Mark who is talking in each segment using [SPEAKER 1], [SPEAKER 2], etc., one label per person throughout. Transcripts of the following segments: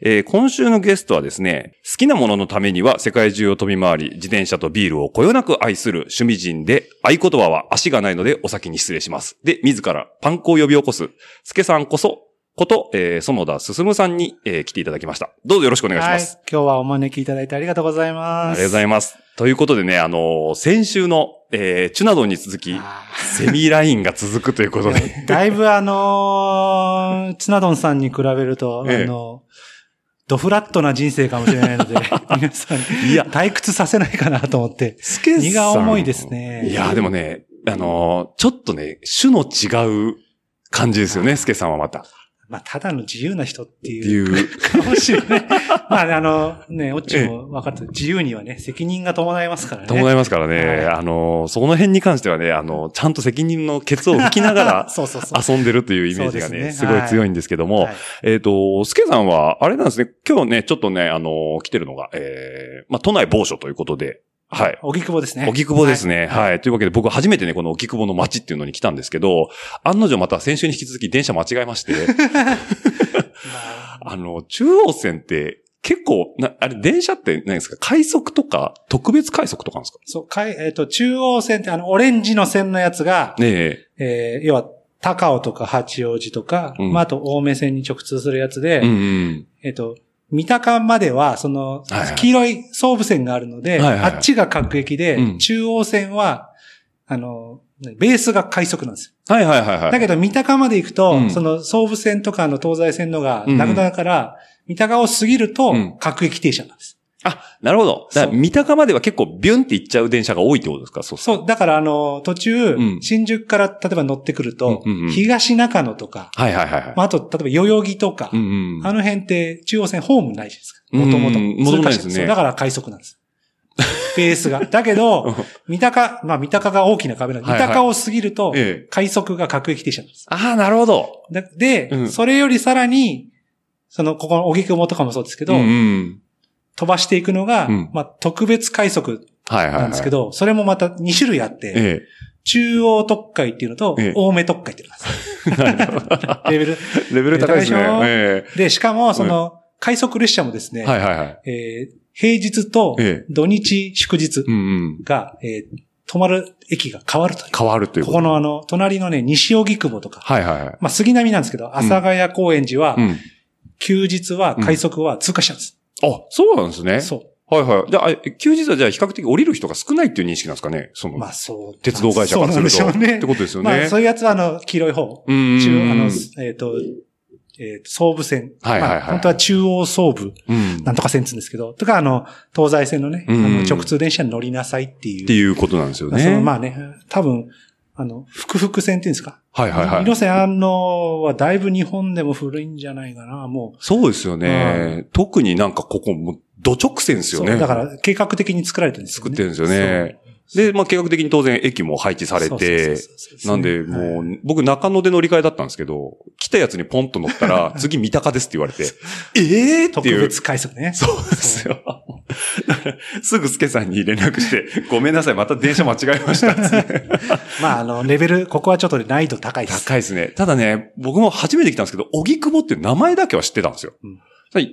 [SPEAKER 1] えー今週のゲストはですね、好きなもののためには世界中を飛び回り、自転車とビールをこよなく愛する趣味人で、合言葉は足がないのでお先に失礼します。で、自らパンクを呼び起こす、スケさんこそ、こと、えー園田進さんに、えー来ていただきました。どうぞよろしくお願いします。
[SPEAKER 2] はい。今日はお招きいただいてありがとうございます。
[SPEAKER 1] ありがとうございます。ということでね、あのー先週の、えー、チュナドンに続き、
[SPEAKER 2] あ
[SPEAKER 1] セミラインが続くということで。
[SPEAKER 2] ーだいぶあのー、ツナドンさんに比べると、
[SPEAKER 1] ええ
[SPEAKER 2] あの、ドフラットな人生かもしれな いので、皆さんに
[SPEAKER 1] いや、
[SPEAKER 2] 退屈させないかなと思って、
[SPEAKER 1] スケさん。
[SPEAKER 2] 荷が重いですね。
[SPEAKER 1] いや、でもね、あのーちょっとね、種の違う感じですよね、スケさんはまた。っ
[SPEAKER 2] まあ、ただの自由な人って
[SPEAKER 1] て
[SPEAKER 2] いう
[SPEAKER 1] いう。
[SPEAKER 2] かもしれ ない。まあ、あの、ね、オッチも分かった。自由にはね、責任が伴いますからね。
[SPEAKER 1] 伴いますからね、
[SPEAKER 2] はい
[SPEAKER 1] あのーその辺に関してはね、あのーちゃんと責任のケツを拭きながら
[SPEAKER 2] そう そうそう。
[SPEAKER 1] 遊んでるというイメージがね、す
[SPEAKER 2] そうですね
[SPEAKER 1] ご
[SPEAKER 2] はい
[SPEAKER 1] い強いんですけども、
[SPEAKER 2] はい
[SPEAKER 1] えっ、と、スケさんは、あれなんですね、今日ね、ちょっとね、あのー来てるのが、えーまあ、都内某所ということで、はい。
[SPEAKER 2] 荻窪ですね。
[SPEAKER 1] 荻窪です
[SPEAKER 2] ね。
[SPEAKER 1] ね。はい。というわけで僕初めてね、この荻窪の街っていうのに来たんですけど、案の定また先週に引き続き電車間違えまして、
[SPEAKER 2] まあ
[SPEAKER 1] あの、中央線って結構、な、あれ電車って何ですか快速とか特別快速とかなんですか
[SPEAKER 2] そう、かい、えっ、と、中央線って、あの、オレンジの線のやつが、
[SPEAKER 1] ねえ。
[SPEAKER 2] えー要は、高尾とか八王子とか、
[SPEAKER 1] うん
[SPEAKER 2] まあ、あと、青梅線に直通するやつで、
[SPEAKER 1] うんうん。
[SPEAKER 2] えっ、と、三鷹までは、その
[SPEAKER 1] はいはい、
[SPEAKER 2] 黄色い総武線があるので、
[SPEAKER 1] はいはいはい
[SPEAKER 2] あっちが各駅で、
[SPEAKER 1] うん
[SPEAKER 2] 中央線は、あの、ベースが快速なんですよ。
[SPEAKER 1] はいはいはいはい。
[SPEAKER 2] だけど、三鷹まで行くと、
[SPEAKER 1] うん
[SPEAKER 2] その、総武線とかの東西線のがなくなるから、三鷹を過ぎると
[SPEAKER 1] うん、
[SPEAKER 2] 各駅停車なんです。
[SPEAKER 1] あ、なるほど。だから
[SPEAKER 2] そう
[SPEAKER 1] 三鷹までは結構ビュンって行っちゃう電車が多いってことですかそうう。
[SPEAKER 2] そう、だからあの、途中、
[SPEAKER 1] うん
[SPEAKER 2] 新宿から例えば乗ってくると、
[SPEAKER 1] うんうんうん
[SPEAKER 2] 東中野とか、
[SPEAKER 1] はいはいはいはい。
[SPEAKER 2] まあ、あと、例えば代々木とか、
[SPEAKER 1] うんうん。
[SPEAKER 2] あの辺って中央線ホームないじゃないですか。もともと。
[SPEAKER 1] うん元々ないですね
[SPEAKER 2] そうだから快速なんです。ベー スが。だけど、三鷹、まあ三鷹が大きな壁なんで、
[SPEAKER 1] はい
[SPEAKER 2] 三
[SPEAKER 1] はい
[SPEAKER 2] 鷹を過ぎると、
[SPEAKER 1] ええ。
[SPEAKER 2] 快速が各駅停車なんです。
[SPEAKER 1] ああ、なるほど。
[SPEAKER 2] だで、
[SPEAKER 1] うん
[SPEAKER 2] それよりさらに、その、ここの荻窪とかもそうですけど、
[SPEAKER 1] うんうん。
[SPEAKER 2] 飛ばしていくのが、
[SPEAKER 1] うん
[SPEAKER 2] まあ特別快速
[SPEAKER 1] はいはい、はい。
[SPEAKER 2] なんですけ。ど、それもまた2種類あって、
[SPEAKER 1] え
[SPEAKER 2] 中央特快っていうのと
[SPEAKER 1] ええ、
[SPEAKER 2] 青梅特快っていうのがあるんです。レベル。
[SPEAKER 1] え。レベル高いですね。
[SPEAKER 2] レベル高いでしょ
[SPEAKER 1] え
[SPEAKER 2] で、しかも、その、快速列車もですね、
[SPEAKER 1] え。はいはいはい。
[SPEAKER 2] えー平日と
[SPEAKER 1] ええ
[SPEAKER 2] 土日祝日
[SPEAKER 1] うんうん。
[SPEAKER 2] が、えー止まる駅が変わるという。
[SPEAKER 1] 変わるという
[SPEAKER 2] こ
[SPEAKER 1] と
[SPEAKER 2] このあの、隣のね、西荻窪とか、
[SPEAKER 1] はいはいはい。
[SPEAKER 2] まあ、杉並なんですけど、阿佐ヶ谷公園寺は
[SPEAKER 1] う、ん。
[SPEAKER 2] 休日は快速は通過しちゃうんです。
[SPEAKER 1] あ、そうなんですね。
[SPEAKER 2] そ。
[SPEAKER 1] はいはい。じゃああ、休日はじゃあ比較的降りる人が少ないっていう認識なんですかねそうの、
[SPEAKER 2] まあ、そう。
[SPEAKER 1] 鉄道会社
[SPEAKER 2] ま
[SPEAKER 1] か
[SPEAKER 2] あ
[SPEAKER 1] ら
[SPEAKER 2] そう
[SPEAKER 1] す
[SPEAKER 2] な
[SPEAKER 1] る
[SPEAKER 2] んで
[SPEAKER 1] と。
[SPEAKER 2] しょうね
[SPEAKER 1] ってことですよね。
[SPEAKER 2] まあ、そういうやつは、あの、黄色い方。
[SPEAKER 1] うんうんうん。
[SPEAKER 2] 中、あの、えっ、と、えっ、と、総武線。
[SPEAKER 1] はいはいはい
[SPEAKER 2] まあ本当は中央総武、
[SPEAKER 1] うん
[SPEAKER 2] なんとか線って言うんですけど、とか、あの、東西線のね、あ
[SPEAKER 1] うんうん
[SPEAKER 2] の直通電車に乗りなさいっていう。
[SPEAKER 1] っていうことなんですよね。
[SPEAKER 2] そのまあね、多分、あの、福々線っていうんですか。
[SPEAKER 1] はいはいは
[SPEAKER 2] 二路
[SPEAKER 1] い。
[SPEAKER 2] 線あんのはだいぶ日本でも古いんじゃないかな、もう。
[SPEAKER 1] そうですよね。特になんかここも、土直線ですよね。
[SPEAKER 2] そうだから、計画的に作られてるんですよ
[SPEAKER 1] 作
[SPEAKER 2] ね。
[SPEAKER 1] ってるんですよね。で、まあ計画的に当然駅も配置さ
[SPEAKER 2] そ
[SPEAKER 1] れ
[SPEAKER 2] う。
[SPEAKER 1] て、
[SPEAKER 2] そうそうそうそう
[SPEAKER 1] なんで、
[SPEAKER 2] はい
[SPEAKER 1] もう、僕中野で乗り換えだったんですけど、来たやつにポンと乗った ら、次三鷹ですって言われて、ええー、って
[SPEAKER 2] 特
[SPEAKER 1] いう。
[SPEAKER 2] 別快速ね。
[SPEAKER 1] そうですよ。だから すぐスケさんに連絡して、ごめんなさい、また電車間違えましたっつって。
[SPEAKER 2] まあ、あの、レベル、ここはちょっと難易度高いです。
[SPEAKER 1] 高いですね。ただね、僕も初めて来たんですけど、荻窪っていう名前だけは知ってたんですよ。
[SPEAKER 2] うん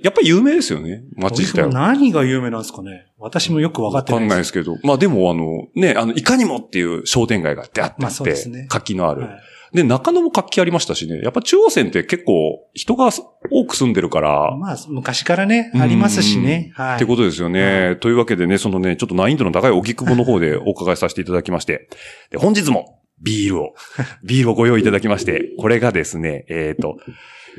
[SPEAKER 1] やっぱり有名ですよね、街自体
[SPEAKER 2] 荻窪
[SPEAKER 1] は。
[SPEAKER 2] 何が有名なんですかね私もよくわかって
[SPEAKER 1] わかんない
[SPEAKER 2] で。
[SPEAKER 1] ですすけど。まあでも、あの、ね、あの、いかにもっていう商店街がであってあ
[SPEAKER 2] まあ
[SPEAKER 1] っ
[SPEAKER 2] そうです
[SPEAKER 1] て、
[SPEAKER 2] ね
[SPEAKER 1] 活気のある、
[SPEAKER 2] はい
[SPEAKER 1] で、中野も活気ありましたしね。やっぱ中央線って結構人が多く住んでるから、
[SPEAKER 2] まあ、昔からね、
[SPEAKER 1] うん
[SPEAKER 2] ありますしね。はい。
[SPEAKER 1] ってことですよね。というわけでね、そのね、ちょっと難易度の高い荻窪の方でお伺いさせていただきまして、で本日もビール を、ビールをご用意いただきまして、これがですね、えっ、と、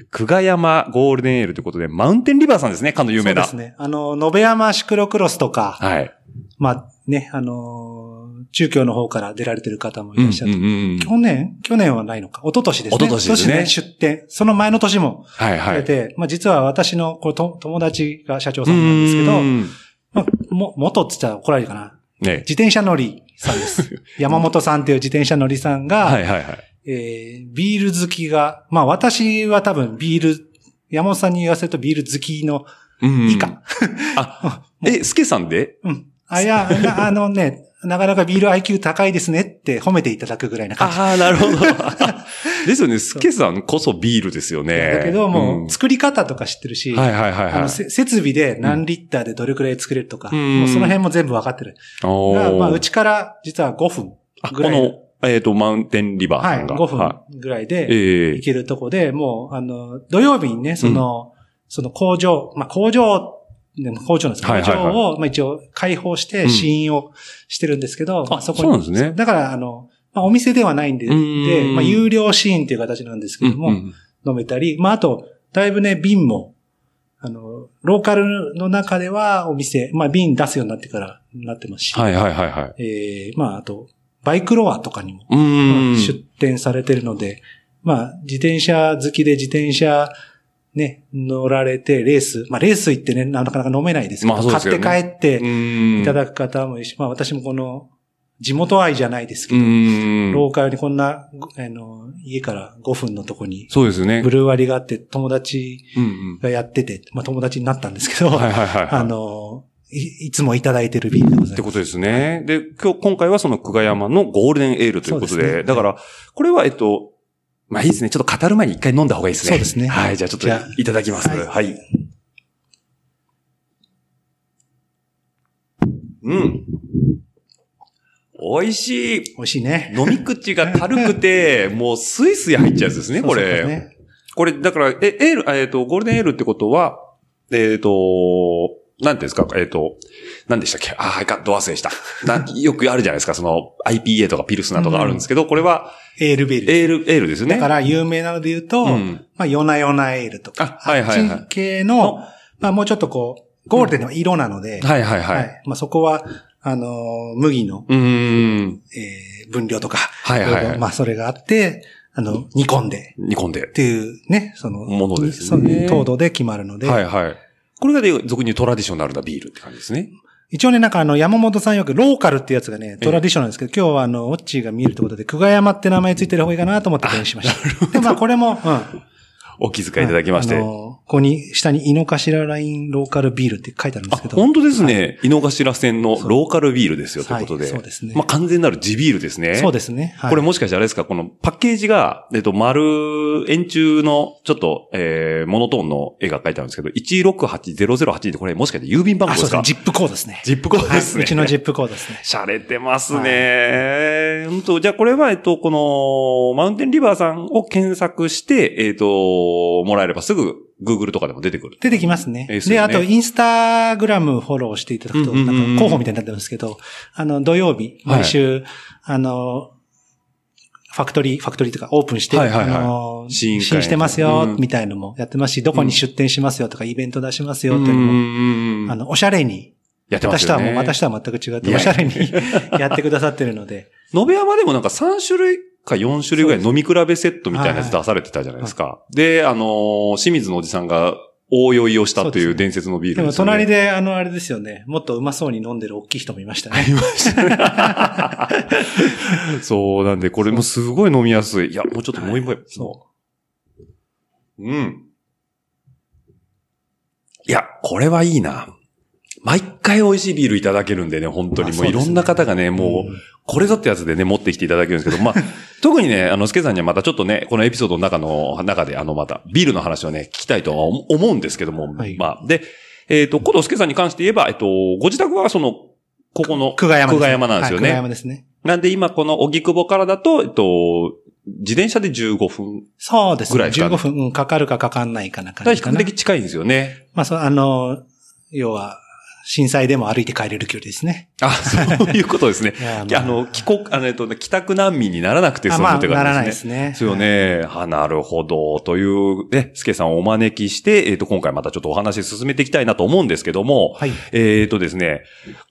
[SPEAKER 1] 久我山ゴールデンエールということで、マウンテンリバーさんですね、かの有名な。
[SPEAKER 2] そうですね。あの、野辺山シクロクロスとか、
[SPEAKER 1] はい。
[SPEAKER 2] まあね、あのー中京の方から出られてる方も
[SPEAKER 1] う
[SPEAKER 2] い
[SPEAKER 1] ん
[SPEAKER 2] らっしゃる。
[SPEAKER 1] うんうん
[SPEAKER 2] 去年去年はないのか。一昨年ですね。
[SPEAKER 1] 一昨年ですね
[SPEAKER 2] 一昨年出店。その前の年も
[SPEAKER 1] はいは
[SPEAKER 2] 出
[SPEAKER 1] い。
[SPEAKER 2] て、まあ実は私のこうと友達が社長さんなんですけど、
[SPEAKER 1] うん
[SPEAKER 2] まあも、元って言ったら怒られるかな。
[SPEAKER 1] ね
[SPEAKER 2] 自転車乗りさんです。 山本さんっていう自転車乗りさんが、
[SPEAKER 1] はいはいはい。
[SPEAKER 2] えービール好きが、まあ私は多分ビール、山本さんに言わせるとビール好きの
[SPEAKER 1] うん
[SPEAKER 2] 以下。
[SPEAKER 1] あ、え、スケさんで
[SPEAKER 2] うん。あ、いや、 なあのね、なかなかビール IQ 高いですねって褒めていただくぐらいな感じ。
[SPEAKER 1] ああ、なるほど。 ですよね、スケさんこそビールですよね。
[SPEAKER 2] だけど、も
[SPEAKER 1] ん
[SPEAKER 2] う作り方とか知ってるし、
[SPEAKER 1] はいはいはい
[SPEAKER 2] あ
[SPEAKER 1] は
[SPEAKER 2] の
[SPEAKER 1] い。
[SPEAKER 2] せ設備で何リッターでどれくらい作れるとか、
[SPEAKER 1] うん
[SPEAKER 2] もうその辺も全部わかってる。
[SPEAKER 1] お
[SPEAKER 2] が
[SPEAKER 1] ー
[SPEAKER 2] まあうちから実は5分
[SPEAKER 1] あ
[SPEAKER 2] ぐ
[SPEAKER 1] こ
[SPEAKER 2] らいの。
[SPEAKER 1] の、えっと、マウンテンリバー
[SPEAKER 2] は
[SPEAKER 1] さ
[SPEAKER 2] い、
[SPEAKER 1] んが。
[SPEAKER 2] 5
[SPEAKER 1] は
[SPEAKER 2] 分ぐらいで
[SPEAKER 1] い。ええ
[SPEAKER 2] 行。けるとこで、もう、あの、土曜日にね、その、その工場、まあ、工場、でも工場なんです
[SPEAKER 1] は
[SPEAKER 2] 工
[SPEAKER 1] いはいはい
[SPEAKER 2] 場を、まあ、一応開放し
[SPEAKER 1] う
[SPEAKER 2] て、
[SPEAKER 1] ん
[SPEAKER 2] 試飲をしてるんですけど、まあそこに。
[SPEAKER 1] そうなんですね
[SPEAKER 2] だから、あの、まあ、お店ではないんで、
[SPEAKER 1] うーん
[SPEAKER 2] で、まあ、有料試飲っていう形なんですけども、
[SPEAKER 1] うんうん
[SPEAKER 2] 飲めたり、まあ、あと、だいぶね、瓶も、あの、ローカルの中ではお店、まあ、瓶出すようになってから、なってますし、
[SPEAKER 1] はいはいはいはい。
[SPEAKER 2] ええまあ、あと、バイクロアとかにも、
[SPEAKER 1] うーん。
[SPEAKER 2] 出展されてるので、まあ、自転車好きで自転車、ね、乗られて、レース、まあ、レース行ってね、なかなか飲めないですけど、
[SPEAKER 1] まあそうですよね
[SPEAKER 2] 買って帰っ
[SPEAKER 1] う
[SPEAKER 2] て
[SPEAKER 1] ーん
[SPEAKER 2] いただく方もいるし、まあ、私もこの、地元愛じゃないですけ
[SPEAKER 1] う
[SPEAKER 2] ど、
[SPEAKER 1] ー
[SPEAKER 2] ロ
[SPEAKER 1] ん。
[SPEAKER 2] ーカルにこんな、ごあの、家から5分のとこに、
[SPEAKER 1] そうですね
[SPEAKER 2] ブ。ルー割りがあって、友達
[SPEAKER 1] うんうん。
[SPEAKER 2] がやってて、まあ、友達になったんですけど、
[SPEAKER 1] はいはいはいはい。
[SPEAKER 2] あの、いいつもいただいてる瓶でござ
[SPEAKER 1] っ
[SPEAKER 2] い
[SPEAKER 1] て
[SPEAKER 2] ま
[SPEAKER 1] こ
[SPEAKER 2] す。
[SPEAKER 1] とですね。で、今日、今回はその久我山のゴールデンエールということ
[SPEAKER 2] そう
[SPEAKER 1] で、
[SPEAKER 2] ですね
[SPEAKER 1] だから、これは、えっと、まあいいですね。ちょっと語る前に一回飲んだ方がいいですね。
[SPEAKER 2] そうですね
[SPEAKER 1] はい、じゃあちょっ
[SPEAKER 2] じゃあ
[SPEAKER 1] といただきます。はい。
[SPEAKER 2] はい
[SPEAKER 1] うん。美味しい。
[SPEAKER 2] 美味しいね。
[SPEAKER 1] 飲み口が軽くて、もうスイスイ入っちゃうやつですね、これ。
[SPEAKER 2] そうそうね
[SPEAKER 1] これ、だから、え、エール、えっ、と、ゴールデンエールってことは、えっ、と、なんていうんですか、えっ、と、なんでしたっけあー、いかん、ド 忘れした。な、よくあるじゃないですか、その、IPA とかピルスナーとかあるんですけど、これは、
[SPEAKER 2] エールビール。
[SPEAKER 1] エール、エールですよね。
[SPEAKER 2] だから有名なので言うと、
[SPEAKER 1] うん
[SPEAKER 2] まあ、ヨナヨナエールと
[SPEAKER 1] あ
[SPEAKER 2] か、
[SPEAKER 1] はいはいはい
[SPEAKER 2] あっち系の、まあ、もうちょっとこう、ゴールデンの色なので、
[SPEAKER 1] はいはいはい。
[SPEAKER 2] まあ、そこは、あのー麦の、
[SPEAKER 1] うーん。
[SPEAKER 2] えー分量とか、
[SPEAKER 1] はいはい
[SPEAKER 2] ろ
[SPEAKER 1] は
[SPEAKER 2] ろ
[SPEAKER 1] い。
[SPEAKER 2] まあ、それがあって、あの、煮込んで、
[SPEAKER 1] 煮込んで
[SPEAKER 2] っ。ていうね、その、
[SPEAKER 1] ものですね
[SPEAKER 2] そう糖度で決まるので、
[SPEAKER 1] はいはい。これがで、俗に言うトラディショナルなビールって感じですね。
[SPEAKER 2] 一応ね、なんかあの、山本さんよくローカルってやつがね、トラディショナルですけど、今日はあの、オッチーが見えるってことで、久我山って名前ついてる方がいいかなと思ってこれにしました。 で、まあ、これも、うん。
[SPEAKER 1] お気遣いいただきまして。
[SPEAKER 2] あのここに、下に井の頭ラインローカルビールって書いてあるんですけど。
[SPEAKER 1] 本当ですね。井の頭線のローカルビールですよ、ということで。
[SPEAKER 2] はいそうですね
[SPEAKER 1] まあ、完全なる地ビールですね。
[SPEAKER 2] そうですね。はい
[SPEAKER 1] これもしかしてあれですかこのパッケージが、えっと、丸、円柱の、ちょっと、えー、モノトーンの絵が描いてあるんですけど、168-008ってこれもしかして郵便番号
[SPEAKER 2] あ、
[SPEAKER 1] で
[SPEAKER 2] そう
[SPEAKER 1] す
[SPEAKER 2] ですね
[SPEAKER 1] か。
[SPEAKER 2] ジップコードですね。
[SPEAKER 1] ジップコードですね。
[SPEAKER 2] はい、うちのジップコードですね。
[SPEAKER 1] しゃれてますね。本当じゃあこれは、えっと、この、マウンテンリバーさんを検索して、えっと、もらえればすぐ、Google とかでも出てくる。
[SPEAKER 2] 出てきますね。
[SPEAKER 1] です
[SPEAKER 2] で、
[SPEAKER 1] よ
[SPEAKER 2] あ
[SPEAKER 1] ね
[SPEAKER 2] と、インスタグラムフォローしていただくと、
[SPEAKER 1] うんうんうんうん
[SPEAKER 2] なんか候補みたいになってるんですけど、あの、土曜日、
[SPEAKER 1] はい
[SPEAKER 2] 毎週、あの、ファクトリー、ファクトリーとかオープンして、
[SPEAKER 1] はいはいはい
[SPEAKER 2] あの、
[SPEAKER 1] 試
[SPEAKER 2] 試
[SPEAKER 1] 飲
[SPEAKER 2] 飲
[SPEAKER 1] 会
[SPEAKER 2] してます
[SPEAKER 1] うん
[SPEAKER 2] よ、みたいのもやってますし、どこに出店しますよとか、イベント出しますよっていうの
[SPEAKER 1] うん
[SPEAKER 2] も、
[SPEAKER 1] うんうん
[SPEAKER 2] あの、おしゃれに
[SPEAKER 1] やってますよ
[SPEAKER 2] 私とは
[SPEAKER 1] ね。
[SPEAKER 2] もう、私とは全く違っ
[SPEAKER 1] い
[SPEAKER 2] て、
[SPEAKER 1] や
[SPEAKER 2] おしゃれに やってくださってるので。
[SPEAKER 1] 延山でもなんか3種類か4種類ぐらい飲み比べセットみたいなやつ出されてたじゃないですか。で、あのー清水のおじさんが大酔いをしたと い
[SPEAKER 2] そう
[SPEAKER 1] う
[SPEAKER 2] ですね
[SPEAKER 1] 伝説のビー
[SPEAKER 2] で
[SPEAKER 1] ル
[SPEAKER 2] も
[SPEAKER 1] ですよ
[SPEAKER 2] 隣
[SPEAKER 1] ね。
[SPEAKER 2] で、あの、あれですよね、もっとうまそうに飲んでる大きい人もいましたね。
[SPEAKER 1] いましたね そう、なんで、これもすごい飲みやすい。いや、もうちょっともう一杯。。
[SPEAKER 2] そう
[SPEAKER 1] うん。いや、これはいいな。毎回美味しいビールいただけるんでね、本当に。
[SPEAKER 2] まあ
[SPEAKER 1] もういろんな方がね、
[SPEAKER 2] う。
[SPEAKER 1] もう、
[SPEAKER 2] ん
[SPEAKER 1] これぞってやつでね、持ってきていただけるんですけ ど、まあ、特にね、あの、スケさんにはまたちょっとね、このエピソードの中の、中で、あの、また、ビールの話をね、聞きたいとは思思うんですけども、
[SPEAKER 2] はい
[SPEAKER 1] まあ、で、えっ、と、古藤スケさんに関して言えば、えっ、と、ご自宅はその、ここの、
[SPEAKER 2] 久我山ですね。
[SPEAKER 1] 久我山なんですよね
[SPEAKER 2] はい久我山ですね。
[SPEAKER 1] なんで今この荻窪からだと、えっと、自転車で15分。
[SPEAKER 2] そうです
[SPEAKER 1] ぐ
[SPEAKER 2] ね。
[SPEAKER 1] らいですか
[SPEAKER 2] 15分、うんかかるかかかんないかな
[SPEAKER 1] だから比
[SPEAKER 2] 感じかな
[SPEAKER 1] 較。的近いんですよね。
[SPEAKER 2] まあ、そう、あの、要は、震災でも歩いて帰れる距離ですね。
[SPEAKER 1] あ、 そういうことですね。
[SPEAKER 2] いや
[SPEAKER 1] あの、帰国、あの、えっと、帰宅難民にならなくて
[SPEAKER 2] あ
[SPEAKER 1] 済
[SPEAKER 2] ま
[SPEAKER 1] む
[SPEAKER 2] あ、
[SPEAKER 1] という感じですね。
[SPEAKER 2] ならないですね。
[SPEAKER 1] ですよね。 あ、なるほど。という、ね、スケさんをお招きして、えっ、と、今回またちょっとお話進めていきたいなと思うんですけども、
[SPEAKER 2] はい。
[SPEAKER 1] えっ、とですね、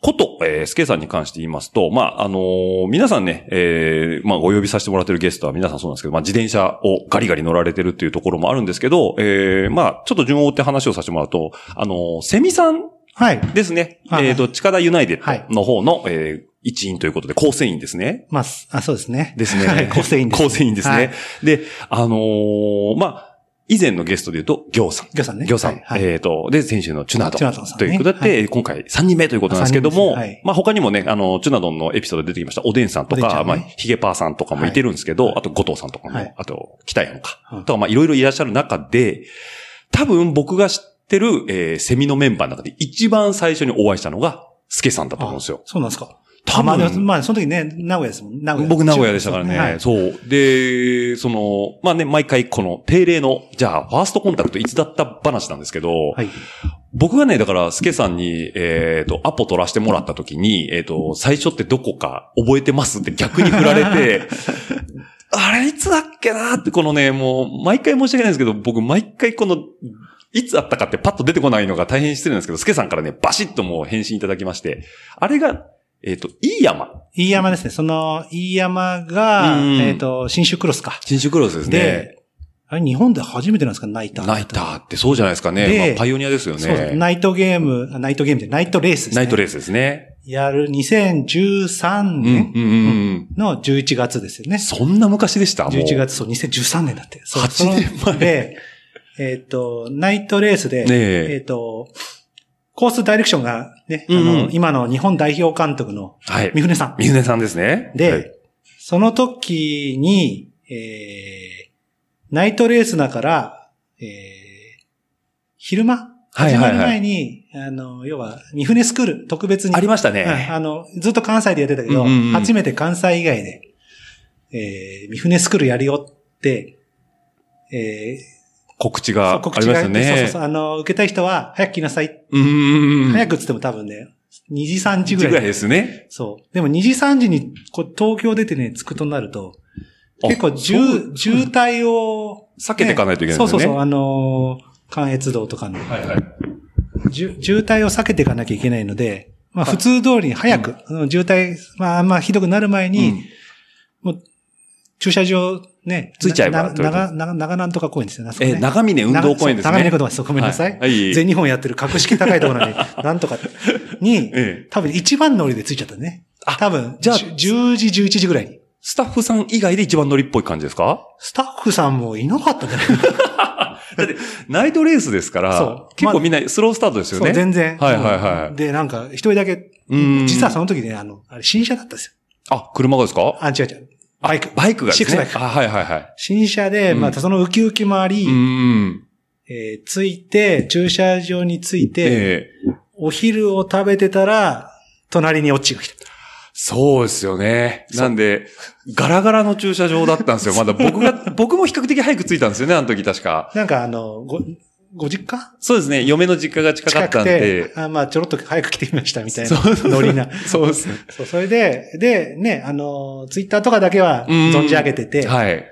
[SPEAKER 1] こと、えー、スケさんに関して言いますと、まあ、あのー皆さんね、えーまあ、お呼びさせてもらってるゲストは皆さんそうなんですけど、まあ、自転車をガリガリ乗られてるっていうところもあるんですけど、えーまあ、ちょっと順を追って話をさせてもらうと、あのーセミさん
[SPEAKER 2] はい。
[SPEAKER 1] ですね。
[SPEAKER 2] はい
[SPEAKER 1] えー、どっちからユナイテ
[SPEAKER 2] はい
[SPEAKER 1] ッドの方の、えー一員ということで、構成員ですね。
[SPEAKER 2] まあ、すあ、そうですね。
[SPEAKER 1] ですね。
[SPEAKER 2] はい構成員です。
[SPEAKER 1] 構成員ですね。
[SPEAKER 2] はい
[SPEAKER 1] で、あのーまあ、以前のゲストで言うと、行さん。
[SPEAKER 2] 魚さんね。
[SPEAKER 1] 行さん。
[SPEAKER 2] はいはい
[SPEAKER 1] えっ、と、で、先週のチュナドン。
[SPEAKER 2] チュナドンさんね
[SPEAKER 1] ということで、
[SPEAKER 2] は
[SPEAKER 1] 今回3人目ということなんですけども、
[SPEAKER 2] 三人ですねはい
[SPEAKER 1] まあ他にもね、あの、チュナドンのエピソードで出てきました、おでんさんと
[SPEAKER 2] おでんちゃ
[SPEAKER 1] か、
[SPEAKER 2] ん
[SPEAKER 1] ま
[SPEAKER 2] ね
[SPEAKER 1] あ、ヒゲパーさんとかもいてるんですけど、
[SPEAKER 2] はい
[SPEAKER 1] あと、後藤さんとかも、
[SPEAKER 2] はい
[SPEAKER 1] あと、北山か、
[SPEAKER 2] うん
[SPEAKER 1] とか、まあ、いろいろいらっしゃる中で、多分僕が知ってる、えーセミのメンバーの中で一番最初にお会いしたのが、スケさんだと思うんですよ
[SPEAKER 2] あ。そうなんですか。
[SPEAKER 1] 多
[SPEAKER 2] まあ、
[SPEAKER 1] 分
[SPEAKER 2] でもまあ、その時ね、名古屋ですもん。名古屋。
[SPEAKER 1] 僕名古屋でしたからね。
[SPEAKER 2] はい
[SPEAKER 1] そう。で、その、まあね、毎回この定例の、じゃあ、ファーストコンタクトいつだった話なんですけど、
[SPEAKER 2] はい。
[SPEAKER 1] 僕がね、だから、スケさんに、えっ、と、アポ取らせてもらった時に、えっ、と、最初ってどこか覚えてますって逆に振られ て、あれ、いつだっけなって、このね、もう、毎回申し訳ないんですけど、僕、毎回この、いつあったかってパッと出てこないのが大変失礼なんですけど、スケさんからね、バシッともう返信いただきまして、あれが、えっ、と、いい山。
[SPEAKER 2] 飯山ですね。その、飯山が、
[SPEAKER 1] うん
[SPEAKER 2] えっと、新州クロスか。
[SPEAKER 1] 新宿クロスですね。
[SPEAKER 2] で、あれ、日本で初めてなんですかナイター。
[SPEAKER 1] ナイターってそうじゃないですかね。
[SPEAKER 2] で
[SPEAKER 1] まあ、パイオニアですよね。
[SPEAKER 2] そうです。ナイトゲーム、あナイトゲームで、ナイトレースですね。
[SPEAKER 1] ナイトレ
[SPEAKER 2] ー
[SPEAKER 1] ースですね。
[SPEAKER 2] ス。やる2013
[SPEAKER 1] うん、うん、
[SPEAKER 2] 年
[SPEAKER 1] うんうん。
[SPEAKER 2] の11月ですよね。
[SPEAKER 1] そんな昔でしたもう
[SPEAKER 2] 11月、そう、2013年だって。そう
[SPEAKER 1] 8年
[SPEAKER 2] そので、えっと、ナイトレースで、
[SPEAKER 1] ねえ
[SPEAKER 2] えっと、コースダイレクションがね、あ
[SPEAKER 1] うんうん
[SPEAKER 2] の、今の日本代表監督の
[SPEAKER 1] はい。
[SPEAKER 2] 三船さん。
[SPEAKER 1] 水根さんですね。
[SPEAKER 2] で、
[SPEAKER 1] はい
[SPEAKER 2] その時に、えー、ナイトレースだから、えー、昼間
[SPEAKER 1] はい
[SPEAKER 2] 始
[SPEAKER 1] はいは
[SPEAKER 2] ま
[SPEAKER 1] い
[SPEAKER 2] る前に、あの、要は、三船スクール、特別に。
[SPEAKER 1] ありましたね。
[SPEAKER 2] うんあの、ずっと関西でやってたけ
[SPEAKER 1] う
[SPEAKER 2] ど、
[SPEAKER 1] んうんうん
[SPEAKER 2] 初めて関西以外で、えー、三船スクールやるよって、え
[SPEAKER 1] 告知
[SPEAKER 2] ー、
[SPEAKER 1] が
[SPEAKER 2] 告
[SPEAKER 1] あ
[SPEAKER 2] 知
[SPEAKER 1] り
[SPEAKER 2] が
[SPEAKER 1] ま
[SPEAKER 2] あ
[SPEAKER 1] し
[SPEAKER 2] って
[SPEAKER 1] たね。
[SPEAKER 2] そうそうそう、あの、受けたい人は早く来なさい。
[SPEAKER 1] うんうんうん。
[SPEAKER 2] 早
[SPEAKER 1] く
[SPEAKER 2] くっつっても多分ね、2時3
[SPEAKER 1] 時
[SPEAKER 2] 時ぐらい
[SPEAKER 1] ぐらいですね。
[SPEAKER 2] そう。でも2時3時にこう東京出てね、着くとなると、
[SPEAKER 1] あ
[SPEAKER 2] 結構
[SPEAKER 1] そう
[SPEAKER 2] 渋渋滞を、
[SPEAKER 1] 避けていかないといけない
[SPEAKER 2] そ
[SPEAKER 1] で
[SPEAKER 2] う
[SPEAKER 1] すね。
[SPEAKER 2] そうそう、あのー関越道とかの、
[SPEAKER 1] はいはい。
[SPEAKER 2] じゅ渋滞を避けていかなきゃいけないので、まあ普通通りに早く、あの渋滞、まあまあひどくなる前に、
[SPEAKER 1] うん
[SPEAKER 2] 駐車場ね、
[SPEAKER 1] 着いちゃえば
[SPEAKER 2] な
[SPEAKER 1] とりあえ
[SPEAKER 2] 長、長、長南とか公園ですよね。あそこね
[SPEAKER 1] え、長峰運動公園ですね。
[SPEAKER 2] 長そう長峰運動公園です。ごめんなさい。
[SPEAKER 1] はいはい
[SPEAKER 2] 全日本やってる格式高いところなのに、な んとかに、
[SPEAKER 1] ええ
[SPEAKER 2] 多分一番乗りで着いちゃったね。
[SPEAKER 1] あ
[SPEAKER 2] 多分、
[SPEAKER 1] じ
[SPEAKER 2] じ
[SPEAKER 1] ゃ
[SPEAKER 2] ゃ
[SPEAKER 1] あ
[SPEAKER 2] あ、10時、11時ぐらいに。
[SPEAKER 1] スタッフさん以外で一番乗りっぽい感じですか
[SPEAKER 2] スタッフさんもいなかったんじゃない
[SPEAKER 1] だって、ナイトレースですから、
[SPEAKER 2] そう
[SPEAKER 1] 結構みんなスロースタートですよ
[SPEAKER 2] そう
[SPEAKER 1] ね。
[SPEAKER 2] 全然。
[SPEAKER 1] はいはいはい
[SPEAKER 2] うんで、なんか、一人だけ、
[SPEAKER 1] うん
[SPEAKER 2] 実はその時ね、あの、あれ、新車だったんですよ。
[SPEAKER 1] あ、車がですか
[SPEAKER 2] あ、違う違う。バイク。
[SPEAKER 1] バイクがです
[SPEAKER 2] シックスバ
[SPEAKER 1] ね
[SPEAKER 2] イ。ク
[SPEAKER 1] あ、はいはいはい。
[SPEAKER 2] 新車で、
[SPEAKER 1] うん
[SPEAKER 2] またそのウキウキもあり、
[SPEAKER 1] うん。
[SPEAKER 2] えー着いて、駐車場に着いて、
[SPEAKER 1] ええ
[SPEAKER 2] お昼を食べてたら、隣にオッチが来た。
[SPEAKER 1] そうですよね。なんで、ガラガラの駐車場だったんですよ。まだ僕 が、僕も比較的早く着いたんですよね、あの時確か。
[SPEAKER 2] なんか、あの、ご、ご実家
[SPEAKER 1] そうですね、嫁の実家が近か
[SPEAKER 2] 近
[SPEAKER 1] った
[SPEAKER 2] く
[SPEAKER 1] ん
[SPEAKER 2] て
[SPEAKER 1] で、。
[SPEAKER 2] あまあ、ちょろっと早く来てみました、みたいな
[SPEAKER 1] そうそう、
[SPEAKER 2] ノリな。
[SPEAKER 1] そうですね。
[SPEAKER 2] そう、それで、で、ね、あの、ツイッターとかだけは
[SPEAKER 1] うん
[SPEAKER 2] 存じ上げてて、
[SPEAKER 1] はい。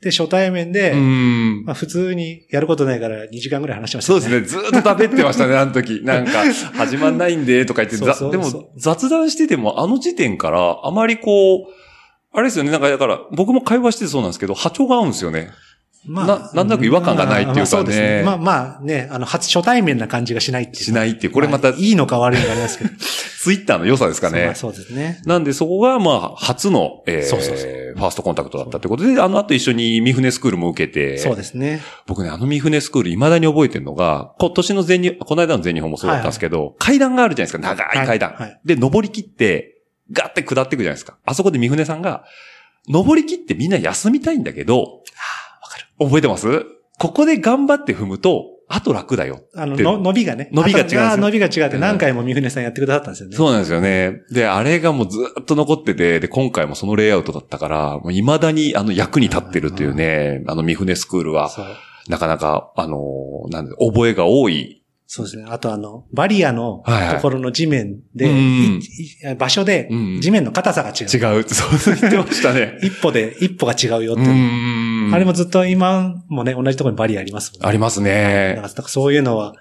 [SPEAKER 2] で、初対面で、
[SPEAKER 1] うん
[SPEAKER 2] ま。あ普通にやることないから2時間ぐらい話しました
[SPEAKER 1] そ
[SPEAKER 2] ね。
[SPEAKER 1] うですね。ずーっと食べってましたね、あの 時。なんか、始まんないんで、とか言って、
[SPEAKER 2] そう
[SPEAKER 1] ざ
[SPEAKER 2] そう
[SPEAKER 1] で
[SPEAKER 2] そう
[SPEAKER 1] も、雑談してても、あの時点から、あまりこう、あれですよね。なんか、だから、僕も会話しててそうなんですけど、波長が合うんですよね。
[SPEAKER 2] ま
[SPEAKER 1] ななんとなく違和感がないっていうかね
[SPEAKER 2] まあそですまあまあね、あの、初初対面な感じがしないっていう。
[SPEAKER 1] しないっていう。これまた、
[SPEAKER 2] あいいのか悪いのかありますけど。
[SPEAKER 1] ツイッターの良さですか
[SPEAKER 2] そうま
[SPEAKER 1] ね
[SPEAKER 2] あ。そうですね。
[SPEAKER 1] なんで、そこが、まあ、初の、えー
[SPEAKER 2] そうそうそ
[SPEAKER 1] ファーストコンタクトだったってことで、あの後一緒に三船スクールも受けて、
[SPEAKER 2] そうですね。
[SPEAKER 1] 僕ね、あの三船スクール未だに覚えてるのが、今年の全日、この間の全日本もそうだったんですけど、階段があるじゃないですか、長い階段。
[SPEAKER 2] はいはい
[SPEAKER 1] で、登り切って、ガッて下ってくじゃないですか。あそこで三船さんが、登り切ってみんな休みたいんだけど、覚えてますここで頑張って踏むと、あと楽だよ。
[SPEAKER 2] あの、
[SPEAKER 1] で
[SPEAKER 2] の伸びがね。
[SPEAKER 1] 伸びが違うんですよ
[SPEAKER 2] 頭伸びが違って何回も三船さんやってくださったんですよね。
[SPEAKER 1] そうなんですよね。で、あれがもうずっと残ってて、で、今回もそのレイアウトだったから、もう未だにあの役に立ってるというね、あの三船スクールは、
[SPEAKER 2] そう。
[SPEAKER 1] なかなか、あのーなんで、覚えが多い。
[SPEAKER 2] そうですね。あとあの、バリアの
[SPEAKER 1] はいはい
[SPEAKER 2] ところの地面で、
[SPEAKER 1] うん
[SPEAKER 2] いい場所で
[SPEAKER 1] うん
[SPEAKER 2] 地面の硬さが違う。
[SPEAKER 1] 違う。そう言ってましたね。
[SPEAKER 2] 一歩で、一歩が 違うよっ
[SPEAKER 1] う
[SPEAKER 2] て。
[SPEAKER 1] ーん。
[SPEAKER 2] あれもずっと今もね、同じところにバリアありますもんね。
[SPEAKER 1] あります
[SPEAKER 2] だ
[SPEAKER 1] ね。
[SPEAKER 2] からそういうのは、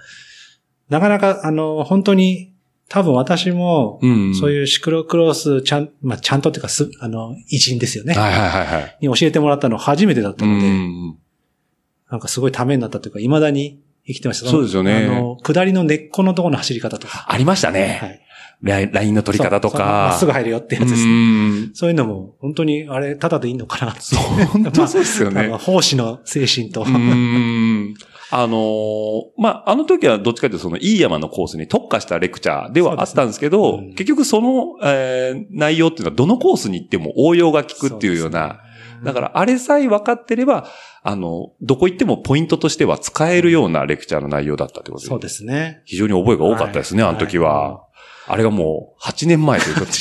[SPEAKER 2] なかなか、あの、本当に、多分私も、
[SPEAKER 1] うん。
[SPEAKER 2] そう
[SPEAKER 1] う。
[SPEAKER 2] いうシクロクロス、ちゃん、まあ、ちゃんとっていうか、す、あの、偉人ですよね。
[SPEAKER 1] はいはいはいはい。
[SPEAKER 2] に教えてもらったの初めてだった
[SPEAKER 1] う
[SPEAKER 2] ので、
[SPEAKER 1] ん。
[SPEAKER 2] なんかすごいためになったというか、未だに、生きてました。
[SPEAKER 1] そうですよね
[SPEAKER 2] あの、下りの根っこのところの走り方とか。
[SPEAKER 1] ありましたね。
[SPEAKER 2] はい。
[SPEAKER 1] ラインラインの取り方と
[SPEAKER 2] そうそうま
[SPEAKER 1] か。
[SPEAKER 2] っすぐ入るよってやつです
[SPEAKER 1] う
[SPEAKER 2] ね。
[SPEAKER 1] ん
[SPEAKER 2] そういうのも、本当に、あれ、ただでいいのかなって。そう、
[SPEAKER 1] 本当そうですよ ね。
[SPEAKER 2] 奉仕の精神
[SPEAKER 1] う
[SPEAKER 2] と。
[SPEAKER 1] ーんあのーまあ、あの時はどっちかというとそのいい山のコースに特化したレクチャーではあったんですけど、
[SPEAKER 2] そうですねうん
[SPEAKER 1] 結局その、えー内容っていうのはどのコースに行っても応用が効くっていうような、
[SPEAKER 2] そうですね。
[SPEAKER 1] だからあれさえ分かってれば、あの、どこ行ってもポイントとしては使えるようなレクチャーの内容だったってことです
[SPEAKER 2] そうですね。
[SPEAKER 1] 非常に覚えが多かったですね、
[SPEAKER 2] はい
[SPEAKER 1] あの時は。
[SPEAKER 2] は
[SPEAKER 1] あれがもう8年前ということで。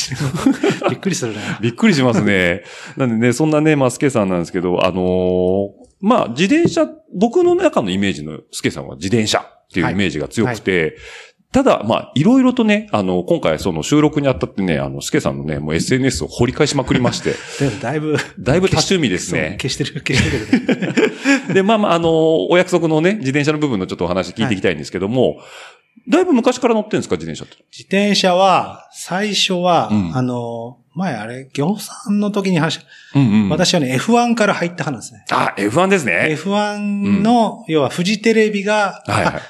[SPEAKER 2] びっくりするな。
[SPEAKER 1] びっくりします ね。なんでね、そんなね、まあ、スケさんなんですけど、あのーまあ、自転車、僕の中のイメージのスケさんは自転車っていうイメージが強くて、ただ、まあ、いろいろとね、あの、今回その収録にあたってね、あの、スケさんのね、もう SNS を掘り返しまくりま して、
[SPEAKER 2] でもだいぶ、
[SPEAKER 1] だいぶ多趣味ですね。
[SPEAKER 2] 消してる、消してるけどね。
[SPEAKER 1] で、まあまあ、あのーお約束のね、自転車の部分のちょっとお話聞いていきたいんですけども、だいぶ昔から乗ってるんですか、自転車って。
[SPEAKER 2] 自転車は、最初は、
[SPEAKER 1] うん
[SPEAKER 2] あの、前あれ、行さんの時に走、
[SPEAKER 1] うんうん。
[SPEAKER 2] 私はね、F1 から入った派なんですね。
[SPEAKER 1] あ、F1 ですね。
[SPEAKER 2] F1 の、要はフジテレビが、
[SPEAKER 1] はいはい
[SPEAKER 2] あ。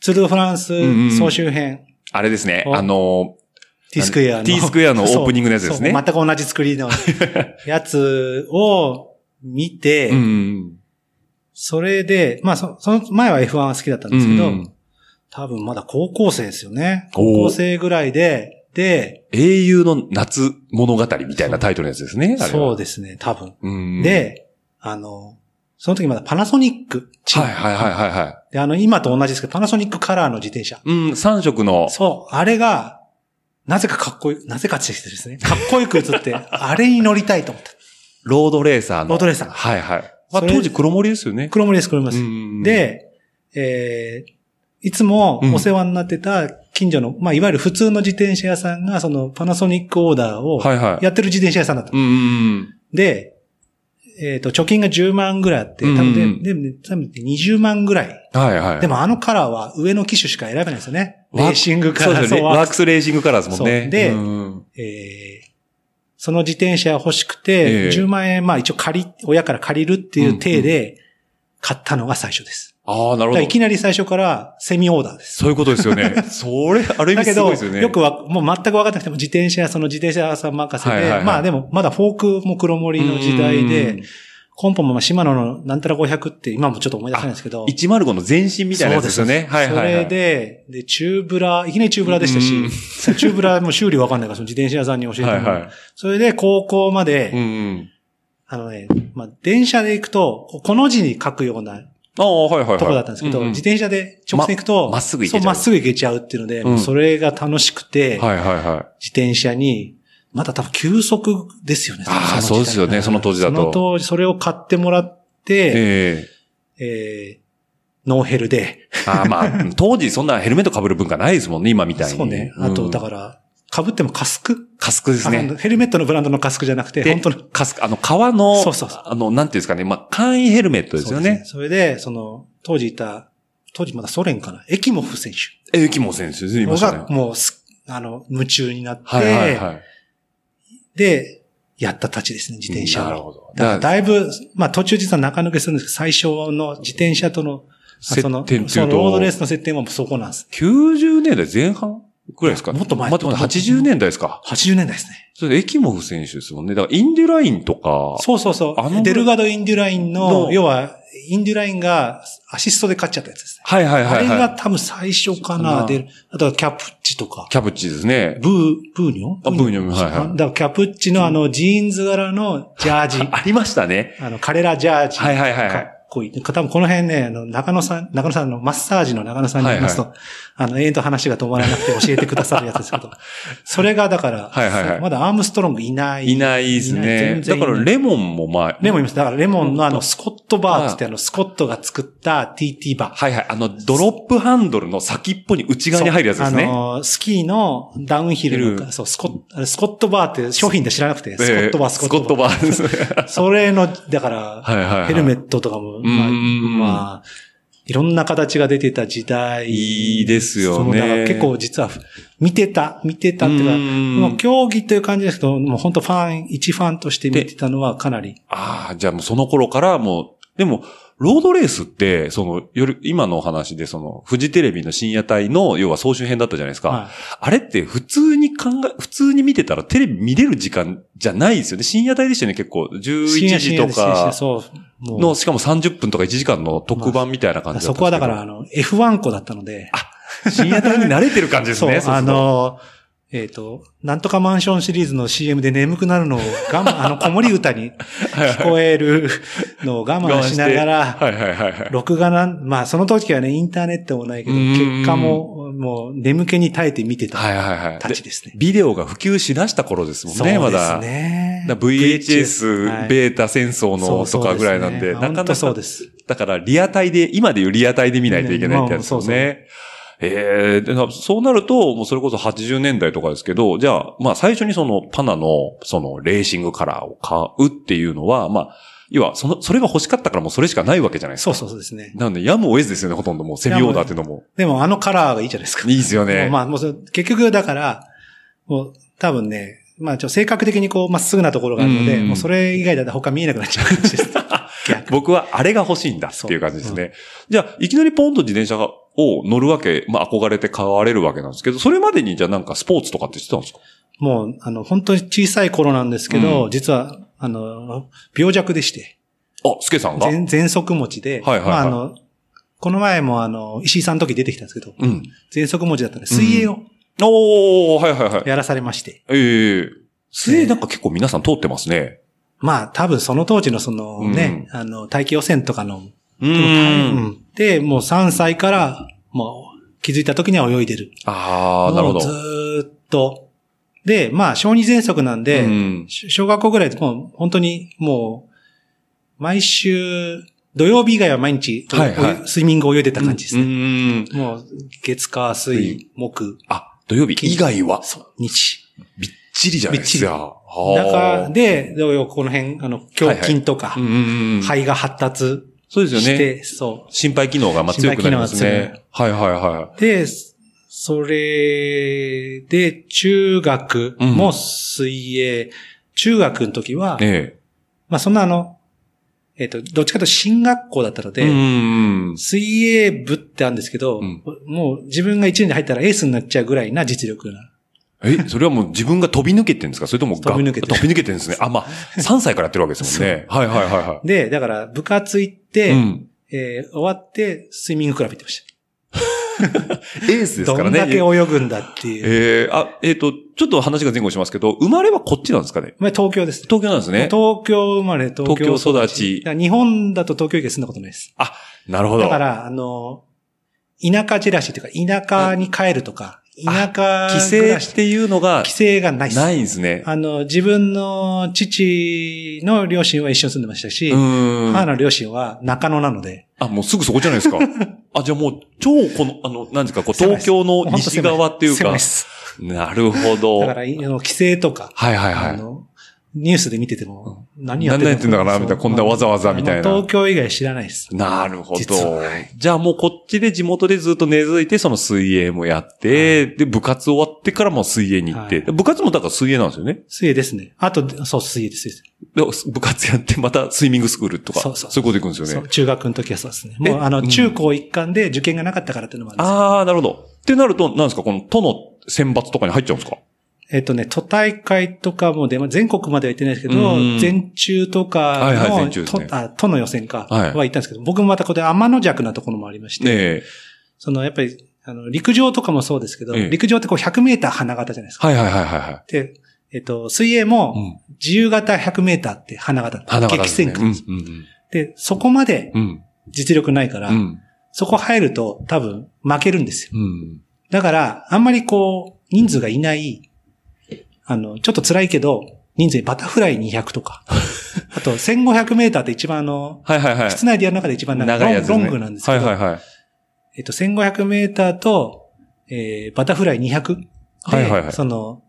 [SPEAKER 2] ツールドフラ
[SPEAKER 1] ん
[SPEAKER 2] ン
[SPEAKER 1] うん
[SPEAKER 2] ス総集編、
[SPEAKER 1] あれです ね、
[SPEAKER 2] お
[SPEAKER 1] あのー
[SPEAKER 2] T スクエアの。
[SPEAKER 1] T スクエアのオープニングのやつですね
[SPEAKER 2] そうそう全く同じ作り のやつを見て、
[SPEAKER 1] うんうん
[SPEAKER 2] それで、まあそ、その前は F1 は好きだったんですけど、
[SPEAKER 1] うんうん
[SPEAKER 2] 多分まだ高校生ですよね。
[SPEAKER 1] おー
[SPEAKER 2] 高校生ぐらいで、で、
[SPEAKER 1] 英雄の夏物語みたいなタイトルのやつですね。
[SPEAKER 2] そう
[SPEAKER 1] で
[SPEAKER 2] ですね、多分。
[SPEAKER 1] す。うん、
[SPEAKER 2] で、あの、その時まだパナソニックチーム
[SPEAKER 1] はいはいはいはいはい。
[SPEAKER 2] で、あの、今と同じですけど、パナソニックカラーの自転車。
[SPEAKER 1] うん、3色の。
[SPEAKER 2] そう、あれが、なぜかかっこよなぜかって言ってですね。かっこよく映 って、あれに乗りたいと思った。
[SPEAKER 1] ロードレーサーの。
[SPEAKER 2] ロードレーサー
[SPEAKER 1] はいはい。まあ、
[SPEAKER 2] それ
[SPEAKER 1] 当時黒森ですよね。
[SPEAKER 2] 黒森です、黒森です。
[SPEAKER 1] うん、
[SPEAKER 2] で、えーいつもお世話になってた近所の、まあ、いわゆる普通の自転車屋さんが、そのパナソニックオーダーを
[SPEAKER 1] はいはい。
[SPEAKER 2] やってる自転車屋さんだった。
[SPEAKER 1] うんうん
[SPEAKER 2] で、えっ、と、貯金が10万ぐらいあって、多
[SPEAKER 1] うん
[SPEAKER 2] 分で、
[SPEAKER 1] うん
[SPEAKER 2] でもね多分20万ぐらい。
[SPEAKER 1] うん。はいはい。
[SPEAKER 2] でもあのカラーは上の機種しか選べないんですよね。レ
[SPEAKER 1] ワ
[SPEAKER 2] ーシングカ
[SPEAKER 1] そう
[SPEAKER 2] ラ
[SPEAKER 1] で
[SPEAKER 2] ー
[SPEAKER 1] すよね。
[SPEAKER 2] そう
[SPEAKER 1] ワークスレーシングカラーですもんね
[SPEAKER 2] そ。うで
[SPEAKER 1] うん
[SPEAKER 2] えーその自転車欲しくて、
[SPEAKER 1] ええ
[SPEAKER 2] 10万円、まあ一応借り、親から借りるっていう体で、買ったのが最初です。
[SPEAKER 1] ああ、なるほ
[SPEAKER 2] だから
[SPEAKER 1] ど
[SPEAKER 2] い。きなり最初からセミオーダーです。
[SPEAKER 1] そういうことですよ ね。それ、ある意
[SPEAKER 2] だ
[SPEAKER 1] 味
[SPEAKER 2] け
[SPEAKER 1] すごい
[SPEAKER 2] ど、
[SPEAKER 1] ですよね。
[SPEAKER 2] よくは、もう全く分かってなくても自転車、その自転車屋さん任せで、
[SPEAKER 1] はいはいはい
[SPEAKER 2] まあでも、まだフォークも黒森の時代
[SPEAKER 1] うん
[SPEAKER 2] で、。コンポもまあシマノのなんたら500って今もちょっと思い出せないんですけど、
[SPEAKER 1] 105の前身みたいなやつですよね。はいはい、はい。
[SPEAKER 2] それで、で、チューブラ、いきなりチューブラでした
[SPEAKER 1] うん
[SPEAKER 2] し、チューブラも修理分かんないから、その自転車屋さんに教えても
[SPEAKER 1] は
[SPEAKER 2] ら
[SPEAKER 1] いうは
[SPEAKER 2] それで高校まで、
[SPEAKER 1] い。うんうん。
[SPEAKER 2] あのね、まあ、電車で行くと、ここの字に書くような
[SPEAKER 1] ああ、はいはいはい。
[SPEAKER 2] とこだったんですけど、
[SPEAKER 1] うう
[SPEAKER 2] 自転車で直線行くと、
[SPEAKER 1] ままっすぐ行けちゃう
[SPEAKER 2] そうまっすぐ行けちゃうっていうので、
[SPEAKER 1] うん
[SPEAKER 2] もうそれが楽しくて、
[SPEAKER 1] はいはいはい。
[SPEAKER 2] 自転車に、まだ多分急速ですよね。
[SPEAKER 1] あー
[SPEAKER 2] の時代
[SPEAKER 1] そうですよねその当時だと
[SPEAKER 2] その当時、それを買ってもらって、
[SPEAKER 1] え
[SPEAKER 2] えーノーヘル
[SPEAKER 1] え
[SPEAKER 2] で、
[SPEAKER 1] ああ まあ、当時そんなヘルメット被る文化ないですもんね、今みたいに。
[SPEAKER 2] そうね。あと、だ
[SPEAKER 1] ら。
[SPEAKER 2] から、被ってもカスク
[SPEAKER 1] カスクです
[SPEAKER 2] あ
[SPEAKER 1] ね
[SPEAKER 2] の。ヘルメットのブランドのカスクじゃなくて、
[SPEAKER 1] で
[SPEAKER 2] 本当の。
[SPEAKER 1] カスク、あの、革の、
[SPEAKER 2] そうそうそう
[SPEAKER 1] あの、なんていうんですかね、まあ、簡易ヘルメットですよ
[SPEAKER 2] そう
[SPEAKER 1] ね。
[SPEAKER 2] それで、その、当時いた、当時まだソ連かな、エキモフ選手。
[SPEAKER 1] ええ、キモ先生ですね、いましたね
[SPEAKER 2] 僕。がもうす、あの、夢中になって、
[SPEAKER 1] はいはいはい。
[SPEAKER 2] で、やったたちですね、自転車
[SPEAKER 1] なる
[SPEAKER 2] を。
[SPEAKER 1] ほど。
[SPEAKER 2] だから
[SPEAKER 1] だから
[SPEAKER 2] だいぶ、まあ途中実は中抜けするんですけど、最初の自転車との、あ
[SPEAKER 1] 接
[SPEAKER 2] そ
[SPEAKER 1] 点
[SPEAKER 2] の、
[SPEAKER 1] っていう
[SPEAKER 2] そのロードレース
[SPEAKER 1] と、
[SPEAKER 2] の接点はそこなんです。
[SPEAKER 1] 90年代前半ぐらいですか
[SPEAKER 2] もっと前
[SPEAKER 1] 待って待って、80年代ですか。
[SPEAKER 2] 80年代ですね。
[SPEAKER 1] それでエキモフ選手ですもんね。だから、インデュラインとか、
[SPEAKER 2] そうそうそ
[SPEAKER 1] あの
[SPEAKER 2] う。デルガド・インデュラインの、
[SPEAKER 1] の
[SPEAKER 2] 要は、インデュラインがアシストで勝っちゃったやつですね。
[SPEAKER 1] はいはいはい
[SPEAKER 2] あれが
[SPEAKER 1] は
[SPEAKER 2] 多分最初か
[SPEAKER 1] そうかな
[SPEAKER 2] な、で、あとはキャプッチとか
[SPEAKER 1] い。。キャブチですね。
[SPEAKER 2] ブー、ブーニョ
[SPEAKER 1] あブーニョはいはい
[SPEAKER 2] だからキャプッチのあの、ジーンズ柄のジャージ。
[SPEAKER 1] ありましたね。
[SPEAKER 2] あの、彼らジャージ。
[SPEAKER 1] はいはいはいは
[SPEAKER 2] か
[SPEAKER 1] い。
[SPEAKER 2] っこいい。多分この辺ね、あの、中野さん、中野さんのマッサージの中野さんに言いますと、あの、永遠と話が止まらなくて教えてくださるやつです けど、それがだから、
[SPEAKER 1] はいはいはい
[SPEAKER 2] まだアームストロングいない。
[SPEAKER 1] いないです
[SPEAKER 2] いない
[SPEAKER 1] ね。
[SPEAKER 2] 全
[SPEAKER 1] だ
[SPEAKER 2] 然い
[SPEAKER 1] か
[SPEAKER 2] ない
[SPEAKER 1] らレモンも前。
[SPEAKER 2] レモンいます。だからレモンのあの、スコットバーっつっ
[SPEAKER 1] あ
[SPEAKER 2] てあの、スコットが作った TT バー。
[SPEAKER 1] はいはい。あの、ドロップハンドルの先っぽに内側に入るやつです
[SPEAKER 2] そうあ
[SPEAKER 1] ね。
[SPEAKER 2] のー、スキーのダウンヒル
[SPEAKER 1] ヒル
[SPEAKER 2] の、そう、スコットあれ、スコットバーって商品で知らなくて、スコ
[SPEAKER 1] え
[SPEAKER 2] ッ
[SPEAKER 1] え
[SPEAKER 2] トバー、
[SPEAKER 1] スコットバーですね。
[SPEAKER 2] それの、だから、
[SPEAKER 1] はいはいはい
[SPEAKER 2] ヘルメットとかも、まあ、
[SPEAKER 1] うんうんうん
[SPEAKER 2] まあ、いろんな形が出てた時代。
[SPEAKER 1] いいですよね
[SPEAKER 2] そうだから結構実は、見てた、見てたっていうか、
[SPEAKER 1] うん
[SPEAKER 2] もう競技という感じですけど、もう本当ファン、一ファンとして見てたのはかなり。
[SPEAKER 1] ああ、じゃあもうその頃からもう、でも、ロードレースって、その、より、今のお話で、その、フジテレビの深夜帯の、要は総集編だったじゃないですか。
[SPEAKER 2] は
[SPEAKER 1] あれって普通に考え、普通に見てたらテレビ見れる時間じゃないですよね。深夜帯でしたよね、結構。11
[SPEAKER 2] い。深夜
[SPEAKER 1] 時と
[SPEAKER 2] 深夜深夜
[SPEAKER 1] か
[SPEAKER 2] そう。もう
[SPEAKER 1] の、しかも30分とか1時間の特番みたいな感じだ
[SPEAKER 2] そ
[SPEAKER 1] ったんですけど
[SPEAKER 2] こはだから、あ、の、F1 子だったので、
[SPEAKER 1] 深夜帯に慣れてる感じです
[SPEAKER 2] そう、
[SPEAKER 1] ね。そう
[SPEAKER 2] あ
[SPEAKER 1] すると
[SPEAKER 2] の、えっ、と、なんとかマンションシリーズの CM で眠くなるのを我慢、あ の、子守歌に聞こえるのを我慢しながら、
[SPEAKER 1] はいはいはいはい。
[SPEAKER 2] 録画なん、まあその時はね、インターネットもないけど、
[SPEAKER 1] うん
[SPEAKER 2] 結果も、もう眠気に耐えて見てた
[SPEAKER 1] はいはいはい。
[SPEAKER 2] た
[SPEAKER 1] で
[SPEAKER 2] ちですね。
[SPEAKER 1] ビデオが普及しだした頃ですもんね、まだ。
[SPEAKER 2] ね
[SPEAKER 1] だから VHS、
[SPEAKER 2] ー
[SPEAKER 1] ベータ戦争のとかぐらいなんで、なかなか、
[SPEAKER 2] そうです。
[SPEAKER 1] だからリアタイで、今でいうリアタイで見ないといけないってやつですね。ええでなそうなると、もうそれこそ80年代とかですけど、じゃあ、まあ最初にそのパナの、そのレーシングカラーを買うっていうのは、まあ、要は、その、それが欲しかったからもうそれしかないわけじゃないです
[SPEAKER 2] そ
[SPEAKER 1] か。
[SPEAKER 2] うそうそうですね。
[SPEAKER 1] なので、やむを得ずですよね、ほとんどもう、セミオーダーっていうのも。
[SPEAKER 2] でもあのカラーがいいじゃないですか。
[SPEAKER 1] いいですよね。
[SPEAKER 2] もうまあもうそれ結局だから、もう多分ね、まあちょっと性格的にこうまっすぐなところがあるので、
[SPEAKER 1] うん
[SPEAKER 2] もうそれ以外だと他見えなくなっちゃう感じです。 逆
[SPEAKER 1] 僕はあれが欲しいんだっていう感じですね。じゃあ、いきなりポンと自転車を乗るわけ、まあ憧れて買われるわけなんですけど、それまでにじゃあなんかスポーツとかってしてたんですか
[SPEAKER 2] もうあの本当に小さい頃なんですけど、
[SPEAKER 1] うん
[SPEAKER 2] 実はあの、病弱でして。
[SPEAKER 1] あ、スケさんが
[SPEAKER 2] 全、全息持ちで、
[SPEAKER 1] はいはいはい
[SPEAKER 2] まああの、この前もあの、石井さんの時出てきたんですけど、
[SPEAKER 1] うん。
[SPEAKER 2] 全息持ちだったんで、水泳を
[SPEAKER 1] おー、はいはいはい。
[SPEAKER 2] やらされまして。
[SPEAKER 1] ええ末なんか結構皆さん通ってますね。
[SPEAKER 2] まあ、多分その当時のそのね、あの、大気汚染とかの、
[SPEAKER 1] う
[SPEAKER 2] う。んで、もう3歳から、もう気づいた時には泳いでる。
[SPEAKER 1] あー、なるほど
[SPEAKER 2] もう。ずーっと。で、まあ、小児喘息なんで、
[SPEAKER 1] うん
[SPEAKER 2] し小学校ぐらいでもう本当にもう、毎週、土曜日以外は毎日、
[SPEAKER 1] はいはい
[SPEAKER 2] スイミングを泳いでた感じです
[SPEAKER 1] う
[SPEAKER 2] ね。
[SPEAKER 1] ん。
[SPEAKER 2] もう、月、火、水、木、
[SPEAKER 1] あ、土曜日以外は、
[SPEAKER 2] 日。
[SPEAKER 1] びっちりじゃないですか。あー
[SPEAKER 2] 中、で、どうよ、この辺、あの、胸筋とか、
[SPEAKER 1] うんうんうん。い。
[SPEAKER 2] 肺が発達
[SPEAKER 1] そうですよ
[SPEAKER 2] し
[SPEAKER 1] ね。
[SPEAKER 2] て、そ
[SPEAKER 1] 心肺機能がまあ強くなります
[SPEAKER 2] 心肺機能が
[SPEAKER 1] ね。はいはいは。、
[SPEAKER 2] う。で、それで、中学も水泳、中学の時はい
[SPEAKER 1] え
[SPEAKER 2] まあ、そんなあの、えっ、と、どっちかというと進学校だったの
[SPEAKER 1] え。
[SPEAKER 2] で、
[SPEAKER 1] うん。
[SPEAKER 2] 水泳部ってあるんですけど、
[SPEAKER 1] うん
[SPEAKER 2] もう自分が1年で入ったらエースになっちゃうぐらいな実力な。
[SPEAKER 1] え、それはもう自分が飛び抜けてるんですかそれともが
[SPEAKER 2] 飛び抜けてる
[SPEAKER 1] 飛び抜けてるんですね。あ、まあ、3歳からやってるわけですもんね。はいはいはいは
[SPEAKER 2] で、だから部活行って、
[SPEAKER 1] い。うん。
[SPEAKER 2] えー終わってスイミングクラブ行ってました。
[SPEAKER 1] エースですからね。
[SPEAKER 2] どんだけ泳ぐんだっていう。
[SPEAKER 1] ええあ、えっ、と、ちょっと話が前後しますけど、生まれはこっちなんですかね
[SPEAKER 2] まあ東京です。
[SPEAKER 1] 東京なんですね。
[SPEAKER 2] 東京生まれ、東京
[SPEAKER 1] 東京育ち
[SPEAKER 2] だから日本だと東京駅住んだことないです。
[SPEAKER 1] なるほど。
[SPEAKER 2] だから、あの、田舎じらしっていうか、田舎に帰るとか、
[SPEAKER 1] あ
[SPEAKER 2] 田舎
[SPEAKER 1] 帰
[SPEAKER 2] 暮
[SPEAKER 1] 省
[SPEAKER 2] らし
[SPEAKER 1] っていうのが
[SPEAKER 2] 帰省がないです。
[SPEAKER 1] ないんですね。
[SPEAKER 2] あの、自分の父の両親は一緒に住んでましたし、
[SPEAKER 1] うー
[SPEAKER 2] 母
[SPEAKER 1] ん。
[SPEAKER 2] の両親は中野なので、
[SPEAKER 1] あ、もうすぐそこじゃないです か。あ、じゃあもう、超この、あの、なんですか、こう、
[SPEAKER 2] 狭いで
[SPEAKER 1] 東
[SPEAKER 2] す
[SPEAKER 1] 京の西側っていう
[SPEAKER 2] 狭
[SPEAKER 1] か
[SPEAKER 2] で。す
[SPEAKER 1] なるほど。
[SPEAKER 2] だから、
[SPEAKER 1] は
[SPEAKER 2] あ
[SPEAKER 1] い
[SPEAKER 2] の、帰省とか、
[SPEAKER 1] はいは
[SPEAKER 2] あ
[SPEAKER 1] い。
[SPEAKER 2] の、ニュースで見てても、何やって
[SPEAKER 1] 何やってんだかなみたいなこんなわざわざみたいな
[SPEAKER 2] あの東京以外知らないです。
[SPEAKER 1] なるほ
[SPEAKER 2] 実は
[SPEAKER 1] ど。じゃあもうこっちで地元でずっと根付いて、その水泳もやって、で、部活終わってからも水泳に行って、
[SPEAKER 2] はい
[SPEAKER 1] 部活もだから水泳なんですよね。
[SPEAKER 2] 水泳ですね。あと、そう、水泳です。水泳
[SPEAKER 1] で部活やってまたスイミングスクールとか、そ
[SPEAKER 2] そううそ
[SPEAKER 1] い
[SPEAKER 2] う
[SPEAKER 1] うこと行くんです
[SPEAKER 2] そ
[SPEAKER 1] よ
[SPEAKER 2] う
[SPEAKER 1] ね。
[SPEAKER 2] 中学の時はそうですね。
[SPEAKER 1] え
[SPEAKER 2] もう、あ
[SPEAKER 1] う
[SPEAKER 2] の、
[SPEAKER 1] ん
[SPEAKER 2] 中高一貫で受験がなかったからっていうのもあるんですよ
[SPEAKER 1] ああ、なるほど。ってなると、なんですかこの都の選抜とかに入っちゃうんですか
[SPEAKER 2] えっ、とね、都大会とかも出ま、全国までは行ってないですけど
[SPEAKER 1] うん、
[SPEAKER 2] 全中とか
[SPEAKER 1] はいはい
[SPEAKER 2] の
[SPEAKER 1] 全中ですね
[SPEAKER 2] 都あ都の予選か、
[SPEAKER 1] はい
[SPEAKER 2] は行ったんですけど、僕もまたここで天の弱なところもありまして、
[SPEAKER 1] ねえ。
[SPEAKER 2] その、やっぱり、あの、陸上とかもそうですけど、
[SPEAKER 1] ええ
[SPEAKER 2] 陸上ってこう100メーター花形じゃないですか。
[SPEAKER 1] はいはいはいはいはい。
[SPEAKER 2] で、えっ、と、水泳も
[SPEAKER 1] うん。
[SPEAKER 2] 自由形100メーターって花形。
[SPEAKER 1] 花形で
[SPEAKER 2] 激
[SPEAKER 1] す
[SPEAKER 2] 戦
[SPEAKER 1] ね。
[SPEAKER 2] 区
[SPEAKER 1] う
[SPEAKER 2] で
[SPEAKER 1] ん
[SPEAKER 2] す、。で、そこまで
[SPEAKER 1] うん。うん。
[SPEAKER 2] 実力ないから、
[SPEAKER 1] うん。
[SPEAKER 2] そこ入ると多分負けるんですよ。
[SPEAKER 1] うん。
[SPEAKER 2] だから、あんまりこう、人数がいない、あの、ちょっと辛いけど、人数にバタフライ200 とか。あと、1500メーターって一番あの、
[SPEAKER 1] はいはいはい。
[SPEAKER 2] 室内でやる中で一番長い
[SPEAKER 1] 長いやつ、ね。
[SPEAKER 2] ロンロングなんですけど、
[SPEAKER 1] はいはいはい。
[SPEAKER 2] えっと、1500メーターと、えー、バタフライ200で、
[SPEAKER 1] はいはいはい
[SPEAKER 2] その、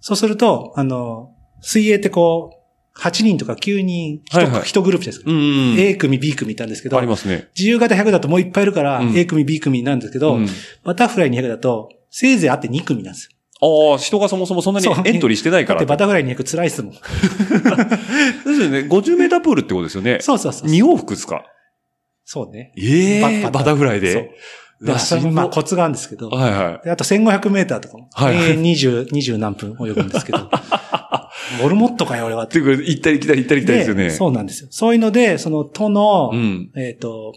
[SPEAKER 2] そうすると、あの、水泳ってこう、8人とか9人、1,
[SPEAKER 1] はいはい
[SPEAKER 2] グループです。
[SPEAKER 1] うんうんうん。
[SPEAKER 2] A 組、B 組いたんですけど
[SPEAKER 1] あり、ますね。
[SPEAKER 2] 自由形100だともういっぱいいるから
[SPEAKER 1] う、ん
[SPEAKER 2] A 組、B 組なんですけど、
[SPEAKER 1] うん
[SPEAKER 2] バタフライ200だと、せいぜいあって2組なんですよ。
[SPEAKER 1] ああ、人がそもそもそんなに
[SPEAKER 2] そう
[SPEAKER 1] エントリーしてないか
[SPEAKER 2] だっ
[SPEAKER 1] ら
[SPEAKER 2] て
[SPEAKER 1] って。
[SPEAKER 2] バタフライ200辛い っすもん。
[SPEAKER 1] ですよね。50メータープールってことですよね。
[SPEAKER 2] そうそうそう。
[SPEAKER 1] 2往復ですか
[SPEAKER 2] そうね。
[SPEAKER 1] ええ
[SPEAKER 2] バ
[SPEAKER 1] バタフライで。
[SPEAKER 2] そう。だからそれもまあコツがあるんですけど。
[SPEAKER 1] はいはい。
[SPEAKER 2] であと1500メーターとかも。
[SPEAKER 1] はい
[SPEAKER 2] 永遠20、20何分泳ぐんです けど。モルモットかよ、俺はっ。
[SPEAKER 1] ってていうか、行ったり来たり行ったり来たりですよね。
[SPEAKER 2] そうなんですよ。そういうので、その、都の、
[SPEAKER 1] うん。
[SPEAKER 2] えっ、と、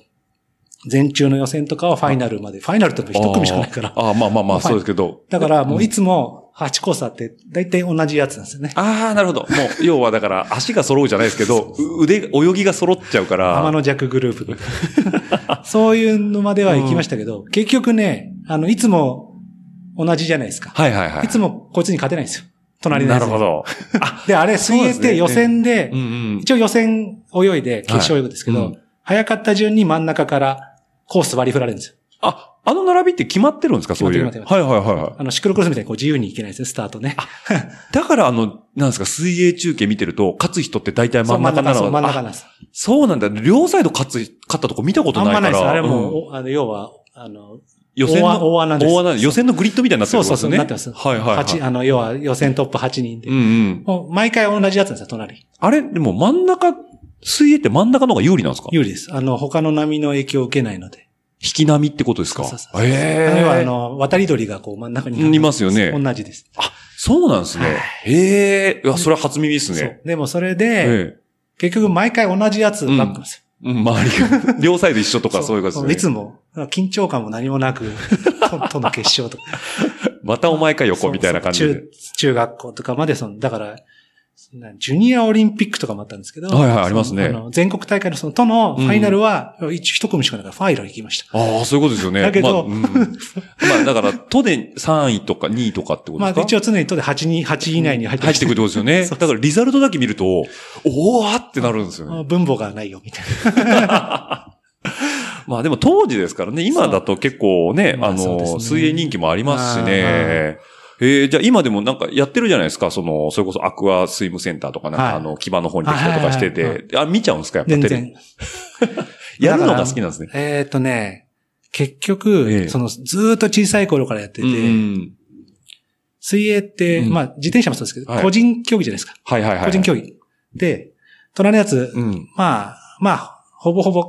[SPEAKER 2] 前中の予選とかはファイナルまで。ファイナルって一組しかないから。
[SPEAKER 1] あーあー、まあまあま
[SPEAKER 2] ま
[SPEAKER 1] あ、
[SPEAKER 2] あ
[SPEAKER 1] そうですけど。
[SPEAKER 2] だからもうい
[SPEAKER 1] ん
[SPEAKER 2] つも8コースあって、大体同じやつなんですよね。
[SPEAKER 1] ああ、なるほど。もう、要はだから、足が揃うじゃないですけど、う腕、泳ぎが揃っちゃうから。
[SPEAKER 2] 天の弱グループ のそういうのまでは行きましたけど、結局ね、あの、いつも同じじゃないですか。
[SPEAKER 1] はいはいはい。
[SPEAKER 2] いつもこいつに勝てないんですよ。隣の
[SPEAKER 1] な
[SPEAKER 2] やつ
[SPEAKER 1] る
[SPEAKER 2] に
[SPEAKER 1] ほど。
[SPEAKER 2] で、あれ、水
[SPEAKER 1] そうで
[SPEAKER 2] 泳っ
[SPEAKER 1] すね
[SPEAKER 2] て予選で、
[SPEAKER 1] うんうん。
[SPEAKER 2] 一応予選泳いで決勝泳ぐんですけど、
[SPEAKER 1] はいうん
[SPEAKER 2] 早かった順に真ん中からコース割り振られるんですよ。
[SPEAKER 1] あ、あの並びって決まってるんですかそういう。は
[SPEAKER 2] 決
[SPEAKER 1] い
[SPEAKER 2] まって
[SPEAKER 1] はいはいは
[SPEAKER 2] あの、シクロクロスみたいにこう自由に行けないですね、スタートね。
[SPEAKER 1] い。だからあの、なんですか、水泳中継見てると、勝つ人って大体
[SPEAKER 2] そ
[SPEAKER 1] 真
[SPEAKER 2] うん
[SPEAKER 1] 中なの
[SPEAKER 2] そう真ん中
[SPEAKER 1] あ
[SPEAKER 2] なんです。
[SPEAKER 1] そうなんだ。両サイド勝つ、勝ったとこ見たこと
[SPEAKER 2] あん
[SPEAKER 1] ないか
[SPEAKER 2] ま
[SPEAKER 1] ら。
[SPEAKER 2] ないです。あれもう
[SPEAKER 1] うん、
[SPEAKER 2] おあの、要は、あの、
[SPEAKER 1] 予選
[SPEAKER 2] 大穴
[SPEAKER 1] の、
[SPEAKER 2] 大穴です。
[SPEAKER 1] 大穴予選のグリッドみたいになってる
[SPEAKER 2] そ
[SPEAKER 1] んで
[SPEAKER 2] うそう
[SPEAKER 1] す
[SPEAKER 2] そう、
[SPEAKER 1] ね。
[SPEAKER 2] なってます。
[SPEAKER 1] はいはいはい。
[SPEAKER 2] 八あの、要は予選トップ8人で。
[SPEAKER 1] うんうん。
[SPEAKER 2] もう毎回同じやつなんですよ、隣。
[SPEAKER 1] あれ、でも真ん中、水泳って真ん中の方が有利なんですか
[SPEAKER 2] 有利です。あの、他の波の影響を受けないので。
[SPEAKER 1] 引き波ってことですか
[SPEAKER 2] そうそうそう
[SPEAKER 1] ええ
[SPEAKER 2] あるいは、あの、渡り鳥がこう真ん中に。
[SPEAKER 1] いますよね
[SPEAKER 2] 同じです。
[SPEAKER 1] そうなんですね。へえ。いや、それは初耳です
[SPEAKER 2] そ
[SPEAKER 1] ね。
[SPEAKER 2] う。でもそれで、
[SPEAKER 1] ええ。
[SPEAKER 2] 結局毎回同じやつばっかなんですよ。
[SPEAKER 1] うん、周り が、両サイド一緒とかそういうことですね。
[SPEAKER 2] いつも、緊張感も何もなく、 ととの決勝とか。
[SPEAKER 1] またお前か横みたいな感じ
[SPEAKER 2] そう
[SPEAKER 1] で。
[SPEAKER 2] そう中、中学校とかまで、その、だから、なジュニアオリンピックとかもあったんですけど。
[SPEAKER 1] はいはい
[SPEAKER 2] その
[SPEAKER 1] ありますね
[SPEAKER 2] あの全国大会のその、都のファイナルは、一一組しかないから、ファイナル行きました。
[SPEAKER 1] ああ、そういうことですよね。
[SPEAKER 2] だけど
[SPEAKER 1] まあ、う んまあだから、都で3位とか2位とかってこと
[SPEAKER 2] ま
[SPEAKER 1] ですか、
[SPEAKER 2] あ、一応常に都で8に、8位以内に入って
[SPEAKER 1] 入ってくるってことですよね。
[SPEAKER 2] そう
[SPEAKER 1] だから、リザルトだけ見ると、おおーってなるんですよね。
[SPEAKER 2] あ分母がないよ、みたい
[SPEAKER 1] まあでも当時ですからね、今だと結構ね、
[SPEAKER 2] そう
[SPEAKER 1] あ
[SPEAKER 2] まあそうです
[SPEAKER 1] の、
[SPEAKER 2] ね
[SPEAKER 1] 水泳人気もありますし
[SPEAKER 2] あ
[SPEAKER 1] ね。えー、じゃあ今でもなんかやってるじゃないですか、その、それこそアクアスイムセンターとかなんか、
[SPEAKER 2] はい
[SPEAKER 1] あの、基盤の方にできたりとかして
[SPEAKER 2] はいはい
[SPEAKER 1] て、あ、見ちゃうんですかやっぱ
[SPEAKER 2] な。全
[SPEAKER 1] テレ
[SPEAKER 2] 然。
[SPEAKER 1] ビ。やるのが好きなんですね。
[SPEAKER 2] えっとね、結局、
[SPEAKER 1] ええ
[SPEAKER 2] その、ずーっと小さい頃からやってて、
[SPEAKER 1] うん
[SPEAKER 2] 水泳って、
[SPEAKER 1] うん
[SPEAKER 2] まあ、自転車もそうですけど、
[SPEAKER 1] はい
[SPEAKER 2] 個人競技じゃないですか。
[SPEAKER 1] はいはいはい。
[SPEAKER 2] 個人競技。で、隣のやつ、
[SPEAKER 1] うん。
[SPEAKER 2] まあ、まあ、ほぼほぼ 10,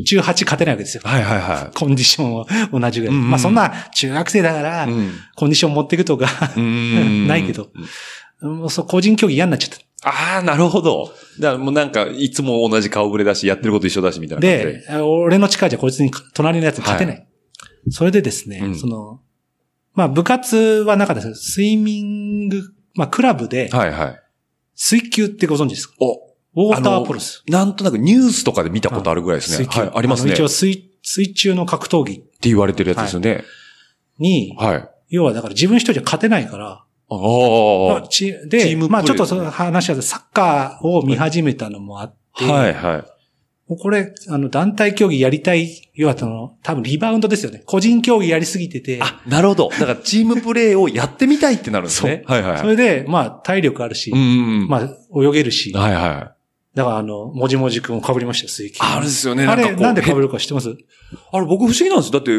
[SPEAKER 2] 10中8勝てないわけですよ。
[SPEAKER 1] はいはいは
[SPEAKER 2] コンディションは同じぐらい。
[SPEAKER 1] うんうん
[SPEAKER 2] まあそんな中学生だから、
[SPEAKER 1] い。うん
[SPEAKER 2] コンディション持っていくとか、
[SPEAKER 1] うん。
[SPEAKER 2] ないけど。もうそう個人競技嫌になっちゃっ
[SPEAKER 1] ああ、なるほど。だからもうなんか、いつも同じ顔ぶれだし、やってること一緒だし、みたい
[SPEAKER 2] た。
[SPEAKER 1] な感じで。
[SPEAKER 2] で、俺の力じゃこいつに、隣のやつに勝てない。それでですね、
[SPEAKER 1] うん
[SPEAKER 2] その、まあ部活はなかったですけどスイミング、まあクラブで、
[SPEAKER 1] はいはい。
[SPEAKER 2] 水球ってご存知ですか
[SPEAKER 1] お、
[SPEAKER 2] ウォーターポロス。
[SPEAKER 1] なんとなくニュースとかで見たことあるぐらいですね。
[SPEAKER 2] 水球。
[SPEAKER 1] はい、ありますね。
[SPEAKER 2] の一
[SPEAKER 1] っ
[SPEAKER 2] 応水、水中の格闘技
[SPEAKER 1] て言われてるやつですよね。
[SPEAKER 2] に、
[SPEAKER 1] はい。
[SPEAKER 2] 要はだから自分一人じゃ勝てないから、
[SPEAKER 1] ああ。
[SPEAKER 2] まあ
[SPEAKER 1] は
[SPEAKER 2] チで、
[SPEAKER 1] チームプレー
[SPEAKER 2] まあちょっとその話はサッカーを見始めたのもあって、
[SPEAKER 1] いはい。
[SPEAKER 2] もうこれ、あの、団体競技やりたい、要はその、多分リバウンドですよね。個人競技やりすぎてて、
[SPEAKER 1] あ、なるほど。だからチームプレーをやってみたいってなるんですね。はいはい
[SPEAKER 2] そ
[SPEAKER 1] はい。
[SPEAKER 2] れで、まあ体力あるし、
[SPEAKER 1] うんうんうん。
[SPEAKER 2] まあ泳げるし、
[SPEAKER 1] はいはい。
[SPEAKER 2] だからあの、もじもじくんを被りましたよ、水球。
[SPEAKER 1] あれですよね。な
[SPEAKER 2] あ
[SPEAKER 1] んか
[SPEAKER 2] れ、
[SPEAKER 1] こう
[SPEAKER 2] なんで被
[SPEAKER 1] へ
[SPEAKER 2] るか知ってます
[SPEAKER 1] あれ僕不思議なんですよ。だって、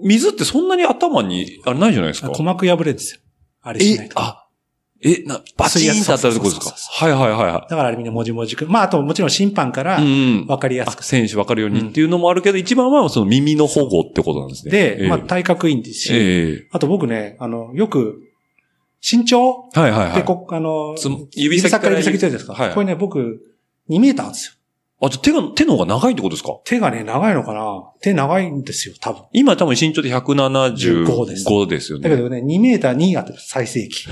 [SPEAKER 1] 水ってそんなに頭に、あれないじゃないですか。
[SPEAKER 2] 鼓膜破れるんですよ。あれしない
[SPEAKER 1] え、
[SPEAKER 2] と。
[SPEAKER 1] あ、え、な、バチーンって当たるってことです
[SPEAKER 2] そう
[SPEAKER 1] か
[SPEAKER 2] そうそ
[SPEAKER 1] はいはいはいは
[SPEAKER 2] だからあれみんなもじもじくん。まああともちろん審判から
[SPEAKER 1] い。うんうん。
[SPEAKER 2] 分かりや
[SPEAKER 1] あ
[SPEAKER 2] すくす
[SPEAKER 1] 選手わかるようにっていうのもあるけど、一番はその耳の保護ってことなんですね。
[SPEAKER 2] る。で、
[SPEAKER 1] ええ
[SPEAKER 2] まあ体格いいんですし、
[SPEAKER 1] ええ。
[SPEAKER 2] あと僕ね、あの、よく、身長
[SPEAKER 1] はいはいは
[SPEAKER 2] で、
[SPEAKER 1] い。
[SPEAKER 2] こ、あの
[SPEAKER 1] つむ、指
[SPEAKER 2] 指
[SPEAKER 1] 先か
[SPEAKER 2] 先からら指先じゃないですか。
[SPEAKER 1] はい
[SPEAKER 2] これね、僕、2メーターあるんですよ。
[SPEAKER 1] あ、じゃあ手が、手の方が長いってことですか
[SPEAKER 2] 手がね、長いのかな手長いんですよ、多分。
[SPEAKER 1] 今多分身長で175
[SPEAKER 2] 15
[SPEAKER 1] で
[SPEAKER 2] ですす
[SPEAKER 1] よね。
[SPEAKER 2] だけどね、2メーター2あって最盛 期。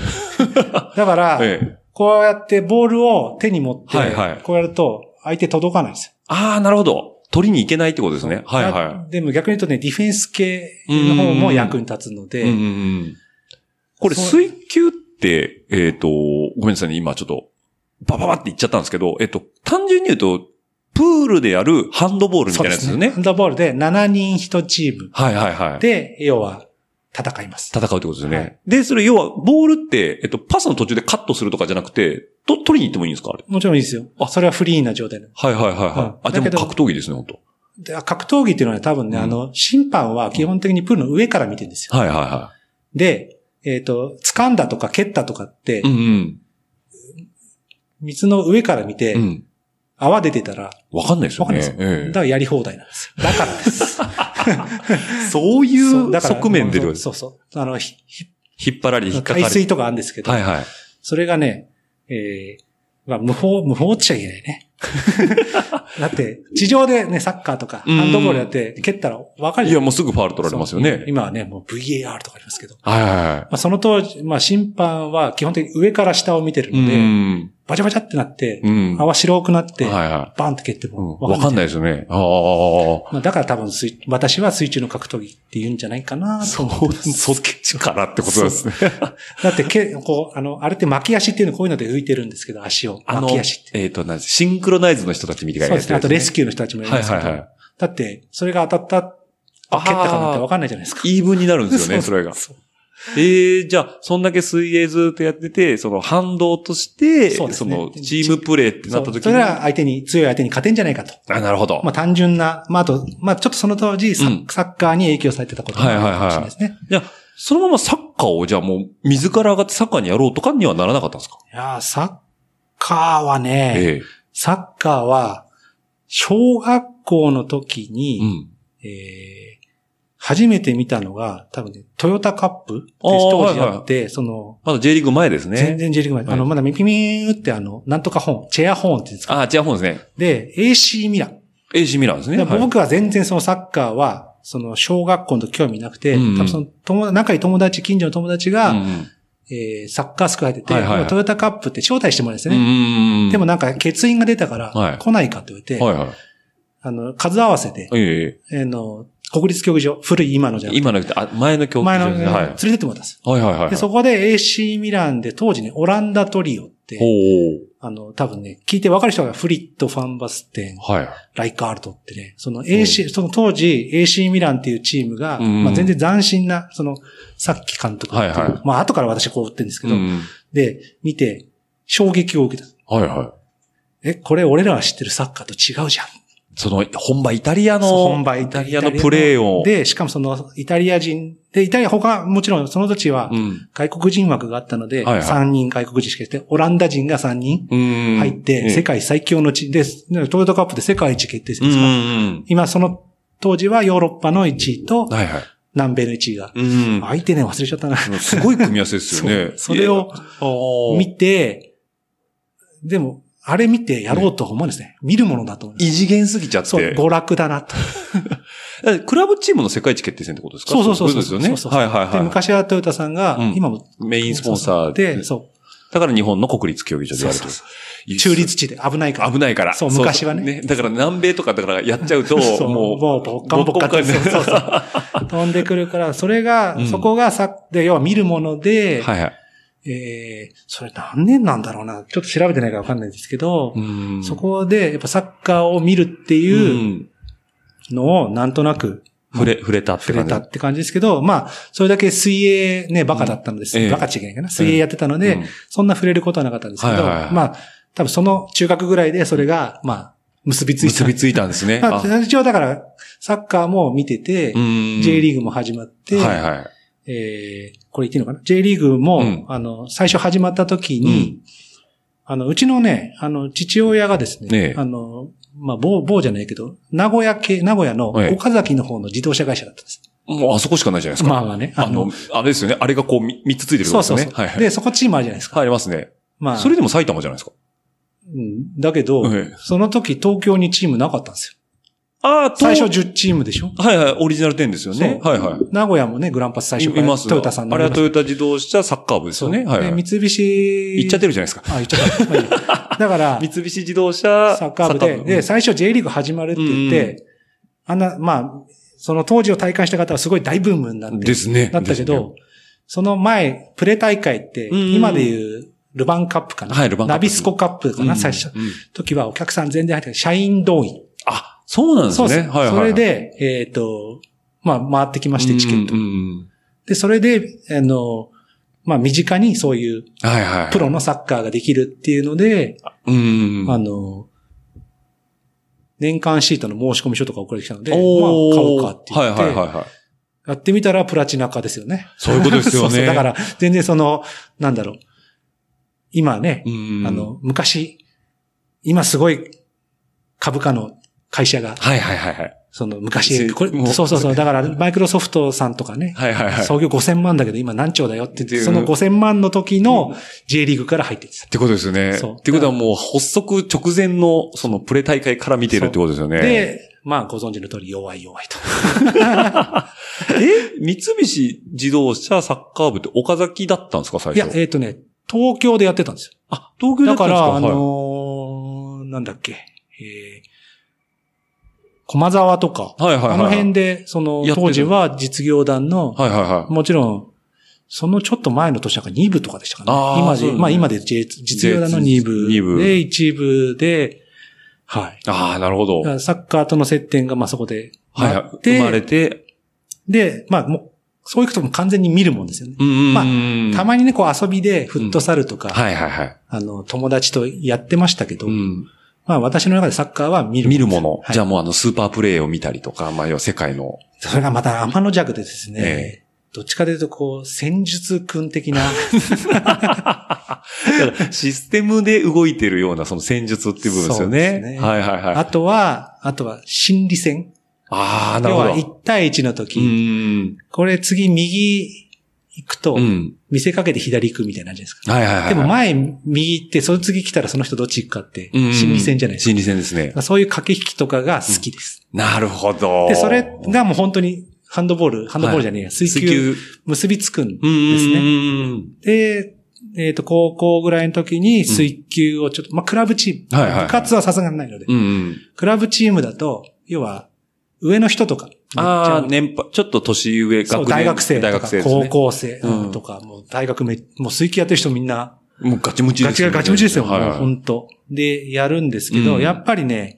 [SPEAKER 2] だから、
[SPEAKER 1] ええ、
[SPEAKER 2] こうやってボールを手に持って、
[SPEAKER 1] はいはい
[SPEAKER 2] こうやると、相手届かないんですよ。
[SPEAKER 1] ああ、なるほど。取りに行けないってことですね。はいは
[SPEAKER 2] だでも逆に言うとね、ディフェンス系の方も役に立つの
[SPEAKER 1] い。
[SPEAKER 2] で、
[SPEAKER 1] うんうんうんこれ、
[SPEAKER 2] そう
[SPEAKER 1] 水球って、えっ、と、ごめんなさいね、今ちょっと、バババって言っちゃったんですけど、えっ、と、単純に言うと、プールでやるハンドボールみたいなやつですよね。
[SPEAKER 2] ハンドボールで7人1チーム
[SPEAKER 1] はいはいはい。
[SPEAKER 2] で、要は、戦います。
[SPEAKER 1] 戦うってことですよね。
[SPEAKER 2] はい
[SPEAKER 1] で、それ要は、ボールって、えっ、と、パスの途中でカットするとかじゃなくて、と、取りに行ってもいいんですかあれ。
[SPEAKER 2] もちろんいいですよ。
[SPEAKER 1] あ
[SPEAKER 2] それはフリーな状態で。
[SPEAKER 1] はいはいはいはい。
[SPEAKER 2] うん
[SPEAKER 1] あ、で
[SPEAKER 2] だ
[SPEAKER 1] も
[SPEAKER 2] けど
[SPEAKER 1] 格闘技ですね、本当
[SPEAKER 2] で格闘技っていうのは多分ね、
[SPEAKER 1] うん
[SPEAKER 2] あの、審判は基本的にプールの上から見てるんですよ。
[SPEAKER 1] はいはいは
[SPEAKER 2] で、えっ、と、掴んだとか蹴ったとかって、
[SPEAKER 1] うんうん。
[SPEAKER 2] 水の上から見て、
[SPEAKER 1] うん。
[SPEAKER 2] 泡出てたら、
[SPEAKER 1] わかんないですよ
[SPEAKER 2] わかん
[SPEAKER 1] ね。
[SPEAKER 2] ないですよ。
[SPEAKER 1] ええ
[SPEAKER 2] だからやり放題なんです。だからです。
[SPEAKER 1] そうい
[SPEAKER 2] そう
[SPEAKER 1] う
[SPEAKER 2] だから
[SPEAKER 1] 側面で引
[SPEAKER 2] そうそうそう。あの、ひひ
[SPEAKER 1] っ張られて引っかかる。
[SPEAKER 2] 海水とかあるんですけど、
[SPEAKER 1] はいはい。
[SPEAKER 2] それがね、えーまあ、無法、無法っちゃいけな いね。だって、地上でね、サッカーとか、
[SPEAKER 1] うん
[SPEAKER 2] ハンドボールやって、蹴ったら分かる
[SPEAKER 1] い
[SPEAKER 2] じゃ
[SPEAKER 1] や、
[SPEAKER 2] ん
[SPEAKER 1] もうすぐファール取られますよ
[SPEAKER 2] そう
[SPEAKER 1] ね。
[SPEAKER 2] 今はね、もう VAR とかありますけど。
[SPEAKER 1] はいはいは
[SPEAKER 2] まあ、その当時、まあ、審判は基本的に上から下を見てる
[SPEAKER 1] い。う
[SPEAKER 2] ので、
[SPEAKER 1] ん。
[SPEAKER 2] バチャバチャってなって、
[SPEAKER 1] うん。は
[SPEAKER 2] 泡白くなって、
[SPEAKER 1] いは
[SPEAKER 2] バンって蹴って
[SPEAKER 1] い。うん
[SPEAKER 2] も
[SPEAKER 1] わかんないですよね。ああ。
[SPEAKER 2] まあ、だから多分水、私は水中の格闘技って言うんじゃないかなと思ってます
[SPEAKER 1] そっちからってことなんですね。
[SPEAKER 2] だってけ、こう、あの、あれって巻き足っていうのこういうので浮いてるんですけど、足を。
[SPEAKER 1] あの
[SPEAKER 2] 巻き足って。、
[SPEAKER 1] えっと、なんですシンクロナイズの人たちみたいなや
[SPEAKER 2] そうで
[SPEAKER 1] つ
[SPEAKER 2] すね。あとレスキューの人たちもいるん
[SPEAKER 1] はい
[SPEAKER 2] ですけ
[SPEAKER 1] は
[SPEAKER 2] ど。
[SPEAKER 1] いはい。
[SPEAKER 2] だって、それが当たった、
[SPEAKER 1] あ
[SPEAKER 2] あ
[SPEAKER 1] ー
[SPEAKER 2] 蹴ったかなんてわかんないじゃないですか。
[SPEAKER 1] 言い分になるんですよね、それが。
[SPEAKER 2] そう
[SPEAKER 1] ええじゃあ、そんだけ水泳ずっとやってて、その反動として、
[SPEAKER 2] そ
[SPEAKER 1] そう
[SPEAKER 2] ですね
[SPEAKER 1] の、チームプレーってなった
[SPEAKER 2] そう
[SPEAKER 1] 時
[SPEAKER 2] そ
[SPEAKER 1] に。
[SPEAKER 2] れが相手に、強い相手に勝てんじゃないかと。
[SPEAKER 1] あ、なるほど。
[SPEAKER 2] まあ単純な、まああと、まあちょっとその当時、サッ
[SPEAKER 1] うん
[SPEAKER 2] サッカーに影響されてたこともあるかもしれないですね。い
[SPEAKER 1] いや、そのままサッカーを、じゃあもう、自ら上がってサッカーにやろうとかにはならなかったんですか
[SPEAKER 2] やーサッカーはね、
[SPEAKER 1] え。
[SPEAKER 2] サッカーは、小学校の時に、
[SPEAKER 1] うん。
[SPEAKER 2] えー初めて見たのが、多分ね、トヨタカップって
[SPEAKER 1] あー
[SPEAKER 2] 当時
[SPEAKER 1] はいはい
[SPEAKER 2] あって、その、
[SPEAKER 1] まだ J リーグ前です
[SPEAKER 2] 全
[SPEAKER 1] ね。
[SPEAKER 2] 然 J リーグ前、
[SPEAKER 1] はい
[SPEAKER 2] あの、まだミピミーってあの、なんとかホーン、チェアホーンって言うんですか。
[SPEAKER 1] あ、違う方ですね。
[SPEAKER 2] で、AC ミラン。
[SPEAKER 1] AC ミランですね。
[SPEAKER 2] で
[SPEAKER 1] はい
[SPEAKER 2] 僕は全然そのサッカーは、その小学校の時興味なくて、
[SPEAKER 1] うんうん
[SPEAKER 2] 多分その友仲いい友達、近所の友達が、
[SPEAKER 1] うんうん
[SPEAKER 2] えーサッカースクール入ってて、
[SPEAKER 1] はいはいはい
[SPEAKER 2] トヨタカップって招待してもらうんです
[SPEAKER 1] うん
[SPEAKER 2] ね。
[SPEAKER 1] うんうん。
[SPEAKER 2] でもなんか欠員が出たから、
[SPEAKER 1] はい
[SPEAKER 2] 来ないかって言われて、
[SPEAKER 1] はいはい。
[SPEAKER 2] あの、数合わせて、
[SPEAKER 1] え
[SPEAKER 2] あの、国立競技場、古い今のじ
[SPEAKER 1] え
[SPEAKER 2] ゃなくて、
[SPEAKER 1] 今の、あ、前の競技
[SPEAKER 2] 前
[SPEAKER 1] 場
[SPEAKER 2] の、
[SPEAKER 1] ですね。はい
[SPEAKER 2] 連れ。てってもらったんです。
[SPEAKER 1] はいはいはい。
[SPEAKER 2] で、そこで AC ミランで当時ね、オランダトリオっ
[SPEAKER 1] ほう
[SPEAKER 2] て、あの、多分ね、聞いて分かる人がフリット・ファンバステン、
[SPEAKER 1] はい。
[SPEAKER 2] ライカールトってね、その AC、その当時 AC ミランっていうチームが、
[SPEAKER 1] うん
[SPEAKER 2] まあ全然斬新な、その、さっき監督っていう、
[SPEAKER 1] はいはい
[SPEAKER 2] まあ後から私こう言ってるんですけど、
[SPEAKER 1] うん
[SPEAKER 2] で、見て、衝撃を受けた。
[SPEAKER 1] はいは
[SPEAKER 2] え、これ俺らは知ってるサッカーと違うじゃん。
[SPEAKER 1] い。その、本場イタリアの、
[SPEAKER 2] そう本場イ
[SPEAKER 1] イタ
[SPEAKER 2] タ
[SPEAKER 1] リアのプレーを。
[SPEAKER 2] で、しかもその、イタリア人、で、イタリア他、もちろんその土地は
[SPEAKER 1] うん。
[SPEAKER 2] 外国人枠があったので、
[SPEAKER 1] はいはい
[SPEAKER 2] 3人外国人しかいて、オランダ人が3人、
[SPEAKER 1] うん
[SPEAKER 2] 入って、世
[SPEAKER 1] 界
[SPEAKER 2] 界最強のチームで、トヨタカップで世界一決定戦
[SPEAKER 1] う
[SPEAKER 2] ですから、
[SPEAKER 1] ん。
[SPEAKER 2] 今その当時はヨーロッパの1位と
[SPEAKER 1] はいはい。
[SPEAKER 2] 南米の1位が。
[SPEAKER 1] うん
[SPEAKER 2] 相手ね、忘れちゃったな。
[SPEAKER 1] すごい組み合わせですよね。
[SPEAKER 2] それを
[SPEAKER 1] を
[SPEAKER 2] 見て、でも、あれ見てやろうとは思うんですね。見るものだと思う。
[SPEAKER 1] 異次元すぎちゃっ
[SPEAKER 2] そう、
[SPEAKER 1] て。
[SPEAKER 2] 娯楽だなと。
[SPEAKER 1] だってクラブチームの世界一決定戦ってことですか
[SPEAKER 2] そうそうそう
[SPEAKER 1] い
[SPEAKER 2] そう
[SPEAKER 1] ことですよね。
[SPEAKER 2] そうそうそう
[SPEAKER 1] はいはい
[SPEAKER 2] で、
[SPEAKER 1] は
[SPEAKER 2] 昔はトヨタさんが
[SPEAKER 1] う、ん
[SPEAKER 2] 今も、
[SPEAKER 1] い。メインスポンサー
[SPEAKER 2] で、そ
[SPEAKER 1] だから日本の国立競技場
[SPEAKER 2] う。
[SPEAKER 1] で
[SPEAKER 2] そ
[SPEAKER 1] や
[SPEAKER 2] う
[SPEAKER 1] ると
[SPEAKER 2] そう。そう中立地で危ないから。
[SPEAKER 1] 危ないから。
[SPEAKER 2] そう昔はね
[SPEAKER 1] だから南米とかだからやっちゃうと、
[SPEAKER 2] そう、
[SPEAKER 1] も
[SPEAKER 2] もう、ぼっかんぼっかん
[SPEAKER 1] ぼっかん
[SPEAKER 2] そうそうそう。飛んでくるから、それが、
[SPEAKER 1] うん
[SPEAKER 2] そこがさ、で、要は見るもの
[SPEAKER 1] う。
[SPEAKER 2] で、
[SPEAKER 1] はいはい。
[SPEAKER 2] えー、それ何年なんだろうな。ちょっと調べてないからわかんないですけど、
[SPEAKER 1] うん
[SPEAKER 2] そこで、やっぱサッカーを見るっていう
[SPEAKER 1] うん
[SPEAKER 2] のを、なんとなく
[SPEAKER 1] 触れ、触れたって
[SPEAKER 2] 触れ
[SPEAKER 1] 感じ。
[SPEAKER 2] たって感じですけど、まあ、それだけ水泳ね、バカだったのです。
[SPEAKER 1] うんええ
[SPEAKER 2] バカっちゃいけないかな。水泳やってたので、
[SPEAKER 1] うん
[SPEAKER 2] そんな触れることはなかったんですけど、
[SPEAKER 1] はいはいはい
[SPEAKER 2] まあ、多分その中学ぐらいでそれが、まあ、結びついた。
[SPEAKER 1] 結びついたんですね。
[SPEAKER 2] ま あ、一応だから、サッカーも見てて、J
[SPEAKER 1] ー
[SPEAKER 2] リーグも始まって、
[SPEAKER 1] はいはい。
[SPEAKER 2] えーこれ言っていいのかな ?J リーグも、
[SPEAKER 1] うん
[SPEAKER 2] あの、最初始まった時に、あの、うちのね、あの、父親がですね、
[SPEAKER 1] ええ
[SPEAKER 2] あの、まあ、某、某じゃないけど、名古屋系、名古屋の
[SPEAKER 1] ええ
[SPEAKER 2] 岡崎の方の自動車会社だったんです。
[SPEAKER 1] もうあそこしかないじゃないですか。
[SPEAKER 2] まあまあね。
[SPEAKER 1] あの、あれですよね。あれがこうみ三つついてるとこ
[SPEAKER 2] そ
[SPEAKER 1] ろ
[SPEAKER 2] う
[SPEAKER 1] です
[SPEAKER 2] そ
[SPEAKER 1] よね。は
[SPEAKER 2] うそう、
[SPEAKER 1] いはい。
[SPEAKER 2] で、そこチームあるじゃないですか。
[SPEAKER 1] 入りますね。
[SPEAKER 2] まあ、
[SPEAKER 1] それでも埼玉じゃないですか。
[SPEAKER 2] うんだけど、
[SPEAKER 1] ええ
[SPEAKER 2] その時東京にチームなかったんですよ。
[SPEAKER 1] ああ、
[SPEAKER 2] 最初
[SPEAKER 1] 東。
[SPEAKER 2] 10チームでしょ
[SPEAKER 1] はいはい、オリジナル10ですよね。
[SPEAKER 2] そう
[SPEAKER 1] はいはい。
[SPEAKER 2] 名古屋もね、グランパス最初か
[SPEAKER 1] い
[SPEAKER 2] ら
[SPEAKER 1] ます。
[SPEAKER 2] トヨタさんの
[SPEAKER 1] あ
[SPEAKER 2] グ
[SPEAKER 1] れは
[SPEAKER 2] ランパ
[SPEAKER 1] トヨ
[SPEAKER 2] ス。
[SPEAKER 1] タ自動車サッカー部ですよね。はいはい。
[SPEAKER 2] で三菱。
[SPEAKER 1] 行っちゃってるじゃないですか。
[SPEAKER 2] あ、言っちゃった。まあいいや だから、
[SPEAKER 1] 三菱自動車
[SPEAKER 2] サッカー部で、で、最初 J リーグ始まるって言って、
[SPEAKER 1] うん
[SPEAKER 2] あんな、まあ、その当時を体感した方はすごい大ブームになって、
[SPEAKER 1] ですね。
[SPEAKER 2] なったけ
[SPEAKER 1] ですね。
[SPEAKER 2] ど、その前、プレ大会って、
[SPEAKER 1] うん
[SPEAKER 2] 今でいうルヴァンカップかな、
[SPEAKER 1] はいルヴァンカップ
[SPEAKER 2] ナビスコカップかな、
[SPEAKER 1] うん
[SPEAKER 2] 最初。
[SPEAKER 1] うん
[SPEAKER 2] 時はお客さん全然入ってない。社員動員。
[SPEAKER 1] あ、そうなんです
[SPEAKER 2] そう
[SPEAKER 1] ね。
[SPEAKER 2] です
[SPEAKER 1] はいはい。
[SPEAKER 2] それ、で、えっ、と、まあ、回ってきま
[SPEAKER 1] ま
[SPEAKER 2] して、チケット。で、それで、あの、まあ、身近にそういう
[SPEAKER 1] はいはい。
[SPEAKER 2] プロのサッカーができるっていうので、
[SPEAKER 1] うんうんう
[SPEAKER 2] あ
[SPEAKER 1] ん。
[SPEAKER 2] の、年間シートの申し込み書とか送られてきたので、まあ、
[SPEAKER 1] おー
[SPEAKER 2] 買おうかって言って、
[SPEAKER 1] はいはいはいはい。
[SPEAKER 2] やってみたらプラチナ化ですよね。
[SPEAKER 1] そういうことですよね
[SPEAKER 2] そうそうだから、全然その、なんだろう。今ね、
[SPEAKER 1] うん
[SPEAKER 2] あ、の、昔、今すごい株価の会社が、
[SPEAKER 1] はいはいはいはい。
[SPEAKER 2] その
[SPEAKER 1] せ
[SPEAKER 2] 昔、これ
[SPEAKER 1] もう、
[SPEAKER 2] そうそうそう、だからマイクロソフトさんとかね、
[SPEAKER 1] はいはいはい。っ
[SPEAKER 2] 創業5000万だけど今何兆だよって
[SPEAKER 1] ってい
[SPEAKER 2] 言
[SPEAKER 1] う
[SPEAKER 2] って、その5000万の時の J リーグから入ってきてた。
[SPEAKER 1] てことですよね。
[SPEAKER 2] そう
[SPEAKER 1] ってことはもう発足直前のそのプレ大会から見てるってことですよね。、
[SPEAKER 2] で、まあご存知の通り弱い弱いと。
[SPEAKER 1] え三菱自動車サッカー部って岡崎だったんですか最
[SPEAKER 2] いや、
[SPEAKER 1] 初。
[SPEAKER 2] えっ、とね、東京でやってたんですよ。
[SPEAKER 1] あ、東京だ
[SPEAKER 2] だ
[SPEAKER 1] った
[SPEAKER 2] か
[SPEAKER 1] んです
[SPEAKER 2] ら、
[SPEAKER 1] か
[SPEAKER 2] あ
[SPEAKER 1] はい
[SPEAKER 2] のーなんだっけ、えー、駒沢とか、
[SPEAKER 1] はいはいは
[SPEAKER 2] あ
[SPEAKER 1] いはい。
[SPEAKER 2] の辺で、その
[SPEAKER 1] やってた
[SPEAKER 2] 当時は実業団の、
[SPEAKER 1] はいはいはい。
[SPEAKER 2] もちろん、そのちょっと前の年なんか2部とかでしたかね。
[SPEAKER 1] あー
[SPEAKER 2] 今
[SPEAKER 1] そう
[SPEAKER 2] で、
[SPEAKER 1] ね
[SPEAKER 2] まあ今で J- 実業団の
[SPEAKER 1] J-
[SPEAKER 2] 2部
[SPEAKER 1] 二部
[SPEAKER 2] で1部で、はい。
[SPEAKER 1] ああ、なるほど。
[SPEAKER 2] だか
[SPEAKER 1] はい
[SPEAKER 2] らサッカーとの接点がまあそこで
[SPEAKER 1] はい
[SPEAKER 2] あっ。て、
[SPEAKER 1] 生まれて、
[SPEAKER 2] で、まあもう、そういうことも完全に見るもんですよね。
[SPEAKER 1] うんうんうん。
[SPEAKER 2] まあた
[SPEAKER 1] に。
[SPEAKER 2] まにね、こう遊びでフットサルとか、
[SPEAKER 1] はいはいはい。
[SPEAKER 2] あの、友達とやってましたけど、
[SPEAKER 1] うん。
[SPEAKER 2] まあ私の中でサッカーは見る。
[SPEAKER 1] 見るもの。
[SPEAKER 2] はい
[SPEAKER 1] じゃあもうあの、スーパープレイを見たりとか、まあ、要は世界の。
[SPEAKER 2] それがまた天の弱でですね、
[SPEAKER 1] え
[SPEAKER 2] どっちかというとこう、戦術君的 な、
[SPEAKER 1] だからシステムで動いてるような、その戦術っていう部分ですよね。
[SPEAKER 2] そうですね
[SPEAKER 1] はいはいはい。
[SPEAKER 2] あとは、あとは心理戦。
[SPEAKER 1] ああ、なる
[SPEAKER 2] 要
[SPEAKER 1] ほ
[SPEAKER 2] は
[SPEAKER 1] ど。
[SPEAKER 2] 1対1の
[SPEAKER 1] う
[SPEAKER 2] 時、
[SPEAKER 1] ん。
[SPEAKER 2] これ次右行くと
[SPEAKER 1] う、ん。
[SPEAKER 2] 見せかけて左行くみたいなんじゃないですか。
[SPEAKER 1] はいはいはい。
[SPEAKER 2] でも前右行って、その次来たらその人どっち行くかって、
[SPEAKER 1] うんうん
[SPEAKER 2] 心理戦じゃないですか。
[SPEAKER 1] 心理戦ですね。
[SPEAKER 2] そういう駆け引きとかが好きです。
[SPEAKER 1] なるほど。
[SPEAKER 2] で、それがもう本当にハンドボール、ハンドボールじゃねえや、水
[SPEAKER 1] 水
[SPEAKER 2] 球
[SPEAKER 1] 球。
[SPEAKER 2] 結びつくん
[SPEAKER 1] うん
[SPEAKER 2] ですね。
[SPEAKER 1] ね。
[SPEAKER 2] で、えっ、と、高校ぐらいの時に水球をちょっと、まあ、クラブチーム。
[SPEAKER 1] はいはいはい
[SPEAKER 2] 部活はさすがにないので、
[SPEAKER 1] うんうん。
[SPEAKER 2] クラブチームだと、要は、上の人とか。
[SPEAKER 1] ああ、
[SPEAKER 2] めっち
[SPEAKER 1] 年配、ちょっと年上、
[SPEAKER 2] ゃそう、
[SPEAKER 1] 学年
[SPEAKER 2] 大学生と
[SPEAKER 1] 大
[SPEAKER 2] か
[SPEAKER 1] 学生です
[SPEAKER 2] 高
[SPEAKER 1] ね。
[SPEAKER 2] 校生
[SPEAKER 1] うん
[SPEAKER 2] とか、もう大学め、もう水球やってる人みんな、
[SPEAKER 1] もうガチムチ
[SPEAKER 2] ガ
[SPEAKER 1] です
[SPEAKER 2] チ
[SPEAKER 1] よ
[SPEAKER 2] ガ
[SPEAKER 1] ね
[SPEAKER 2] チガチムチですよ、
[SPEAKER 1] はいはい
[SPEAKER 2] もう本当で、やるんですけど、
[SPEAKER 1] うん
[SPEAKER 2] やっぱりね、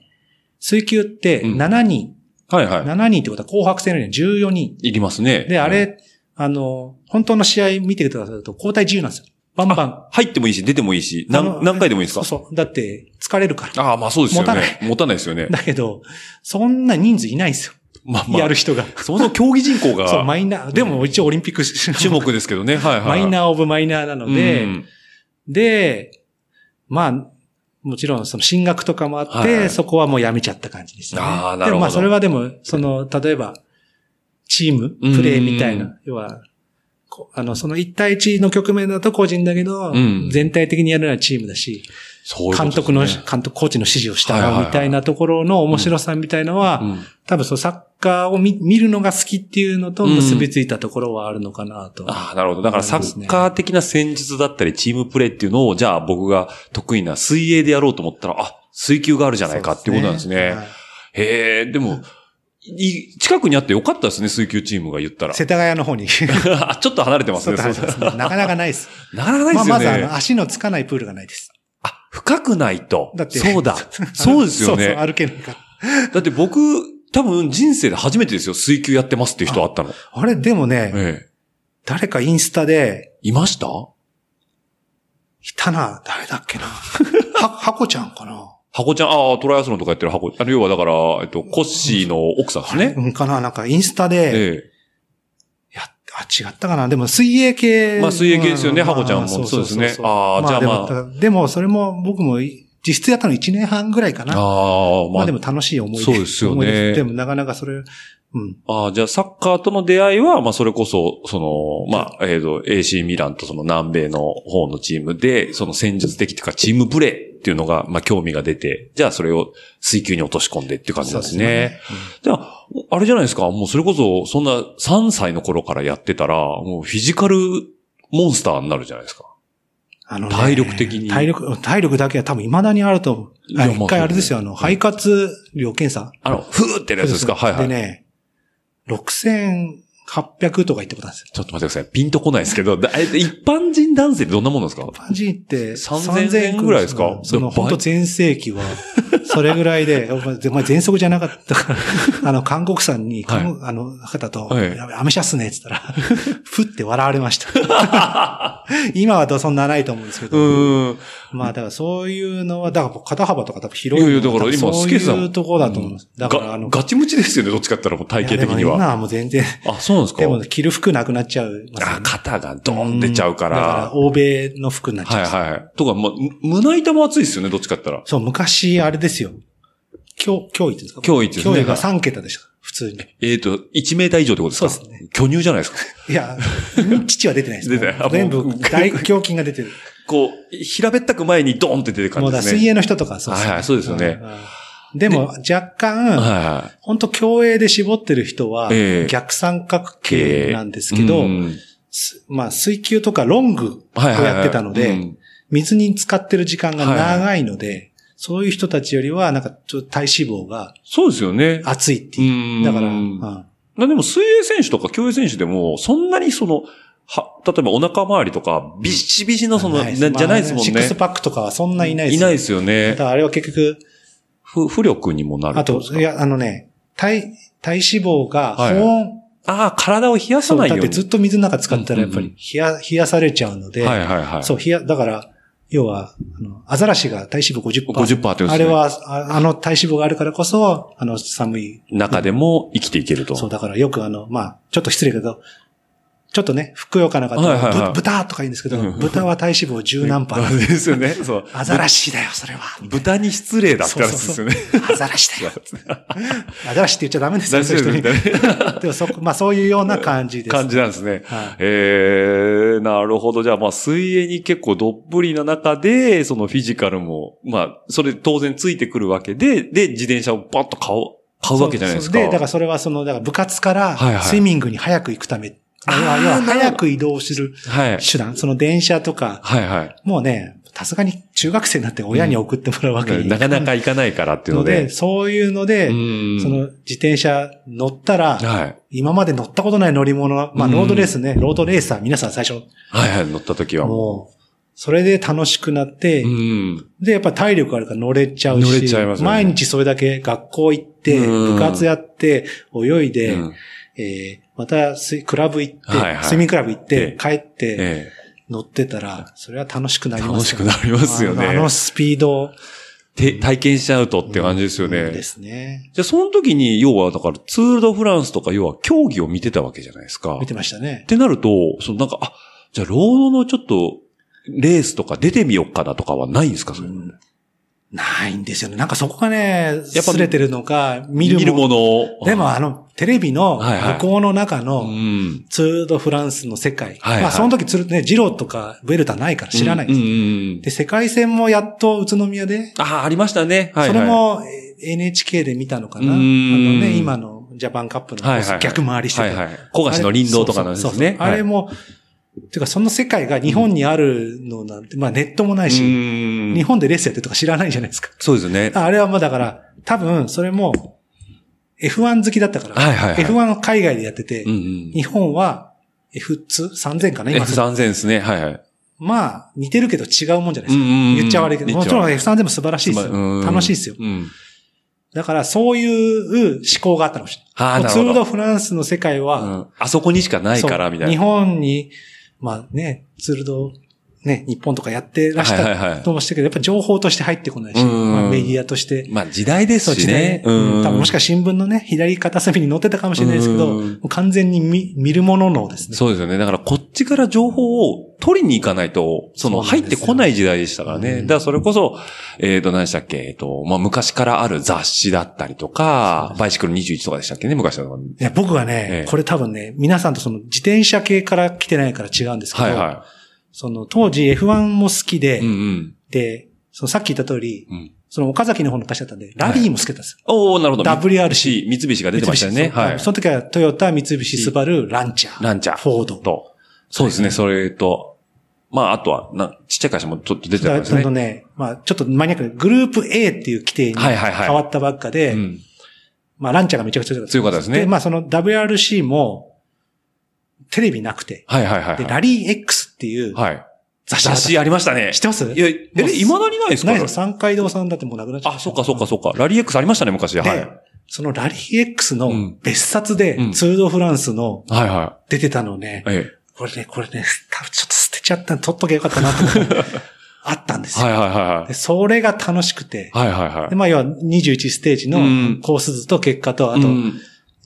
[SPEAKER 2] 水球って
[SPEAKER 1] うん
[SPEAKER 2] 7人、
[SPEAKER 1] はいはい。
[SPEAKER 2] 7人ってことは紅白戦のように14人。
[SPEAKER 1] いりますね。
[SPEAKER 2] で、あれ、、あの、本当の試合見てくださると交代自由なんですよ。バンバン。
[SPEAKER 1] 入ってもいいし、出てもいいし、
[SPEAKER 2] あの
[SPEAKER 1] 何、何回でもいいです
[SPEAKER 2] そ
[SPEAKER 1] か
[SPEAKER 2] うそう。だって、疲れるから。
[SPEAKER 1] ああ、まあそうですよね。
[SPEAKER 2] 持たない
[SPEAKER 1] 持たないですよね。
[SPEAKER 2] だけど、そんな人数いないんですよ。
[SPEAKER 1] まあまあ。
[SPEAKER 2] やる人が。
[SPEAKER 1] そもそも競技人口が、
[SPEAKER 2] そう、マイナー。でも一応オリンピック
[SPEAKER 1] 注目ですけどね。はいはい。
[SPEAKER 2] マイナーオブマイナーなので、
[SPEAKER 1] うん
[SPEAKER 2] で、まあ、もちろんその進学とかもあって、
[SPEAKER 1] はいはい
[SPEAKER 2] そこはもうやめちゃった感じですね。
[SPEAKER 1] あーなるほど
[SPEAKER 2] でもまあそれはでも、その、例えば、チーム、プレーみたい
[SPEAKER 1] うん
[SPEAKER 2] な、要は、こあの、その1対1の局面だと個人だけ
[SPEAKER 1] う
[SPEAKER 2] ど、
[SPEAKER 1] ん
[SPEAKER 2] 全体的にやるのはチームだし、
[SPEAKER 1] そういうこと
[SPEAKER 2] 監
[SPEAKER 1] ですね
[SPEAKER 2] 督の、監督、コーチの指示をした
[SPEAKER 1] はいはいはい
[SPEAKER 2] みたいなところの面白さみたいのは、
[SPEAKER 1] うん
[SPEAKER 2] 多分そのサッカーを見見るのが好きっていうのと
[SPEAKER 1] うん
[SPEAKER 2] 結びついたところはあるのかなと。
[SPEAKER 1] ああ、なるほど。だからサッカー的な戦術だったり、チームプレーっていうのを、じゃあ僕が得意な水泳でやろうと思ったら、あ、水球があるじゃないかっていうことなんですね。
[SPEAKER 2] はい
[SPEAKER 1] へえ、でも、い近くにあってよかったですね、水球チームが言ったら。
[SPEAKER 2] 世田谷の方に。ち
[SPEAKER 1] あちょっと離れてます
[SPEAKER 2] ょ
[SPEAKER 1] ね、
[SPEAKER 2] っと
[SPEAKER 1] そう
[SPEAKER 2] 話しますねなかなかないです。
[SPEAKER 1] なかなかないで
[SPEAKER 2] まあ、
[SPEAKER 1] すよ
[SPEAKER 2] まずあ
[SPEAKER 1] ね。
[SPEAKER 2] の、足のつかないプールがないです。
[SPEAKER 1] あ、深くないと。
[SPEAKER 2] だって
[SPEAKER 1] そうだ。そうですよ
[SPEAKER 2] そう
[SPEAKER 1] ね
[SPEAKER 2] そ。う、歩けないから。
[SPEAKER 1] だって僕、多分人生で初めてですよ。水球やってますっていう人あったの。
[SPEAKER 2] あれ、でもね、
[SPEAKER 1] ええ。
[SPEAKER 2] 誰かインスタで、
[SPEAKER 1] いました
[SPEAKER 2] いたな、誰だっけな。は、はこちゃんかな。
[SPEAKER 1] 箱ちゃん、ああ、トライアスロンとかやってる箱。あの、要はだから、えっと、コッシーの奥さんですね。
[SPEAKER 2] うん、かな、なんかインスタで、
[SPEAKER 1] え
[SPEAKER 2] やっあ、違ったかな。でも、水泳
[SPEAKER 1] え。
[SPEAKER 2] 系。
[SPEAKER 1] まあ、水泳系ですよね、
[SPEAKER 2] まあ
[SPEAKER 1] 箱ちゃんも。そうですね。ああ、じゃあまあ。あ
[SPEAKER 2] でも、でもそれも僕もい実質やったの1年半ぐらいかな。
[SPEAKER 1] あ、
[SPEAKER 2] ま
[SPEAKER 1] ま
[SPEAKER 2] あ
[SPEAKER 1] あ
[SPEAKER 2] で、も楽しい思い出。
[SPEAKER 1] そうですよね
[SPEAKER 2] 思い出でもなかなかそれ、うん。
[SPEAKER 1] ああ、じゃあサッカーとの出会いは、まあそれこそ、その、まあ、えっ、と、AC ミランとその南米の方のチームで、その戦術的というかチームプレーっていうのが、まあ興味が出て、じゃあそれを水球に落とし込んでっていう感じなんですね。
[SPEAKER 2] そうで
[SPEAKER 1] じゃあ、あれじゃないですか、もうそれこそ、そんな3歳の頃からやってたら、もうフィジカルモンスターになるじゃないですか。
[SPEAKER 2] あのね
[SPEAKER 1] 体力的に
[SPEAKER 2] 体力、体力だけは多分未だにあると思う。
[SPEAKER 1] いや
[SPEAKER 2] あ
[SPEAKER 1] まあ
[SPEAKER 2] 一回あれですよ、あ
[SPEAKER 1] そう
[SPEAKER 2] の、肺活量検査。
[SPEAKER 1] あの、ふーってやるやつですかはいはい。
[SPEAKER 2] でね、6800とか言ってことなんですよ。
[SPEAKER 1] ちょっと待ってください。ピンとこないですけど、だえっと一般人男性ってどんなものですか
[SPEAKER 2] パンジーって
[SPEAKER 1] 3000
[SPEAKER 2] 3000
[SPEAKER 1] 円ぐらいですか
[SPEAKER 2] その、
[SPEAKER 1] でも
[SPEAKER 2] 本当全盛期は、それぐらいで、お 前お前全速じゃな かったから、あの、韓国さんに、
[SPEAKER 1] はい
[SPEAKER 2] 韓国あの、方と、
[SPEAKER 1] はい
[SPEAKER 2] やべアメ車っすねって言ったら、 ふって笑われました。今はどうそんなないと思うんですけど、
[SPEAKER 1] うーん。
[SPEAKER 2] まあ、だからそういうのは、だから肩幅とか多分広い。
[SPEAKER 1] いやいやだから今
[SPEAKER 2] そう
[SPEAKER 1] スケさん
[SPEAKER 2] いうとこだと思います。だから、あの、
[SPEAKER 1] がガチムチですよね、どっちかって言ったらもう体型的に
[SPEAKER 2] いやでも今
[SPEAKER 1] は。
[SPEAKER 2] はもう全然、
[SPEAKER 1] あ、そうなんですか
[SPEAKER 2] でも着る服なくなっちゃう、
[SPEAKER 1] あ、肩がドーン出ちゃうか
[SPEAKER 2] だから
[SPEAKER 1] ら。
[SPEAKER 2] 欧米の服になっちゃう。
[SPEAKER 1] はいはい。とか、まあ、む胸板も厚いですよね、どっちかって言ったら。
[SPEAKER 2] そう、昔、あれですよ。教、教育ですか
[SPEAKER 1] 教育ですね
[SPEAKER 2] 教育が3桁でした。普通に。
[SPEAKER 1] えっ、と、1メーター以上ってことですか
[SPEAKER 2] そうです
[SPEAKER 1] ね。巨乳じゃない ですか。
[SPEAKER 2] いや、父は出てないです。
[SPEAKER 1] 出てないあもう
[SPEAKER 2] 全部、大胸筋が出てる。
[SPEAKER 1] こう、平べったく前にドーンって出てる感
[SPEAKER 2] もう
[SPEAKER 1] じ
[SPEAKER 2] だ、
[SPEAKER 1] です
[SPEAKER 2] 水
[SPEAKER 1] ね。
[SPEAKER 2] 泳の人とか、そう
[SPEAKER 1] はいはいそうですよね
[SPEAKER 2] んうんでも、若干、
[SPEAKER 1] はいはい。
[SPEAKER 2] 本当競泳で絞ってる人は
[SPEAKER 1] ええ、
[SPEAKER 2] 逆三角形なんですけど
[SPEAKER 1] う、ん
[SPEAKER 2] すまあ、水球とかロングを
[SPEAKER 1] はいはいはい
[SPEAKER 2] やってたの
[SPEAKER 1] う
[SPEAKER 2] で、
[SPEAKER 1] ん
[SPEAKER 2] 水に使ってる時間が長いので、そういう人たちよりは、なんか、ちょっと体脂肪が
[SPEAKER 1] そうですよね。
[SPEAKER 2] 厚いって
[SPEAKER 1] う
[SPEAKER 2] い
[SPEAKER 1] ん
[SPEAKER 2] う。だから、う
[SPEAKER 1] ま
[SPEAKER 2] ん
[SPEAKER 1] あでも水泳選手とか競泳選手でも、そんなにその、は、例えばお腹周りとか、ビシビシのその、な
[SPEAKER 2] で
[SPEAKER 1] じ
[SPEAKER 2] す
[SPEAKER 1] ゃないですもん
[SPEAKER 2] シックス
[SPEAKER 1] ね。
[SPEAKER 2] パックとかはそんないないです
[SPEAKER 1] い
[SPEAKER 2] よ。
[SPEAKER 1] ないですよ
[SPEAKER 2] だ
[SPEAKER 1] ね
[SPEAKER 2] か。らあれは結局、
[SPEAKER 1] 不、不力にもなる
[SPEAKER 2] あ、
[SPEAKER 1] ってことですか。
[SPEAKER 2] いや、あのね、体、体脂肪が
[SPEAKER 1] はい
[SPEAKER 2] 保温、
[SPEAKER 1] ああ、体を冷やさ
[SPEAKER 2] そう、
[SPEAKER 1] ないよ
[SPEAKER 2] だ
[SPEAKER 1] うに。
[SPEAKER 2] ってずっと水の中使ったらやっぱ
[SPEAKER 1] うんう
[SPEAKER 2] り冷や、冷やされちゃうので、
[SPEAKER 1] はいはいはい。
[SPEAKER 2] そう、冷や、だから、要は、あの、アザラシが体脂肪50%。
[SPEAKER 1] 50%って言うんですね
[SPEAKER 2] あれは、ああの体脂肪があるからこそ、あの、寒い。
[SPEAKER 1] 中でも生きていけると。
[SPEAKER 2] そう、だからよくあの、まあ、ちょっと失礼だけど、ちょっとね、ふくよかな方、
[SPEAKER 1] はいはいはい
[SPEAKER 2] ぶ豚とか言うんですけど、
[SPEAKER 1] うん
[SPEAKER 2] 豚は体脂肪10何パー。
[SPEAKER 1] ですよね。そう。
[SPEAKER 2] アザラシだよ、それは。
[SPEAKER 1] 豚に失礼だって話ですよね。
[SPEAKER 2] アザラシだよ。 アザラシって言っちゃダメですよ、そういう人に。でもそこ、まあそういうような感じです。
[SPEAKER 1] 感じなんですね。
[SPEAKER 2] はい。
[SPEAKER 1] えー、なるほど。じゃあ、まあ、水泳に結構どっぷりな中で、そのフィジカルも、まあ、それ当然ついてくるわけで、で、自転車をバッと買う、買うわけじゃないですか。
[SPEAKER 2] そうで、だからそれはその、だから部活から
[SPEAKER 1] はいはい
[SPEAKER 2] スイミングに早く行くため。
[SPEAKER 1] あー
[SPEAKER 2] 要は、要
[SPEAKER 1] な
[SPEAKER 2] は
[SPEAKER 1] るほど
[SPEAKER 2] 早く移動する
[SPEAKER 1] はい。
[SPEAKER 2] 手段。その電車とか、
[SPEAKER 1] はいはい。
[SPEAKER 2] もうね、さすがに中学生になって親に送ってもらうわけにい
[SPEAKER 1] なかなか
[SPEAKER 2] い
[SPEAKER 1] 行かないからっていう
[SPEAKER 2] の
[SPEAKER 1] の
[SPEAKER 2] で、
[SPEAKER 1] で。
[SPEAKER 2] そういうので、
[SPEAKER 1] うん
[SPEAKER 2] その自転車乗ったら、
[SPEAKER 1] はい。
[SPEAKER 2] 今まで乗ったことない乗り物、まあ
[SPEAKER 1] うん
[SPEAKER 2] ロードレースね、ロードレーサー、皆さん最初、
[SPEAKER 1] はいはい、乗った時は。
[SPEAKER 2] もう、それで楽しくなって、
[SPEAKER 1] うん。
[SPEAKER 2] で、やっぱ体力あるから乗れちゃう
[SPEAKER 1] 乗
[SPEAKER 2] し、
[SPEAKER 1] れちゃいますよね
[SPEAKER 2] 毎日それだけ学校行って、
[SPEAKER 1] うん
[SPEAKER 2] 部活やって、泳いで、
[SPEAKER 1] うん
[SPEAKER 2] えーまたスイクラブ行って、
[SPEAKER 1] はいはい
[SPEAKER 2] スイミングクラブ行って
[SPEAKER 1] ええ、
[SPEAKER 2] 帰って、
[SPEAKER 1] え
[SPEAKER 2] 乗ってたら、それは楽しくな
[SPEAKER 1] え
[SPEAKER 2] りますよ
[SPEAKER 1] 楽しくなりますよね。
[SPEAKER 2] あのあのスピード。
[SPEAKER 1] て体験しちゃうとって感じですよね。
[SPEAKER 2] うんですね。
[SPEAKER 1] じゃあ、その時に、要は、だから、ツールドフランスとか、要は、競技を見てたわけじゃないですか。
[SPEAKER 2] 見てましたね
[SPEAKER 1] っ。てなると、そのなんか、あ、じゃあ、労働のちょっと、レースとか出てみようかなとかはないんですかそれ
[SPEAKER 2] うんないんですよね。なんかそこがね、
[SPEAKER 1] やっぱ
[SPEAKER 2] 擦れてるのか、見るもの。
[SPEAKER 1] の
[SPEAKER 2] でもあの、テレビの
[SPEAKER 1] はいはい
[SPEAKER 2] 向こうの中の、
[SPEAKER 1] うん。
[SPEAKER 2] ツールドフランスの世界。
[SPEAKER 1] はいはい
[SPEAKER 2] まあその時ツールね、ジローとかウェルタないから知らないで。
[SPEAKER 1] ですす。うんうんうん
[SPEAKER 2] で、世界戦もやっと宇都宮で、
[SPEAKER 1] ああ、ありましたね。はい、はい。
[SPEAKER 2] それ、もえー NHK で見たのかな。
[SPEAKER 1] う
[SPEAKER 2] あ
[SPEAKER 1] ー
[SPEAKER 2] の
[SPEAKER 1] ん
[SPEAKER 2] ね、今のジャパンカップ
[SPEAKER 1] はいはいは
[SPEAKER 2] の
[SPEAKER 1] い
[SPEAKER 2] 逆回りして
[SPEAKER 1] は
[SPEAKER 2] た
[SPEAKER 1] いはい。小菓子の林道とかなんです
[SPEAKER 2] そうそう
[SPEAKER 1] ね
[SPEAKER 2] そ。うあれも、てかその世界が日本にあるのなんて、まあネットもな
[SPEAKER 1] はいい、
[SPEAKER 2] し、
[SPEAKER 1] 日
[SPEAKER 2] 日本でレースやってるとか知らないじゃないですか。
[SPEAKER 1] そうですよね。
[SPEAKER 2] ああれはもうだから、多分それも F1 好きだったから、
[SPEAKER 1] はいはいはい。
[SPEAKER 2] F1 を海外でやってて、
[SPEAKER 1] うんうん。
[SPEAKER 2] 日本は F2?3000 かな今
[SPEAKER 1] F3000 ですね。はいはい。
[SPEAKER 2] まあ、似てるけど違うもんじゃない
[SPEAKER 1] う
[SPEAKER 2] です
[SPEAKER 1] んうん
[SPEAKER 2] か。
[SPEAKER 1] うん
[SPEAKER 2] 言っちゃ悪いけど、
[SPEAKER 1] 言
[SPEAKER 2] も
[SPEAKER 1] っ
[SPEAKER 2] ち
[SPEAKER 1] ちゃ
[SPEAKER 2] ろん
[SPEAKER 1] 悪
[SPEAKER 2] F3 でも素晴らしいです
[SPEAKER 1] うん
[SPEAKER 2] よ。楽しいですよ。
[SPEAKER 1] うん。
[SPEAKER 2] だから、そういう思考があったのかもしれ
[SPEAKER 1] あ
[SPEAKER 2] な
[SPEAKER 1] あ、
[SPEAKER 2] い。もう
[SPEAKER 1] な
[SPEAKER 2] ツ
[SPEAKER 1] る
[SPEAKER 2] ー
[SPEAKER 1] ほ
[SPEAKER 2] ル
[SPEAKER 1] ど
[SPEAKER 2] ド。フランスの世界は、
[SPEAKER 1] うんあそこにしかないから、
[SPEAKER 2] そう
[SPEAKER 1] みたいな。
[SPEAKER 2] 日本に、まあね、ツールド、ね、日本とかやってらし
[SPEAKER 1] はいはいは
[SPEAKER 2] た
[SPEAKER 1] い
[SPEAKER 2] ともしてけど、やっぱ情報として入ってこないし、
[SPEAKER 1] うん
[SPEAKER 2] まあメディアとして、
[SPEAKER 1] まあ時代です
[SPEAKER 2] そう
[SPEAKER 1] し
[SPEAKER 2] 時代
[SPEAKER 1] ね。
[SPEAKER 2] うん多分もし
[SPEAKER 1] か
[SPEAKER 2] かしたら新聞のね、左片隅に載ってたかもしれないですけど、
[SPEAKER 1] う
[SPEAKER 2] も
[SPEAKER 1] ん
[SPEAKER 2] う完全に見見るもののですね。
[SPEAKER 1] そうですよね。だからこっちから情報を取りに行かないと、その
[SPEAKER 2] そうな
[SPEAKER 1] 入
[SPEAKER 2] ん
[SPEAKER 1] っ
[SPEAKER 2] です
[SPEAKER 1] て
[SPEAKER 2] よ
[SPEAKER 1] こない時代でしたからね。
[SPEAKER 2] うん
[SPEAKER 1] だからそれこそ、えっ、と、何でしたっけ、えっ、と、まあ昔からある雑誌だったりとか、バイシクル21とかでしたっけね、昔の。
[SPEAKER 2] いや、僕は
[SPEAKER 1] え
[SPEAKER 2] ね、
[SPEAKER 1] え
[SPEAKER 2] これ多分ね、皆さんとその自転車系から来てないから違うんですけど、
[SPEAKER 1] はいは
[SPEAKER 2] その当時 F1 も好きで、
[SPEAKER 1] い。うんうん。
[SPEAKER 2] で、そのさっき言った通り、
[SPEAKER 1] うん、
[SPEAKER 2] その岡崎の方の会社だったんで、ラリーも好きだったんですよ。
[SPEAKER 1] おおなるほど。
[SPEAKER 2] WRC。
[SPEAKER 1] 三菱が出てましたよ
[SPEAKER 2] 三
[SPEAKER 1] ね。
[SPEAKER 2] 菱そう
[SPEAKER 1] はい。
[SPEAKER 2] その時はトヨタ、三菱、スバル、ランチャー。
[SPEAKER 1] ランチャー
[SPEAKER 2] フォード。
[SPEAKER 1] と。そうですね、それと。まああとは、な、ちっちゃい会社もちょっと出てたん
[SPEAKER 2] だ
[SPEAKER 1] です
[SPEAKER 2] か
[SPEAKER 1] ね。
[SPEAKER 2] らのね、まあちょっとマニアックなグループ A っていう規定に
[SPEAKER 1] はいはいはい
[SPEAKER 2] 変わったばっかで、
[SPEAKER 1] うん、
[SPEAKER 2] まあランチャーがめちゃくちゃ強かった。
[SPEAKER 1] 強かったですね
[SPEAKER 2] で、まあその WRC も、テレビなくて、
[SPEAKER 1] はいはいはい
[SPEAKER 2] で、
[SPEAKER 1] は
[SPEAKER 2] ラリー X っていう
[SPEAKER 1] い。はい。
[SPEAKER 2] 雑誌があ
[SPEAKER 1] 雑
[SPEAKER 2] った
[SPEAKER 1] 誌ありましたね
[SPEAKER 2] 知っ。てます
[SPEAKER 1] いや、え、
[SPEAKER 2] もう
[SPEAKER 1] 未だにないですか
[SPEAKER 2] ないです三階堂さんだってもうなくなっちゃった。
[SPEAKER 1] あ、そっかそっかそっか。ラリー X ありましたね、昔。はい。
[SPEAKER 2] で、そのラリー X
[SPEAKER 1] う
[SPEAKER 2] の
[SPEAKER 1] ん
[SPEAKER 2] 別冊で
[SPEAKER 1] うん、
[SPEAKER 2] ツールドフランスの
[SPEAKER 1] はいは
[SPEAKER 2] 出てたのをね
[SPEAKER 1] い。、ええ。
[SPEAKER 2] これね、これね、多分ちょっと捨てちゃったの取っとけばよかったなと思って。あったんですよ。
[SPEAKER 1] はいはいは
[SPEAKER 2] でそれが楽しくて、
[SPEAKER 1] いはい。はいはいはい
[SPEAKER 2] で。まあ要は21ステージ
[SPEAKER 1] う
[SPEAKER 2] の
[SPEAKER 1] ん
[SPEAKER 2] コース図と結果と、あと、
[SPEAKER 1] うん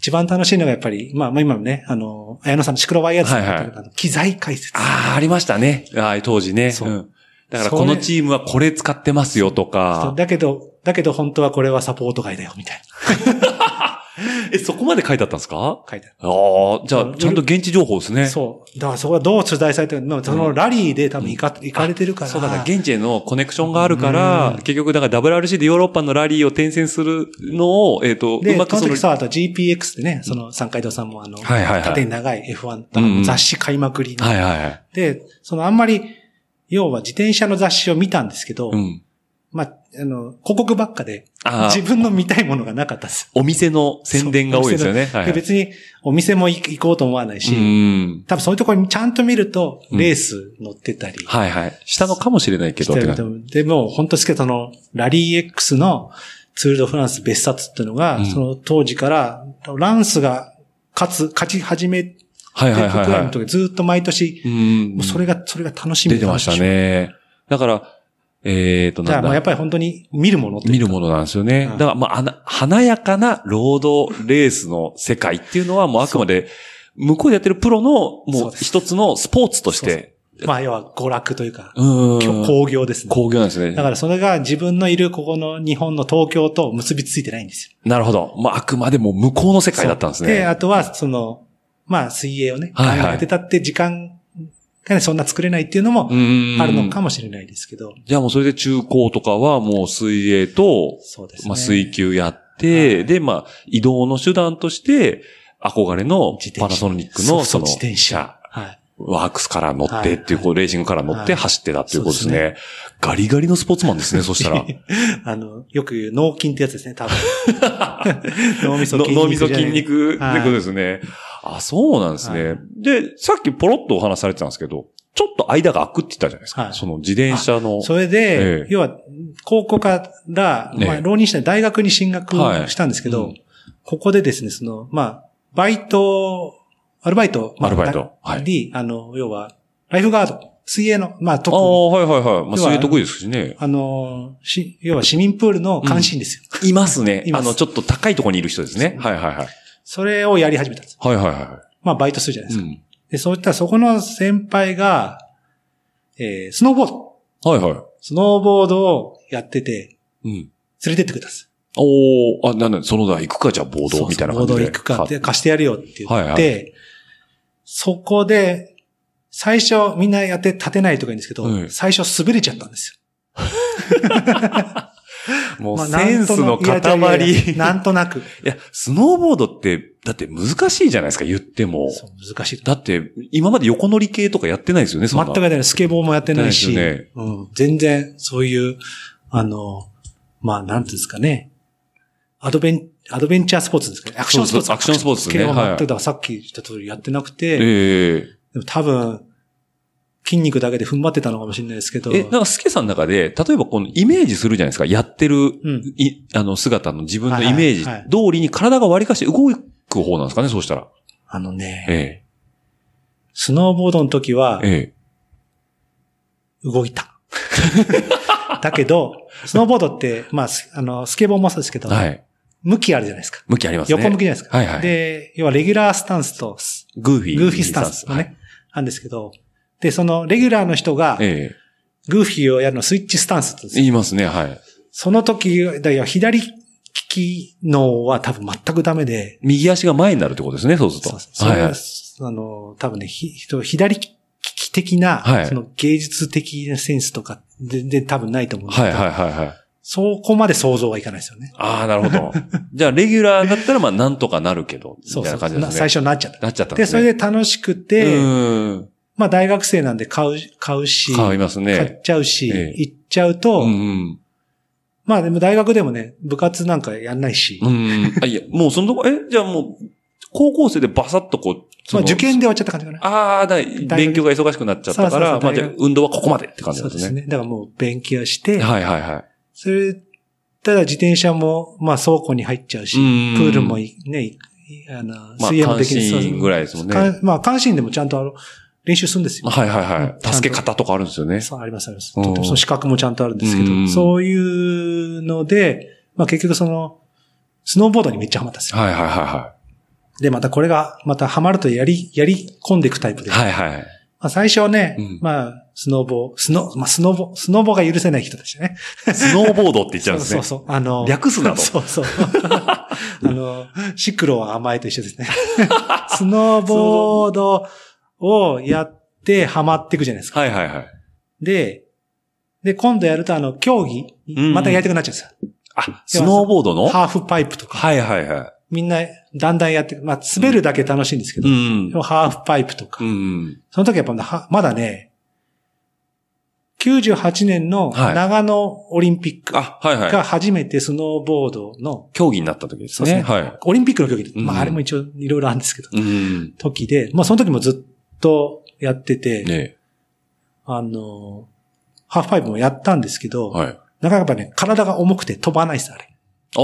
[SPEAKER 2] 一番楽しいのがやっぱり、まあまあ今もね、あの、綾野さんのシクロワイヤーズの
[SPEAKER 1] はいはい
[SPEAKER 2] あの機材解説。
[SPEAKER 1] ああ、ありましたね。あー当時ね。
[SPEAKER 2] そう
[SPEAKER 1] うんだからこのチームはこれ使ってますよとか。
[SPEAKER 2] だけど、だけど本当はこれはサポート外だよ、みたいな。
[SPEAKER 1] え、そこまで書いてあったんですか
[SPEAKER 2] 書いてある。
[SPEAKER 1] ああ、じゃあ、ちゃんと現地情報ですね。
[SPEAKER 2] そう。だからそこはどう取材されてるのそのラリーで多分行か、行かれてるから。
[SPEAKER 1] そうだから、現地へのコネクションがあるから
[SPEAKER 2] うん、
[SPEAKER 1] 結局、だから WRC でヨーロッパのラリーを転戦するのを、えっ、と、う
[SPEAKER 2] で、
[SPEAKER 1] ま
[SPEAKER 2] こ
[SPEAKER 1] く
[SPEAKER 2] の
[SPEAKER 1] その
[SPEAKER 2] 時、さ、あと GPX でね、その三階堂さんもあの、
[SPEAKER 1] はいはいはい
[SPEAKER 2] 縦に長い F1 と
[SPEAKER 1] うんうん
[SPEAKER 2] 雑誌買いまくりの、
[SPEAKER 1] はいはいはい。
[SPEAKER 2] で、そのあんまり、要は自転車の雑誌を見たんですけど、
[SPEAKER 1] うん。
[SPEAKER 2] まあ、あの、広告ばっかで、
[SPEAKER 1] ああ
[SPEAKER 2] 自、分の見たいものがなかったです。
[SPEAKER 1] お店の宣伝が多いですよね。はい、は
[SPEAKER 2] で
[SPEAKER 1] い。
[SPEAKER 2] 別にお店も行行こうと思わないし、
[SPEAKER 1] うん。
[SPEAKER 2] 多分そういうところにちゃんと見ると、
[SPEAKER 1] うん
[SPEAKER 2] レース乗ってたり、
[SPEAKER 1] はいはい。したのかもしれないけど
[SPEAKER 2] し
[SPEAKER 1] ってて感
[SPEAKER 2] ると
[SPEAKER 1] じ。
[SPEAKER 2] 思うでも、本当ですけど、その、ラリー X のツールドフランス別冊っていうのが、
[SPEAKER 1] うん
[SPEAKER 2] その当時から、ランスが勝つ、勝ち始めてる
[SPEAKER 1] はい
[SPEAKER 2] く
[SPEAKER 1] はいはい、
[SPEAKER 2] らいの
[SPEAKER 1] は
[SPEAKER 2] 時、ずっと毎年、
[SPEAKER 1] い。うん
[SPEAKER 2] もうそれが、それが楽しみ
[SPEAKER 1] 出て
[SPEAKER 2] で
[SPEAKER 1] ました。ね。だから、えっ、と、
[SPEAKER 2] じゃ
[SPEAKER 1] な
[SPEAKER 2] あ、
[SPEAKER 1] ん
[SPEAKER 2] まあやっ
[SPEAKER 1] だ。
[SPEAKER 2] ぱり本当に見るものというか
[SPEAKER 1] 見るものなんですよね。
[SPEAKER 2] うん
[SPEAKER 1] だから、まああな、華やかなロードレースの世界っていうのは、もうあくまで、向こうでやってるプロの、
[SPEAKER 2] そ
[SPEAKER 1] も
[SPEAKER 2] う
[SPEAKER 1] う
[SPEAKER 2] です
[SPEAKER 1] 一つのスポーツとして。
[SPEAKER 2] まあ、要は娯楽というか、
[SPEAKER 1] う
[SPEAKER 2] きょ
[SPEAKER 1] ん。
[SPEAKER 2] 興行ですね。
[SPEAKER 1] 工業なんですね。
[SPEAKER 2] だからそれが自分のいるここの日本の東京と結びついてないんですよ。
[SPEAKER 1] なるほど。まあ、あくまでも向こうの世界だったんです
[SPEAKER 2] で、
[SPEAKER 1] ね。
[SPEAKER 2] あとはその、まあ水泳をね、考
[SPEAKER 1] はいはい
[SPEAKER 2] えてたって時間がね、そんな作れないっていうのも
[SPEAKER 1] うん
[SPEAKER 2] あるのかもしれないですけど。
[SPEAKER 1] じゃあもうそれで中高とかはもう水泳と、
[SPEAKER 2] そうですね。
[SPEAKER 1] まあ、水球やっ
[SPEAKER 2] はい
[SPEAKER 1] て、で、まあ、移動の手段として、憧れの
[SPEAKER 2] 自転車
[SPEAKER 1] パナソニックの
[SPEAKER 2] そ
[SPEAKER 1] そう
[SPEAKER 2] そう
[SPEAKER 1] の
[SPEAKER 2] 自転車。はい。
[SPEAKER 1] ワークスから乗っ
[SPEAKER 2] はい
[SPEAKER 1] てっていう、こう、レーシングから乗って
[SPEAKER 2] はい
[SPEAKER 1] 走ってたっていうことです
[SPEAKER 2] そう
[SPEAKER 1] ね。ガリガリのスポーツマンですね、そ したら。
[SPEAKER 2] あの、よく言う脳筋ってやつですね、多分。脳みそ
[SPEAKER 1] の
[SPEAKER 2] 筋肉じゃない。
[SPEAKER 1] 脳みそ筋肉って
[SPEAKER 2] はい
[SPEAKER 1] ことですね。あ、そうなんです
[SPEAKER 2] は
[SPEAKER 1] ね。で、さっきポロッとお話しされてたんですけど、ちょっと間が空くって言ったじゃないです
[SPEAKER 2] は
[SPEAKER 1] か。
[SPEAKER 2] い
[SPEAKER 1] その自転車の。
[SPEAKER 2] それで
[SPEAKER 1] ええ、
[SPEAKER 2] 要は、高校から、
[SPEAKER 1] ね
[SPEAKER 2] まあ、浪人して大学に進学
[SPEAKER 1] はい
[SPEAKER 2] したんですけど、
[SPEAKER 1] うん
[SPEAKER 2] ここでですね、その、まあ、バイト、アルバイト、ま
[SPEAKER 1] ア
[SPEAKER 2] あ
[SPEAKER 1] ルバイト
[SPEAKER 2] だ
[SPEAKER 1] はい
[SPEAKER 2] に、あの、要は、ライフガード、水泳の、まあ、特
[SPEAKER 1] あ
[SPEAKER 2] に、
[SPEAKER 1] あ、はいはいはい。まあ、
[SPEAKER 2] 要は
[SPEAKER 1] 水泳得意ですしね。
[SPEAKER 2] あの、し、要は市民プールの監視員ですよ。
[SPEAKER 1] いますね
[SPEAKER 2] いま
[SPEAKER 1] あ
[SPEAKER 2] す
[SPEAKER 1] の、ちょっと高いところにいる人ですね。はいはいはい。
[SPEAKER 2] それをやり始めたんです。
[SPEAKER 1] はいはいは
[SPEAKER 2] まあ、バイトするじゃない
[SPEAKER 1] い。
[SPEAKER 2] です
[SPEAKER 1] う
[SPEAKER 2] か。
[SPEAKER 1] ん。
[SPEAKER 2] で、そういったらそこの先輩が、えースノーボード、
[SPEAKER 1] はいは
[SPEAKER 2] スノーボードをやってて、
[SPEAKER 1] い。うん。
[SPEAKER 2] 連れてってください。
[SPEAKER 1] おーあ、なんだ、そのだ、行くか、じゃあ、ボー
[SPEAKER 2] そうそ
[SPEAKER 1] ド
[SPEAKER 2] う
[SPEAKER 1] みたいな感じで。
[SPEAKER 2] ボード行くかって、貸してやるよって言って、
[SPEAKER 1] はいはい
[SPEAKER 2] そこで、最初みんなやって立てないとか言うんですけど、
[SPEAKER 1] はい
[SPEAKER 2] 最初滑れちゃったんです
[SPEAKER 1] も
[SPEAKER 2] よ。
[SPEAKER 1] う、
[SPEAKER 2] まあ
[SPEAKER 1] センスの塊。
[SPEAKER 2] なんとなくいやいやい や
[SPEAKER 1] い
[SPEAKER 2] なんとなく。
[SPEAKER 1] や、スノーボードって、だって難しいじゃないですか、言っても。
[SPEAKER 2] そう、難しい。
[SPEAKER 1] だって、今まで横乗り系とかやってないですよね、そん
[SPEAKER 2] 全
[SPEAKER 1] な
[SPEAKER 2] くやってない。スケボーもやってない
[SPEAKER 1] や
[SPEAKER 2] し、
[SPEAKER 1] ってないです
[SPEAKER 2] うん、全然そういう、あの、まあ、なんていうんですかね。アドベン、アドベンチャースポーツですかね。アクションスポーツ。
[SPEAKER 1] そうそうアクションスポーツね
[SPEAKER 2] 系は全
[SPEAKER 1] は
[SPEAKER 2] く
[SPEAKER 1] い
[SPEAKER 2] だ、さっき言った通りやってなくて、
[SPEAKER 1] ええ
[SPEAKER 2] でも多分、筋肉だけで踏ん張ってたのかもしれないですけど。
[SPEAKER 1] え、なんか、スケさんの中で、例えばこのイメージするじゃないですか、やってる、
[SPEAKER 2] ん
[SPEAKER 1] いあの、姿の自分のイメージ
[SPEAKER 2] はいはい
[SPEAKER 1] 通りに体が割りかして動く方なんですかね、そうしたら。
[SPEAKER 2] あのね、
[SPEAKER 1] え
[SPEAKER 2] スノーボードの時は
[SPEAKER 1] え。え
[SPEAKER 2] 動いた。 だけど、スノーボードって、まあ、スあの、スケボーもそうですけ
[SPEAKER 1] え。
[SPEAKER 2] ど、
[SPEAKER 1] はい。
[SPEAKER 2] 向きあるじゃないですか。
[SPEAKER 1] 向きありますね。
[SPEAKER 2] 横向きじゃないですか。
[SPEAKER 1] はいはい
[SPEAKER 2] で、要はレギュラースタンスとス
[SPEAKER 1] グーフィー。
[SPEAKER 2] グーフィースタンスのね、なんですけど、で、そのレギュラーの人が
[SPEAKER 1] はい。、ええ。
[SPEAKER 2] グーフィーをやるのスイッチスタンスって言うんですよ
[SPEAKER 1] 言いますね、はい。
[SPEAKER 2] その時、だから左利きのは多分全くダメで、
[SPEAKER 1] 右足が前になるってことですね、そうする
[SPEAKER 2] そう
[SPEAKER 1] と。
[SPEAKER 2] そうそれ
[SPEAKER 1] はい
[SPEAKER 2] は、
[SPEAKER 1] はい。
[SPEAKER 2] あの、多分ね、ひ人左利き的な、
[SPEAKER 1] はい
[SPEAKER 2] その芸術的なセンスとか、全然多分ないと思うんですけ
[SPEAKER 1] は
[SPEAKER 2] ど、
[SPEAKER 1] いはい はいはい。
[SPEAKER 2] そこまで想像はいかないですよね。
[SPEAKER 1] ああ、なるほ ど。じゃあ、レギュラーだったら、まあ、なんとかなるけど、み
[SPEAKER 2] そう
[SPEAKER 1] たい
[SPEAKER 2] そ
[SPEAKER 1] な
[SPEAKER 2] う
[SPEAKER 1] 感じなん
[SPEAKER 2] な
[SPEAKER 1] ですね。
[SPEAKER 2] 最初になっちゃった。
[SPEAKER 1] なっちゃったん
[SPEAKER 2] で、
[SPEAKER 1] です
[SPEAKER 2] そ
[SPEAKER 1] ね。
[SPEAKER 2] れで楽しく
[SPEAKER 1] う
[SPEAKER 2] て、
[SPEAKER 1] ーん。
[SPEAKER 2] まあ大学生なんで買う、買うし、
[SPEAKER 1] 変わります
[SPEAKER 2] 買
[SPEAKER 1] ね。
[SPEAKER 2] っちゃうし、
[SPEAKER 1] ええ
[SPEAKER 2] 行っちゃうと、
[SPEAKER 1] うん
[SPEAKER 2] まあでも大学でもね、部活なんかやんないし、
[SPEAKER 1] うん。うん。あ、いや、もうそのとこ、え、じゃあもう、高校生でバサッとこう、そ
[SPEAKER 2] まあ
[SPEAKER 1] の
[SPEAKER 2] 受験で終わっちゃった感じかな。
[SPEAKER 1] ああ、だから勉強が忙しくなっちゃったか
[SPEAKER 2] そ
[SPEAKER 1] ら、ま
[SPEAKER 2] うそうそう
[SPEAKER 1] あじゃあ
[SPEAKER 2] 大学
[SPEAKER 1] 運動はここまでって感じ
[SPEAKER 2] そ
[SPEAKER 1] な
[SPEAKER 2] うん
[SPEAKER 1] で
[SPEAKER 2] です
[SPEAKER 1] すね。
[SPEAKER 2] ね。だからもう勉強して、
[SPEAKER 1] はいはいはい。
[SPEAKER 2] それ、ただ自転車も、まあ倉庫に入っちゃうし、
[SPEAKER 1] うん
[SPEAKER 2] プールもいね、いいあの、
[SPEAKER 1] まあ、
[SPEAKER 2] 水泳もできる
[SPEAKER 1] 単身ぐらいですもんね。
[SPEAKER 2] かんまあ、関心でもちゃんとあの、練習するんですよ。
[SPEAKER 1] はいはいは
[SPEAKER 2] うんちゃ
[SPEAKER 1] い。
[SPEAKER 2] んと
[SPEAKER 1] 助け方とかあるんですよね。
[SPEAKER 2] そう、ありますあります。
[SPEAKER 1] うん
[SPEAKER 2] とてもその資格もちゃんとあるんですけ
[SPEAKER 1] うん
[SPEAKER 2] ど、そういうので、まあ結局その、スノーボードにめっちゃハマったんですよ。
[SPEAKER 1] はいはいは
[SPEAKER 2] で、またこれが、またハマるとやり、やり込んでいくタイプ
[SPEAKER 1] い
[SPEAKER 2] で。
[SPEAKER 1] はい。はいはい。
[SPEAKER 2] まあ最初はね、
[SPEAKER 1] うん
[SPEAKER 2] まあ、スノーボー、スノ、まあスノボ、スノボが許せない人でしたね。
[SPEAKER 1] スノーボードって言っちゃうんです
[SPEAKER 2] そう
[SPEAKER 1] ね。
[SPEAKER 2] そうそう。あの、
[SPEAKER 1] 略すなと
[SPEAKER 2] そ うそう。あの、シクロは甘えと一緒で すね。スノーボードをやってハマっていくじゃないですか。
[SPEAKER 1] はいはいはい。
[SPEAKER 2] で、で、今度やるとあの、競技
[SPEAKER 1] んうん、
[SPEAKER 2] またやりたくなっちゃうんですよ。
[SPEAKER 1] あ、スノーボードのは
[SPEAKER 2] ハーフパイプとか、
[SPEAKER 1] いはいは
[SPEAKER 2] みんなだんだんやって、まあ、滑るだけ楽しいんですけ
[SPEAKER 1] い。う
[SPEAKER 2] ど、
[SPEAKER 1] ん
[SPEAKER 2] で。もハーフパイプとか、
[SPEAKER 1] うん。
[SPEAKER 2] その時やっぱまだはまだね、98年の
[SPEAKER 1] はい
[SPEAKER 2] 長野オリンピック
[SPEAKER 1] あ、はいはい。
[SPEAKER 2] が初めてスノーボードの、
[SPEAKER 1] 競技になった時です
[SPEAKER 2] そう
[SPEAKER 1] ね。
[SPEAKER 2] です
[SPEAKER 1] はい。
[SPEAKER 2] オリンピックの競技、
[SPEAKER 1] うん
[SPEAKER 2] まああれも一応いろいろあるんですけど、
[SPEAKER 1] うん。
[SPEAKER 2] 時で、まあその時もずっとやってて、
[SPEAKER 1] ね
[SPEAKER 2] あの、ハーフパイプもやったんですけど、
[SPEAKER 1] はい。
[SPEAKER 2] なかなかやっぱね、体が重くて飛ばないです、あれ。
[SPEAKER 1] あ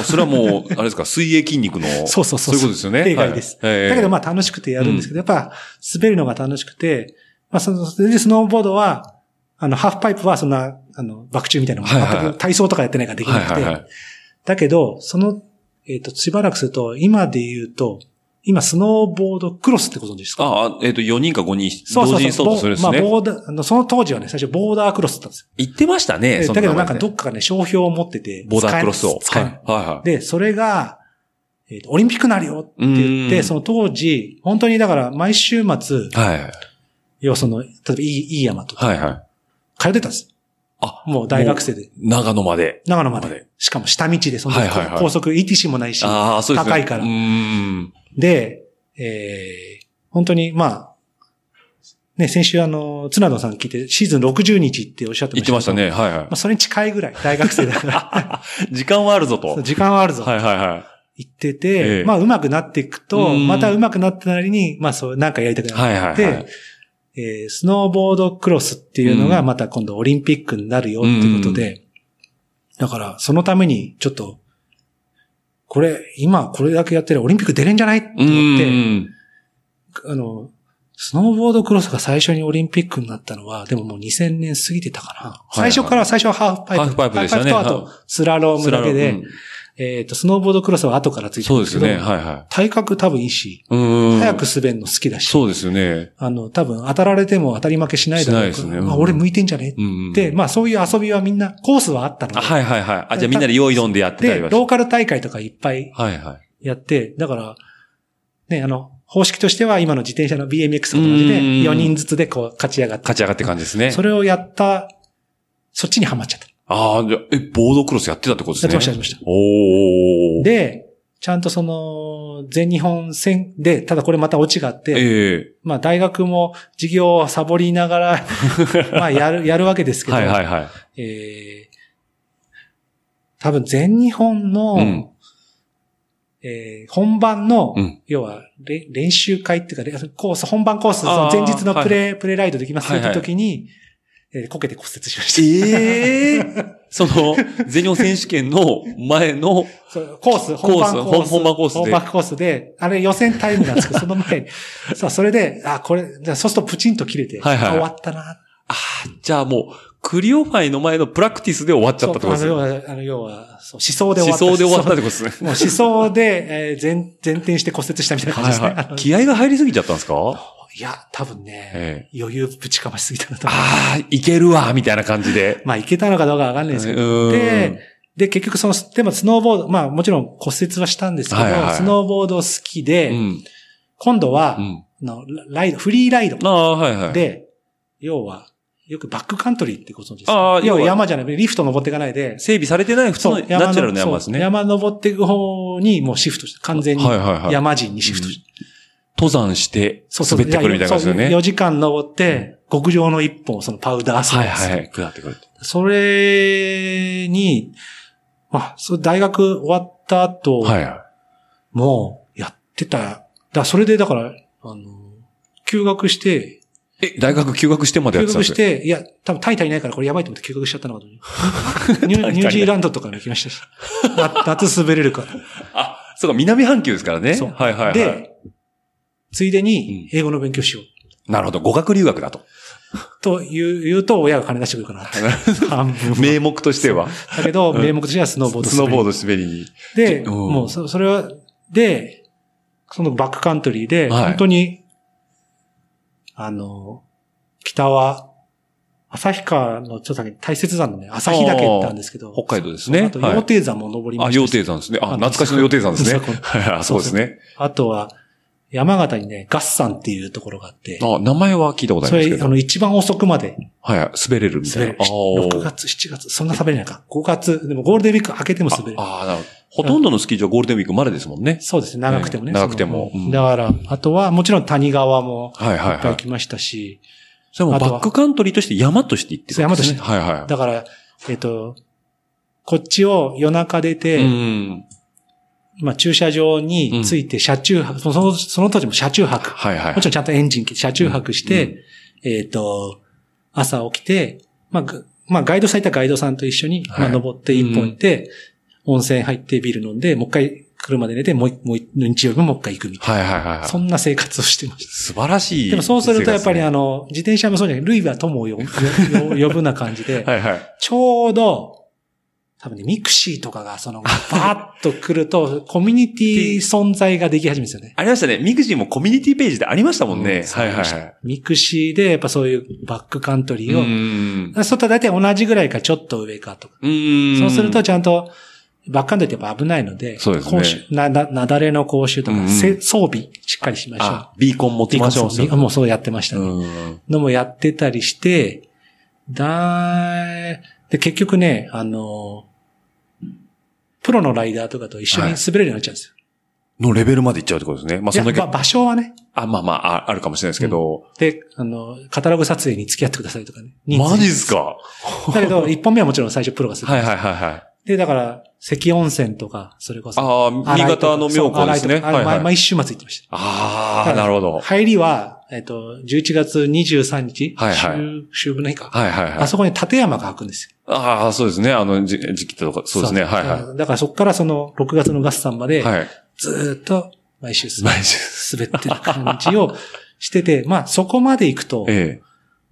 [SPEAKER 1] あ、それはもう、あれ ですか、水泳筋肉の。
[SPEAKER 2] そうそうそ
[SPEAKER 1] そう
[SPEAKER 2] う
[SPEAKER 1] いうことですよね。
[SPEAKER 2] 例外です
[SPEAKER 1] はい。
[SPEAKER 2] だけど
[SPEAKER 1] ま
[SPEAKER 2] まあ楽しくてやるんですけど、やっぱ滑るのが楽しくて、まあその、それでスノーボードは、あの、ハーフパイプはそんな、あの、爆中みたいなのも
[SPEAKER 1] はいはい
[SPEAKER 2] 全く体操とかやってないからできなくて、
[SPEAKER 1] はいはいはい。
[SPEAKER 2] だけど、その、えっ、と、しばらくすると、今で言うと、今スノーボードクロスってご存知ですか
[SPEAKER 1] ああ、えっと、4人か5人、同時にスタートするんです
[SPEAKER 2] ボ
[SPEAKER 1] ね。
[SPEAKER 2] まあ、ボーダーあの、その当時はね、最初ボーダークロスだったんですよ
[SPEAKER 1] 言ってましたね、
[SPEAKER 2] え
[SPEAKER 1] そ
[SPEAKER 2] ー。
[SPEAKER 1] の
[SPEAKER 2] だけ
[SPEAKER 1] 名
[SPEAKER 2] ど
[SPEAKER 1] 前
[SPEAKER 2] なんか
[SPEAKER 1] ね
[SPEAKER 2] どっかがね、商標を持ってて。
[SPEAKER 1] ボーダークロスを。
[SPEAKER 2] 使え
[SPEAKER 1] は
[SPEAKER 2] ないい使えない
[SPEAKER 1] はいはい。
[SPEAKER 2] で、それが、えっ、と、オリンピックなるよって言っ
[SPEAKER 1] うん
[SPEAKER 2] て、その当時、本当にだから毎週末、
[SPEAKER 1] はいはい。
[SPEAKER 2] 要はその、例えばいい、いい山とか、
[SPEAKER 1] はいはい。
[SPEAKER 2] 通ってたんです。
[SPEAKER 1] あ、
[SPEAKER 2] もう大学生で。
[SPEAKER 1] 長野まで。
[SPEAKER 2] 長野ま
[SPEAKER 1] ま
[SPEAKER 2] で
[SPEAKER 1] で。
[SPEAKER 2] しかも下道で、その、
[SPEAKER 1] はいはいはい
[SPEAKER 2] 高速 ETC もないし。
[SPEAKER 1] ああ、そうですね。
[SPEAKER 2] 高いから
[SPEAKER 1] うーん。
[SPEAKER 2] で、えー、本当に、まあ、ね、先週あの、綱野さん聞いて、シーズン60日っておっしゃって
[SPEAKER 1] 言
[SPEAKER 2] ま
[SPEAKER 1] っ
[SPEAKER 2] し。
[SPEAKER 1] たてました。ね。はいは
[SPEAKER 2] まあ、それに近いぐらい、大学生 だから。
[SPEAKER 1] い。時間はあるぞと。
[SPEAKER 2] そう
[SPEAKER 1] はい
[SPEAKER 2] 時間はあるぞ。
[SPEAKER 1] はいはい。
[SPEAKER 2] 行って
[SPEAKER 1] え
[SPEAKER 2] て、
[SPEAKER 1] え
[SPEAKER 2] まあ、上手くなっていく
[SPEAKER 1] う
[SPEAKER 2] と、
[SPEAKER 1] ん
[SPEAKER 2] また上手くなったなりに、まあ、そう、なんかやりたくなって
[SPEAKER 1] はいはいはい。
[SPEAKER 2] えースノーボードクロスっていうのがまた今度オリンピックになるよっていうことで、だからそのためにちょっと、これ、今これだけやってるオリンピック出れんじゃないって
[SPEAKER 1] う
[SPEAKER 2] 思って、
[SPEAKER 1] ーん。
[SPEAKER 2] あの、スノーボードクロスが最初にオリンピックになったのは、でももう2000年過ぎてたかな。
[SPEAKER 1] いはい
[SPEAKER 2] 最初から、最初はハーフパイプ。
[SPEAKER 1] ハーフパイプでしたね
[SPEAKER 2] ハーフパイプとあと、スラロームだけで、えっと、スノーボードクロスは後からついて
[SPEAKER 1] そう
[SPEAKER 2] るん
[SPEAKER 1] ですよ
[SPEAKER 2] けど
[SPEAKER 1] ね。はいは
[SPEAKER 2] 体格多分いいし、
[SPEAKER 1] い。うーん。
[SPEAKER 2] 早く。滑るの好きだし、
[SPEAKER 1] そうですよね。
[SPEAKER 2] あの、多分当たられても当たり負けしないだろうから
[SPEAKER 1] しないですねうん
[SPEAKER 2] まあ、俺向いてんじゃね
[SPEAKER 1] うんうん。
[SPEAKER 2] で、まあそういう遊びはみんな、コースはあったので。
[SPEAKER 1] あ、はいはいはい。あ、じゃあみんなで用意どんでやってたり
[SPEAKER 2] で、
[SPEAKER 1] は
[SPEAKER 2] ロー
[SPEAKER 1] し
[SPEAKER 2] カル大会とかいっぱい
[SPEAKER 1] はいはい。
[SPEAKER 2] やって、だから、ね、あの、方式としては今の自転車の BMX と同じで、
[SPEAKER 1] うん
[SPEAKER 2] 4人ずつでこう勝ち上がって。
[SPEAKER 1] 勝ち上がって感じですね。
[SPEAKER 2] それをやった、そっちにはまっちゃった。
[SPEAKER 1] ああ、じゃあ、え、ボードクロスやってたってことですね。
[SPEAKER 2] やってましたやってました。
[SPEAKER 1] おー。、
[SPEAKER 2] で、ちゃんとその、全日本戦で、ただこれまたオチがあって、
[SPEAKER 1] ええ
[SPEAKER 2] まあ大学も授業をサボりなが ら、まあやる、やるわけですけど、
[SPEAKER 1] はいはいはい。
[SPEAKER 2] えー、多分全日本の、
[SPEAKER 1] うん
[SPEAKER 2] えー本番の、
[SPEAKER 1] うん
[SPEAKER 2] 要はれ練習会っていうか、れコース、本番コース、そ
[SPEAKER 1] あ
[SPEAKER 2] の
[SPEAKER 1] ー
[SPEAKER 2] 前日のプレー、プレーライドできます
[SPEAKER 1] はいはい
[SPEAKER 2] と時に、えーこけて骨折しまし
[SPEAKER 1] ええ その、全日本選手権の前の、
[SPEAKER 2] た。そうコース、本番コース。
[SPEAKER 1] 本番コースで
[SPEAKER 2] 本番コースで、あれ予選タイムなんです けど、その前に。さあ、それで、あ、これ、じゃあそうするとプチンと切れて、
[SPEAKER 1] はいはい
[SPEAKER 2] あ終わったな。
[SPEAKER 1] ああ、じゃあもう、クリオファイの前のプラクティスで終わっちゃったってことです
[SPEAKER 2] そう
[SPEAKER 1] ね。
[SPEAKER 2] あの要は、あの要はそう思想で終
[SPEAKER 1] 思
[SPEAKER 2] わった。
[SPEAKER 1] 想で終 わったってことですね。
[SPEAKER 2] もう思想で、えー、前、前転して骨折したみたいな感じですね。
[SPEAKER 1] はい
[SPEAKER 2] あ
[SPEAKER 1] は
[SPEAKER 2] の
[SPEAKER 1] い。
[SPEAKER 2] い
[SPEAKER 1] 気合が入りすぎちゃったんですか
[SPEAKER 2] や、多分ね、
[SPEAKER 1] え
[SPEAKER 2] 余裕ぶちかましすぎたなと思う。
[SPEAKER 1] ああ、いけるわ、みたいな感じで。
[SPEAKER 2] まあ、いけたのかどうかわかんないですけど。
[SPEAKER 1] うん
[SPEAKER 2] で、で、結局その、でもスノーボード、まあもちろん骨折はしたんですけど、
[SPEAKER 1] はいはい
[SPEAKER 2] スノーボード好きで、
[SPEAKER 1] うん。
[SPEAKER 2] 今度は、
[SPEAKER 1] うん。
[SPEAKER 2] あのライド、フリーライド
[SPEAKER 1] ああ、はいはい。、
[SPEAKER 2] で、要は、よくバックカントリーってご存知ですか
[SPEAKER 1] ああ
[SPEAKER 2] 要
[SPEAKER 1] 要は
[SPEAKER 2] は山じゃない、リフト登っていかないで、
[SPEAKER 1] 整備されてない普通のナチュラルな山です
[SPEAKER 2] そう
[SPEAKER 1] ね。
[SPEAKER 2] 山登っていく方にもうシフトして、完全に
[SPEAKER 1] はいはいはい
[SPEAKER 2] 山人にシフトして。
[SPEAKER 1] 登山して、滑ってくるみたいな感じですよね。
[SPEAKER 2] 4時間登って、極上の一本、そのパウダースノ
[SPEAKER 1] は
[SPEAKER 2] ー
[SPEAKER 1] い
[SPEAKER 2] です
[SPEAKER 1] はいはい。下ってくる。
[SPEAKER 2] それに、まあ、そう大学終わった後、
[SPEAKER 1] はいはい。
[SPEAKER 2] もうやってた。だからそれでだから、あの、休学して、
[SPEAKER 1] え、大学休学してまでや
[SPEAKER 2] 休
[SPEAKER 1] ってたんです
[SPEAKER 2] 学し
[SPEAKER 1] か
[SPEAKER 2] て、いや、多分タイ足りないからこれやばいと思って休学しちゃっ たのかと思うニューニュージーランドとかに行きましたし。な夏滑 れるから。
[SPEAKER 1] あ、そうか、南半球ですからね。
[SPEAKER 2] そう
[SPEAKER 1] はいはいはい。、
[SPEAKER 2] で、ついでに英語の勉強しよう。
[SPEAKER 1] なるほど。語学留学 だと。
[SPEAKER 2] という、言うと親が金出してくる かなって。半分は。
[SPEAKER 1] 名目としては。
[SPEAKER 2] だけど、名目としてはスノーボード
[SPEAKER 1] スノーボード滑りに。
[SPEAKER 2] で、
[SPEAKER 1] うん
[SPEAKER 2] もうそ、それは、で、そのバックカントリーで、
[SPEAKER 1] はい
[SPEAKER 2] 本当に、あの、北は、旭川のちょっと先に大雪山のね、旭岳行ったんですけど、
[SPEAKER 1] 北海道ですね
[SPEAKER 2] あと、羊蹄山も登り
[SPEAKER 1] あ、
[SPEAKER 2] ました
[SPEAKER 1] 羊
[SPEAKER 2] し、
[SPEAKER 1] 蹄山ですね。あ、
[SPEAKER 2] あ
[SPEAKER 1] 懐かしの羊蹄山ですね。はいそうですね。
[SPEAKER 2] あとは、山形にね、ガッサンっていうところがあって、
[SPEAKER 1] あ、名前は聞いたことあ
[SPEAKER 2] そ
[SPEAKER 1] ります
[SPEAKER 2] れ、
[SPEAKER 1] け
[SPEAKER 2] あ
[SPEAKER 1] ど。
[SPEAKER 2] の、一番遅くまで
[SPEAKER 1] はい、滑れるみた
[SPEAKER 2] 滑
[SPEAKER 1] い
[SPEAKER 2] れ
[SPEAKER 1] な
[SPEAKER 2] る。。
[SPEAKER 1] あー
[SPEAKER 2] 6月、7月、そんな滑れないか。5月、でもゴールデンウィーク明けても滑れる。
[SPEAKER 1] ああ、なるほど。ほとんどのスキー場ゴールデンウィークまでですもんね。
[SPEAKER 2] そうですね、長くてもね。
[SPEAKER 1] ええ長くても
[SPEAKER 2] その
[SPEAKER 1] うん
[SPEAKER 2] だから、あとは、もちろん谷川も、
[SPEAKER 1] はいはいい
[SPEAKER 2] っぱ
[SPEAKER 1] はいい。
[SPEAKER 2] 来ましたし、
[SPEAKER 1] それも
[SPEAKER 2] あとは
[SPEAKER 1] バックカントリーとして山として行ってるんですね。
[SPEAKER 2] そう
[SPEAKER 1] はいは
[SPEAKER 2] だから、えっ、と、こっちを夜中出
[SPEAKER 1] い。
[SPEAKER 2] て、
[SPEAKER 1] うん。
[SPEAKER 2] まあ駐車場に着いて車中泊、その、その当時も車中泊。
[SPEAKER 1] はいはい。
[SPEAKER 2] もちろんちゃんとエンジン切って車中泊して、
[SPEAKER 1] うん
[SPEAKER 2] えっ、と、朝起きて、まあ、ぐまあガイドさんいたらガイドさんと一緒に、
[SPEAKER 1] はい
[SPEAKER 2] まあ登って一本行って、温泉入ってビール飲んで、もう一回車で寝て、もう一もう一日曜日ももう一回行くみたい
[SPEAKER 1] はいはいはいは
[SPEAKER 2] な。
[SPEAKER 1] い。
[SPEAKER 2] そんな生活をしてました。
[SPEAKER 1] 素晴らしい。
[SPEAKER 2] でもそうするとやっぱり
[SPEAKER 1] は
[SPEAKER 2] あの、自転車もそうじゃない、ルイは友を呼ぶよよ呼ぶな感じで、
[SPEAKER 1] い はい。
[SPEAKER 2] ちょうど、多分ね、ミクシーとかが、その、バーッと来ると、コミュニティ存在ができ始めるんですよね。
[SPEAKER 1] ありましたね。ミクジーもコミュニティページでありましたもんね。
[SPEAKER 2] そう
[SPEAKER 1] はいはい
[SPEAKER 2] そう
[SPEAKER 1] はい。
[SPEAKER 2] ミクシーで、やっぱそういうバックカントリ
[SPEAKER 1] う
[SPEAKER 2] ーを、
[SPEAKER 1] ん。
[SPEAKER 2] そういったら大体同じぐらいかちょっと上かとか。
[SPEAKER 1] うん。
[SPEAKER 2] そうすると、ちゃんと、バックカントリーってやっぱ危ないので、
[SPEAKER 1] そうですね
[SPEAKER 2] 講習な、な、なだれの講習と
[SPEAKER 1] うんう
[SPEAKER 2] か、
[SPEAKER 1] ん
[SPEAKER 2] せ装備、しっかりしましょう
[SPEAKER 1] あ、ビーコン持っ。て
[SPEAKER 2] ビ
[SPEAKER 1] ましょう。
[SPEAKER 2] ーコン装備もうそうやってましたね。
[SPEAKER 1] うん。
[SPEAKER 2] のもやってたりして、だーで、結局ね、あの、プロのライダーとかと一緒に滑れるようになっちゃうんですよ。
[SPEAKER 1] のレベルまで行っちゃうってことですね。まあ、その
[SPEAKER 2] いや
[SPEAKER 1] だ
[SPEAKER 2] ば
[SPEAKER 1] け、
[SPEAKER 2] 場所はね。
[SPEAKER 1] あ、まあまあ、ああるかもしれないですけど。
[SPEAKER 2] で、あの、カタログ撮影に付き合ってくださいとかね。
[SPEAKER 1] マジっ
[SPEAKER 2] 人
[SPEAKER 1] すか
[SPEAKER 2] 数だけど、一本目はもちろん最初プロがする。
[SPEAKER 1] はいはいはいはい。
[SPEAKER 2] で、だから、関温泉とか、それこそ。
[SPEAKER 1] ああ、新潟の妙高ですね。
[SPEAKER 2] そう新井とかあの
[SPEAKER 1] はいはい
[SPEAKER 2] 毎毎週末行ってました。
[SPEAKER 1] ああ、なるほど。
[SPEAKER 2] 入りは、えっと、11月23日。
[SPEAKER 1] はいはい
[SPEAKER 2] 週、週分の日か。
[SPEAKER 1] はいはいは
[SPEAKER 2] あ
[SPEAKER 1] い。
[SPEAKER 2] そこに立山が開くんですよ。
[SPEAKER 1] ああ、そうですね。あの、じ時期とか、そうですね。はいは
[SPEAKER 2] だからそこからその6月のガスさんま
[SPEAKER 1] い。
[SPEAKER 2] で、
[SPEAKER 1] はい。
[SPEAKER 2] ずーっと毎週滑
[SPEAKER 1] 毎週。
[SPEAKER 2] 滑ってる感じをしてて、 まあそこまで行くと、
[SPEAKER 1] ええ。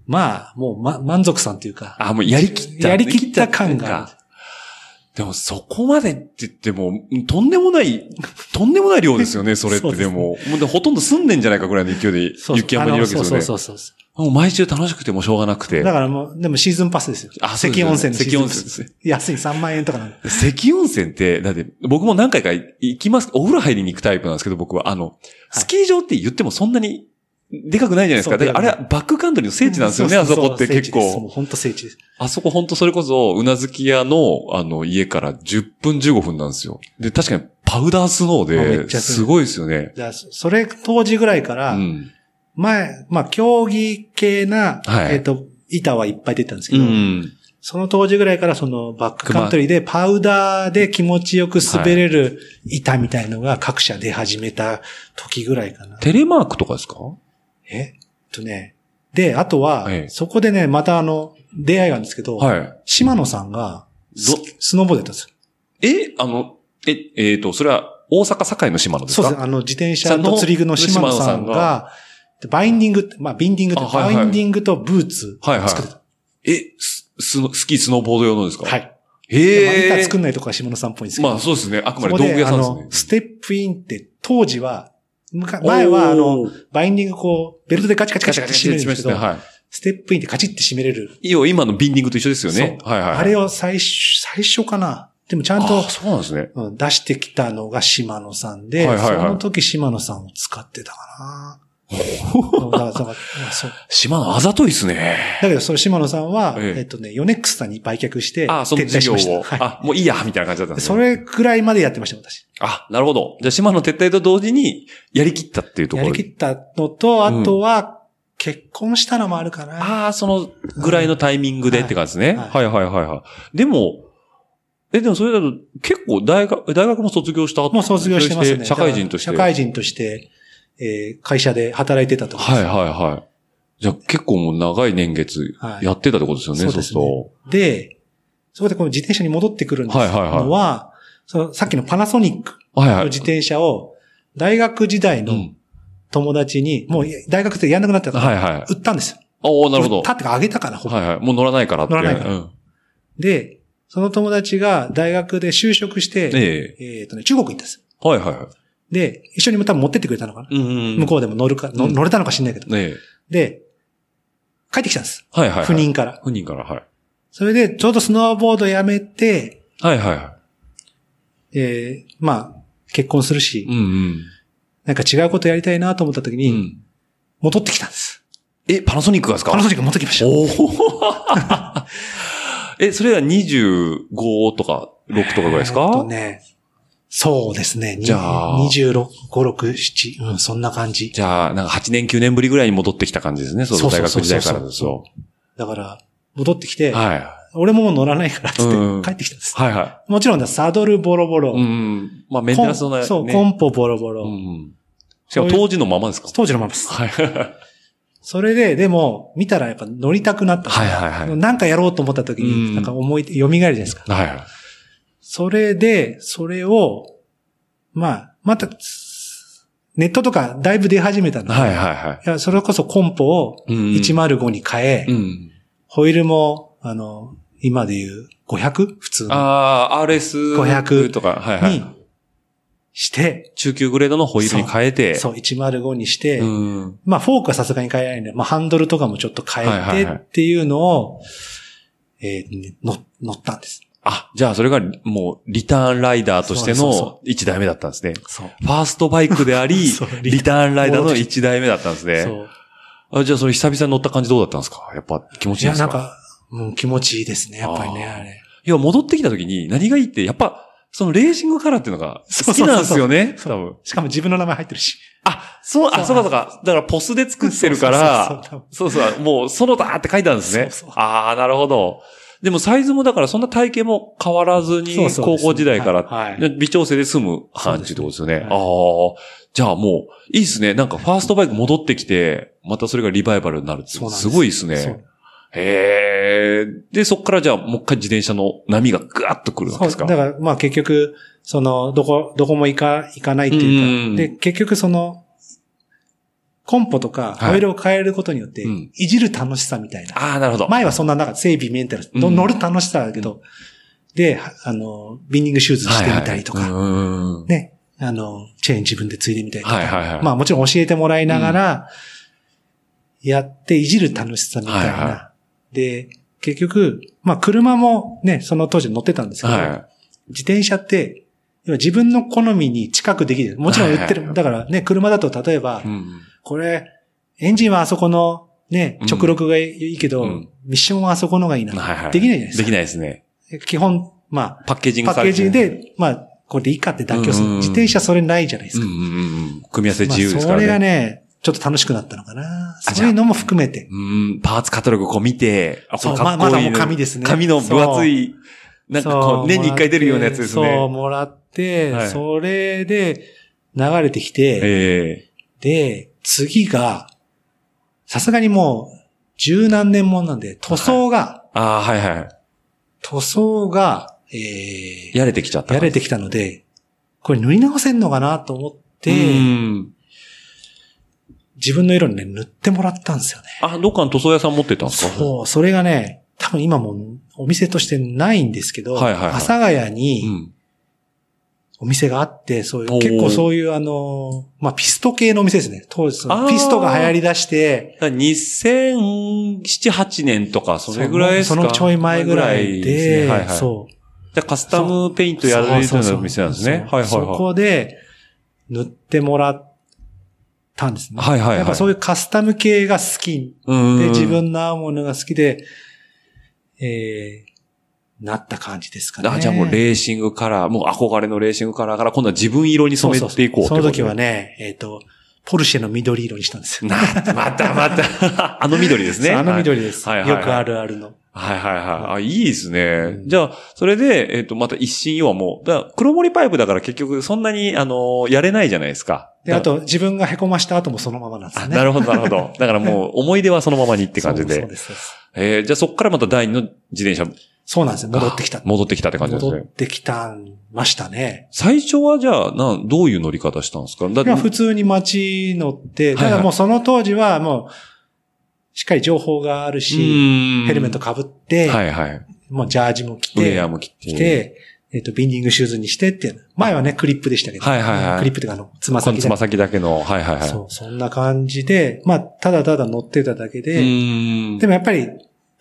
[SPEAKER 2] まあもう、ま、満足さんというか、
[SPEAKER 1] あ、もうやりきった。
[SPEAKER 2] やりきった感がある。
[SPEAKER 1] でもそこまでって言っても、とんでもない、 とんでもない量ですよね、それって
[SPEAKER 2] そう
[SPEAKER 1] で
[SPEAKER 2] で
[SPEAKER 1] す
[SPEAKER 2] ね
[SPEAKER 1] も。もうでほとんど住んでんじゃないかぐらいの勢いで
[SPEAKER 2] そうそう
[SPEAKER 1] 雪山にいるわけで
[SPEAKER 2] あの
[SPEAKER 1] すよね。
[SPEAKER 2] そうそうそうそ
[SPEAKER 1] もう毎週楽しくてもしょうがなくて。
[SPEAKER 2] う。だからもう、でもシーズンパスですよ。
[SPEAKER 1] あそうです
[SPEAKER 2] 関
[SPEAKER 1] よ
[SPEAKER 2] 温
[SPEAKER 1] ね
[SPEAKER 2] 泉のシーズンパ
[SPEAKER 1] 関温泉
[SPEAKER 2] ス。
[SPEAKER 1] ですね
[SPEAKER 2] 安い3万円とかなんで。
[SPEAKER 1] 関温泉って、だって僕も何回か行きます、お風呂入りに行くタイプなんですけど、僕は。あの、
[SPEAKER 2] い
[SPEAKER 1] スキー場って言ってもそんなにでかくないじゃないです
[SPEAKER 2] そ
[SPEAKER 1] か。
[SPEAKER 2] う
[SPEAKER 1] だからあれ
[SPEAKER 2] でかく
[SPEAKER 1] はバックカントリーの聖地なんですよね、
[SPEAKER 2] う
[SPEAKER 1] あ
[SPEAKER 2] う
[SPEAKER 1] そうこって結
[SPEAKER 2] 聖地ですも
[SPEAKER 1] 構
[SPEAKER 2] う。本当聖地です。
[SPEAKER 1] あそこ本当それこそ、うなずき屋の、あの、家から10分15分なんですよ。で、確かにパウダースノ
[SPEAKER 2] あ
[SPEAKER 1] ー
[SPEAKER 2] めっ
[SPEAKER 1] で、
[SPEAKER 2] ちゃする
[SPEAKER 1] すごいですよね。
[SPEAKER 2] じゃあ、そそれ当時ぐらいか
[SPEAKER 1] う
[SPEAKER 2] ら、
[SPEAKER 1] ん。
[SPEAKER 2] 前、まあ競技系な、
[SPEAKER 1] はい
[SPEAKER 2] えっ、と、板はいっぱい出てたんですけ
[SPEAKER 1] う
[SPEAKER 2] ど、
[SPEAKER 1] ん。
[SPEAKER 2] その当時ぐらいからそのバックカントリーでパウダーで気持ちよく滑れる板みたいのが各社出始めた時ぐらいかな。
[SPEAKER 1] テレマークとかですか
[SPEAKER 2] えっとね。で、あとは
[SPEAKER 1] ええ、
[SPEAKER 2] そこでね、またあの、出会いがあるんですけど、
[SPEAKER 1] は
[SPEAKER 2] 島野さんが
[SPEAKER 1] い。
[SPEAKER 2] ス
[SPEAKER 1] ど、
[SPEAKER 2] スノーボードやったんですよ。
[SPEAKER 1] え、あの、え、えっ、と、それは大阪堺の島のです
[SPEAKER 2] そう
[SPEAKER 1] か
[SPEAKER 2] ですね。あの、自転車と釣り具の島野
[SPEAKER 1] 島
[SPEAKER 2] さん
[SPEAKER 1] 野さん
[SPEAKER 2] が、でバインディングって、まあ、ビンディングって、
[SPEAKER 1] あはいは
[SPEAKER 2] バ
[SPEAKER 1] い
[SPEAKER 2] インディングとブーツ
[SPEAKER 1] はいはい
[SPEAKER 2] 作ってた。
[SPEAKER 1] え、ス、スノスキースノーボード用のですか。
[SPEAKER 2] はいい。でまあ
[SPEAKER 1] へ
[SPEAKER 2] 板
[SPEAKER 1] え。
[SPEAKER 2] 作んないとこは島野さんっぽいんですけど。
[SPEAKER 1] まあそうですね。あくま
[SPEAKER 2] そ
[SPEAKER 1] で
[SPEAKER 2] こ
[SPEAKER 1] 道具
[SPEAKER 2] で、
[SPEAKER 1] 屋
[SPEAKER 2] あ
[SPEAKER 1] さん
[SPEAKER 2] の
[SPEAKER 1] で、す
[SPEAKER 2] ステップインって当時は、むか
[SPEAKER 1] ね。
[SPEAKER 2] 前はあの、
[SPEAKER 1] おー、
[SPEAKER 2] バインディングこう、ベルトでガチガチガチガチって締めるんですけど、
[SPEAKER 1] は
[SPEAKER 2] ステップインってガチって締めれる。
[SPEAKER 1] い。要は今のビンディングと一緒ですよね。はいはい。
[SPEAKER 2] あれを最初、最初かな。でもちゃんと
[SPEAKER 1] あ、そうなんですね。
[SPEAKER 2] うん出してきたのが島野さんで、
[SPEAKER 1] はいはいはい
[SPEAKER 2] その時島野さんを使ってたかな。うんだからだからまあそう
[SPEAKER 1] 島のあざといですね。
[SPEAKER 2] だけど、その島野さんは、
[SPEAKER 1] ええ
[SPEAKER 2] えっとね、ヨネックスさんに売却して、
[SPEAKER 1] あ、その
[SPEAKER 2] 撤退
[SPEAKER 1] 事
[SPEAKER 2] し
[SPEAKER 1] 業
[SPEAKER 2] ました。
[SPEAKER 1] を。
[SPEAKER 2] はい
[SPEAKER 1] あ、もういいや、みたいな感じだったんです
[SPEAKER 2] そ
[SPEAKER 1] ね。
[SPEAKER 2] れくらいまでやってました、私。
[SPEAKER 1] あ、なるほど。じゃあ島の撤退と同時に、やりきったっていうとこ
[SPEAKER 2] や
[SPEAKER 1] ろ
[SPEAKER 2] りきったのと、あとは、結婚したのもあるかな。
[SPEAKER 1] ああ、そのぐらいのタイミングでって感じですね。
[SPEAKER 2] はい
[SPEAKER 1] はいはいはいはい。でも、え、でもそれだと結構大学、大学も卒業した後
[SPEAKER 2] もう卒業してます
[SPEAKER 1] そ
[SPEAKER 2] ね。
[SPEAKER 1] 社会人として。
[SPEAKER 2] 社会人として、えー会社で働いてたと。
[SPEAKER 1] はいはいはい。じゃあ結構もう長い年月
[SPEAKER 2] はい
[SPEAKER 1] やってたってことですよね、
[SPEAKER 2] そ
[SPEAKER 1] そ
[SPEAKER 2] う
[SPEAKER 1] う
[SPEAKER 2] ですす
[SPEAKER 1] る
[SPEAKER 2] ね
[SPEAKER 1] と。
[SPEAKER 2] で、そこでこの自転車に戻ってくるんですの
[SPEAKER 1] はい
[SPEAKER 2] は、
[SPEAKER 1] はいはい
[SPEAKER 2] そのさっきのパナソニック
[SPEAKER 1] はいは
[SPEAKER 2] の
[SPEAKER 1] い。
[SPEAKER 2] 自転車を、大学時代の、
[SPEAKER 1] うん
[SPEAKER 2] 友達に、もう大学生やんなくなったから、
[SPEAKER 1] はいはい。
[SPEAKER 2] 売ったんですよ。
[SPEAKER 1] おおなるほど。
[SPEAKER 2] 売ったってかあげたから、ほぼ
[SPEAKER 1] はいはい。もう乗らないからっていう。
[SPEAKER 2] 乗らないから
[SPEAKER 1] うん。
[SPEAKER 2] で、その友達が大学で就職して、
[SPEAKER 1] ええ。
[SPEAKER 2] えっとね、中国行ったんです。
[SPEAKER 1] はいはいは
[SPEAKER 2] で、一緒に多分持ってってくれたのかな。
[SPEAKER 1] い。うん
[SPEAKER 2] 向こうでも乗るか、の
[SPEAKER 1] うん
[SPEAKER 2] 乗れたのか知んないけど。
[SPEAKER 1] うん。ええ。
[SPEAKER 2] で、帰ってきたんです。
[SPEAKER 1] はいはいはい。
[SPEAKER 2] 赴。任から。
[SPEAKER 1] 赴任から、はい。
[SPEAKER 2] それで、ちょうどスノーボードやめて、
[SPEAKER 1] はいはいは
[SPEAKER 2] えーまあ、結婚する
[SPEAKER 1] い。
[SPEAKER 2] し
[SPEAKER 1] う、んうん。
[SPEAKER 2] なんか違うことやりたいなと思った時
[SPEAKER 1] う
[SPEAKER 2] に、
[SPEAKER 1] ん。
[SPEAKER 2] 戻ってきたんです。
[SPEAKER 1] え、パナソニックがですか
[SPEAKER 2] パナソニック戻ってきました。
[SPEAKER 1] おーえ、それは25とか6とかぐらいです
[SPEAKER 2] えーっと
[SPEAKER 1] か、
[SPEAKER 2] ね。そうですね。
[SPEAKER 1] じゃあ
[SPEAKER 2] 26、5、6、7。うん、そんな感じ。
[SPEAKER 1] じゃあ、なんか8年9年ぶりぐらいに戻ってきた感じですね。そ
[SPEAKER 2] そ
[SPEAKER 1] の
[SPEAKER 2] うそ
[SPEAKER 1] 大
[SPEAKER 2] う
[SPEAKER 1] 学
[SPEAKER 2] そう
[SPEAKER 1] 時
[SPEAKER 2] そう
[SPEAKER 1] 代からですと。
[SPEAKER 2] だから、戻ってきて、
[SPEAKER 1] はい。
[SPEAKER 2] 俺ももう乗らないから、つっ
[SPEAKER 1] うん
[SPEAKER 2] て帰ってきたんです。
[SPEAKER 1] はいは
[SPEAKER 2] もちろんだ、サドルボロボロ。
[SPEAKER 1] い。うん。まあメンテナンスの
[SPEAKER 2] コ
[SPEAKER 1] ね。
[SPEAKER 2] ンそう、
[SPEAKER 1] ね
[SPEAKER 2] コンポボロボロ。
[SPEAKER 1] うん。しかも当時のままですか
[SPEAKER 2] 当時のままです。
[SPEAKER 1] はい。
[SPEAKER 2] それで、でも、見たらやっぱ乗りたくなった。
[SPEAKER 1] はいはいはい
[SPEAKER 2] なんかやろうと思った時
[SPEAKER 1] うん
[SPEAKER 2] に、なんか思い出、蘇るじゃないですか。
[SPEAKER 1] はいはい。
[SPEAKER 2] それで、それを、まあ、また、ネットとかだいぶ出始めたんで、
[SPEAKER 1] はいはいはい
[SPEAKER 2] やそれこそコンポを
[SPEAKER 1] い。うん
[SPEAKER 2] 105に変え、
[SPEAKER 1] うん。
[SPEAKER 2] ホイールも、あの、今で言う 500? 普通の
[SPEAKER 1] ああ、RS500
[SPEAKER 2] 500
[SPEAKER 1] とか、はいはい。
[SPEAKER 2] にして、
[SPEAKER 1] 中級グレードのホイールに変えて、
[SPEAKER 2] そう、105にして、
[SPEAKER 1] うん。
[SPEAKER 2] まあ、フォークはさすがに変えられないんで、まあ、ハンドルとかもちょっと変
[SPEAKER 1] はいはい
[SPEAKER 2] えて
[SPEAKER 1] はい
[SPEAKER 2] っていうのを、えーの乗ったんです。
[SPEAKER 1] あ、じゃあそれがもうリターンライダーとして
[SPEAKER 2] そうそうそ
[SPEAKER 1] の1代目だったんですね。
[SPEAKER 2] そう。
[SPEAKER 1] ファーストバイクであり
[SPEAKER 2] そう、リ
[SPEAKER 1] リターンライダーの1代目だったんです
[SPEAKER 2] そ
[SPEAKER 1] ね。
[SPEAKER 2] う。
[SPEAKER 1] あじゃあそれ久々に乗った感じどうだったんですかやっぱ気持ち
[SPEAKER 2] い
[SPEAKER 1] いい
[SPEAKER 2] や、
[SPEAKER 1] です
[SPEAKER 2] な
[SPEAKER 1] か
[SPEAKER 2] んか、うん、気持ちいいですね、やっぱりね、
[SPEAKER 1] あー
[SPEAKER 2] あれ。
[SPEAKER 1] いや、戻ってきた時に何がいいって、やっぱ、そのレーシングカラーっていうのが
[SPEAKER 2] そ
[SPEAKER 1] 好
[SPEAKER 2] う
[SPEAKER 1] き
[SPEAKER 2] そうそうそう
[SPEAKER 1] なんですよね。多分。
[SPEAKER 2] しかも自分の名前入ってるし。
[SPEAKER 1] あ、そう、あ、そうかそうか。だからポスで作ってるから、
[SPEAKER 2] そうそうそうそう多
[SPEAKER 1] そ
[SPEAKER 2] 分
[SPEAKER 1] うそう、もう、そのだーって書いてあるんですね。
[SPEAKER 2] そうそう
[SPEAKER 1] ああ、なるほど。でもサイズもだからそんな体型も変わらずに
[SPEAKER 2] そう、そう
[SPEAKER 1] 高
[SPEAKER 2] です
[SPEAKER 1] 校時代から、
[SPEAKER 2] はいはい
[SPEAKER 1] で微調整で済む範疇ってことですよね。
[SPEAKER 2] そうですね
[SPEAKER 1] ああ、じゃあもう、いいですね。なんかファーストバイク戻ってきて、またそれがリバイバルになるってい
[SPEAKER 2] そう
[SPEAKER 1] う
[SPEAKER 2] なんで
[SPEAKER 1] す
[SPEAKER 2] す
[SPEAKER 1] ごいです
[SPEAKER 2] そ
[SPEAKER 1] ね
[SPEAKER 2] う。
[SPEAKER 1] へえ。で、そっからじゃあもう一回自転車の波がぐわっとくるわけです
[SPEAKER 2] そ
[SPEAKER 1] か
[SPEAKER 2] うだから、まあ結局、その、どこ、どこも行か、行かないって
[SPEAKER 1] うん
[SPEAKER 2] いうか、で、結局その、コンポとか、
[SPEAKER 1] はい
[SPEAKER 2] ホイールを変えることによって
[SPEAKER 1] うん、
[SPEAKER 2] いじる楽しさみたいな。
[SPEAKER 1] ああ、なるほど。
[SPEAKER 2] 前はそんななんか整備メンタル、
[SPEAKER 1] う
[SPEAKER 2] の
[SPEAKER 1] ん
[SPEAKER 2] 乗る楽しさだけど、で、あの、ビンニングシューズしてみたりと
[SPEAKER 1] はい
[SPEAKER 2] か、
[SPEAKER 1] はいうんうんうん
[SPEAKER 2] ね、あの、チェーン自分でついでみたりと
[SPEAKER 1] はいはいは
[SPEAKER 2] か
[SPEAKER 1] い、
[SPEAKER 2] まあもちろん教えてもらいながら、やっていじる楽しさみたい
[SPEAKER 1] はいは
[SPEAKER 2] な。で、結局、まあ車もね、その当時乗ってたんですけど、
[SPEAKER 1] は
[SPEAKER 2] 自転車って、要は自分の好みに近くできる。もちろん売って
[SPEAKER 1] はい
[SPEAKER 2] る。
[SPEAKER 1] はい
[SPEAKER 2] だからね、車だと例えば
[SPEAKER 1] い。う、ん
[SPEAKER 2] これ、エンジンはあそこの、ね
[SPEAKER 1] うん、
[SPEAKER 2] 直録がいいけど、
[SPEAKER 1] うん
[SPEAKER 2] ミッションはあそこのがいいな。
[SPEAKER 1] はいはい
[SPEAKER 2] できないじゃないです
[SPEAKER 1] で
[SPEAKER 2] か。
[SPEAKER 1] きないですね。
[SPEAKER 2] 基本、まあ、
[SPEAKER 1] パッケージング
[SPEAKER 2] パッ
[SPEAKER 1] さ
[SPEAKER 2] ケ
[SPEAKER 1] れ
[SPEAKER 2] ー
[SPEAKER 1] て
[SPEAKER 2] ジ
[SPEAKER 1] る
[SPEAKER 2] で、まあ、これでいいかって妥協する。
[SPEAKER 1] うんうんうん
[SPEAKER 2] 自転車それないじゃないです
[SPEAKER 1] うん
[SPEAKER 2] か。
[SPEAKER 1] うんうん。組み合わせ自由ですか
[SPEAKER 2] ま
[SPEAKER 1] ら
[SPEAKER 2] あ、それが
[SPEAKER 1] ね。
[SPEAKER 2] ね、ちょっと楽しくなったのか
[SPEAKER 1] あ
[SPEAKER 2] な。
[SPEAKER 1] じゃあ
[SPEAKER 2] そういうのも含めて。
[SPEAKER 1] うん、パーツカタログこう見て、あ、こ
[SPEAKER 2] そ
[SPEAKER 1] れ
[SPEAKER 2] う
[SPEAKER 1] かっこいい
[SPEAKER 2] ままだ
[SPEAKER 1] ね
[SPEAKER 2] もう紙ですね
[SPEAKER 1] 紙の分厚い、なんかこう、年に一回出るようなやつです
[SPEAKER 2] そう、
[SPEAKER 1] ね。
[SPEAKER 2] もらって、
[SPEAKER 1] はい
[SPEAKER 2] それで流れてきて、
[SPEAKER 1] ええ
[SPEAKER 2] で、次が、さすがにもう、十何年もんなんで、塗装が、
[SPEAKER 1] ああ、はいはい。
[SPEAKER 2] 塗装が、えー、
[SPEAKER 1] やれてきちゃった。
[SPEAKER 2] やれてきたので、これ塗り直せんのかなと思って、
[SPEAKER 1] うん。
[SPEAKER 2] 自分の色にね、塗ってもらったんですよね。
[SPEAKER 1] あ、どっかの塗装屋さん持ってたんですか
[SPEAKER 2] そう、それがね、多分今もうお店としてないんですけど、
[SPEAKER 1] はいはいはい
[SPEAKER 2] 阿佐ヶ谷
[SPEAKER 1] う
[SPEAKER 2] に
[SPEAKER 1] ん。
[SPEAKER 2] お店があって、そうい
[SPEAKER 1] お
[SPEAKER 2] う、
[SPEAKER 1] ー
[SPEAKER 2] 結構そういうあの、まあ、ピスト系のお店ですね。当時そ
[SPEAKER 1] あ
[SPEAKER 2] の、
[SPEAKER 1] ー
[SPEAKER 2] ピストが流行り出して、
[SPEAKER 1] だから2007、8年とか、それぐらいですか
[SPEAKER 2] そのちょい前ぐらい
[SPEAKER 1] す
[SPEAKER 2] で、
[SPEAKER 1] ねはいはい。
[SPEAKER 2] そう。
[SPEAKER 1] じゃあカスタムペイントやられてたような店なんですね。はいはい
[SPEAKER 2] そ
[SPEAKER 1] は
[SPEAKER 2] こで塗ってもらったんですね。
[SPEAKER 1] い。はいはいはい。
[SPEAKER 2] やっぱそういうカスタム系が好き
[SPEAKER 1] うん
[SPEAKER 2] で、自分の合うものが好きで、えー、なった感じですかね。
[SPEAKER 1] あ、じゃあもうレーシングカラー、もう憧れのレーシングカラーから今度は自分色に染めていこうってこ
[SPEAKER 2] そうそうそうその
[SPEAKER 1] と
[SPEAKER 2] 時はね、えっ、と、ポルシェの緑色にしたんですよ。
[SPEAKER 1] な、またまた。あの緑ですね。
[SPEAKER 2] そうあの緑です。
[SPEAKER 1] はいはいはい
[SPEAKER 2] よくあるあるの。
[SPEAKER 1] はいはいはい。あ、いいですね。
[SPEAKER 2] うん
[SPEAKER 1] じゃあ、それで、えっ、と、また一新要はもう、だから黒森パイプだから結局そんなに、あのーやれないじゃないですか。
[SPEAKER 2] で、あ
[SPEAKER 1] だか
[SPEAKER 2] と、自分が凹ました後もそのままなんです
[SPEAKER 1] ら、あ
[SPEAKER 2] よね。
[SPEAKER 1] なる
[SPEAKER 2] る
[SPEAKER 1] ほど、なるほ ど。だからもう、思い出はそのままにって感じで。
[SPEAKER 2] そうそうです。そうです
[SPEAKER 1] えーじゃあそっからまた第二の自転車
[SPEAKER 2] そうなんですよ。戻ってきた。
[SPEAKER 1] 戻ってきたって感じです
[SPEAKER 2] 戻っ
[SPEAKER 1] ね。
[SPEAKER 2] てきたんましたね。
[SPEAKER 1] 最初はじゃあ、なん、どういう乗り方したんですかだっ
[SPEAKER 2] いや
[SPEAKER 1] て、
[SPEAKER 2] 普通に街乗って、
[SPEAKER 1] はいはい
[SPEAKER 2] ただもうその当時はもう、しっかり情報があるし、ヘ
[SPEAKER 1] ヘ
[SPEAKER 2] ルメット被って、
[SPEAKER 1] はいはい。
[SPEAKER 2] もうジャージも着
[SPEAKER 1] ウェア
[SPEAKER 2] て、
[SPEAKER 1] も着て。
[SPEAKER 2] 着て、えっと、ビンディングシューズにしてっていう。前はね、クリップでしたけど。
[SPEAKER 1] はいはいはい
[SPEAKER 2] クリップっていうか、あの、つま
[SPEAKER 1] この
[SPEAKER 2] 先
[SPEAKER 1] つ
[SPEAKER 2] で
[SPEAKER 1] ま。先だけの、はいはいはい。
[SPEAKER 2] そう、そんな感じで、まあ、ただただ乗ってただけ
[SPEAKER 1] う
[SPEAKER 2] で、
[SPEAKER 1] ーん。
[SPEAKER 2] でもやっぱり、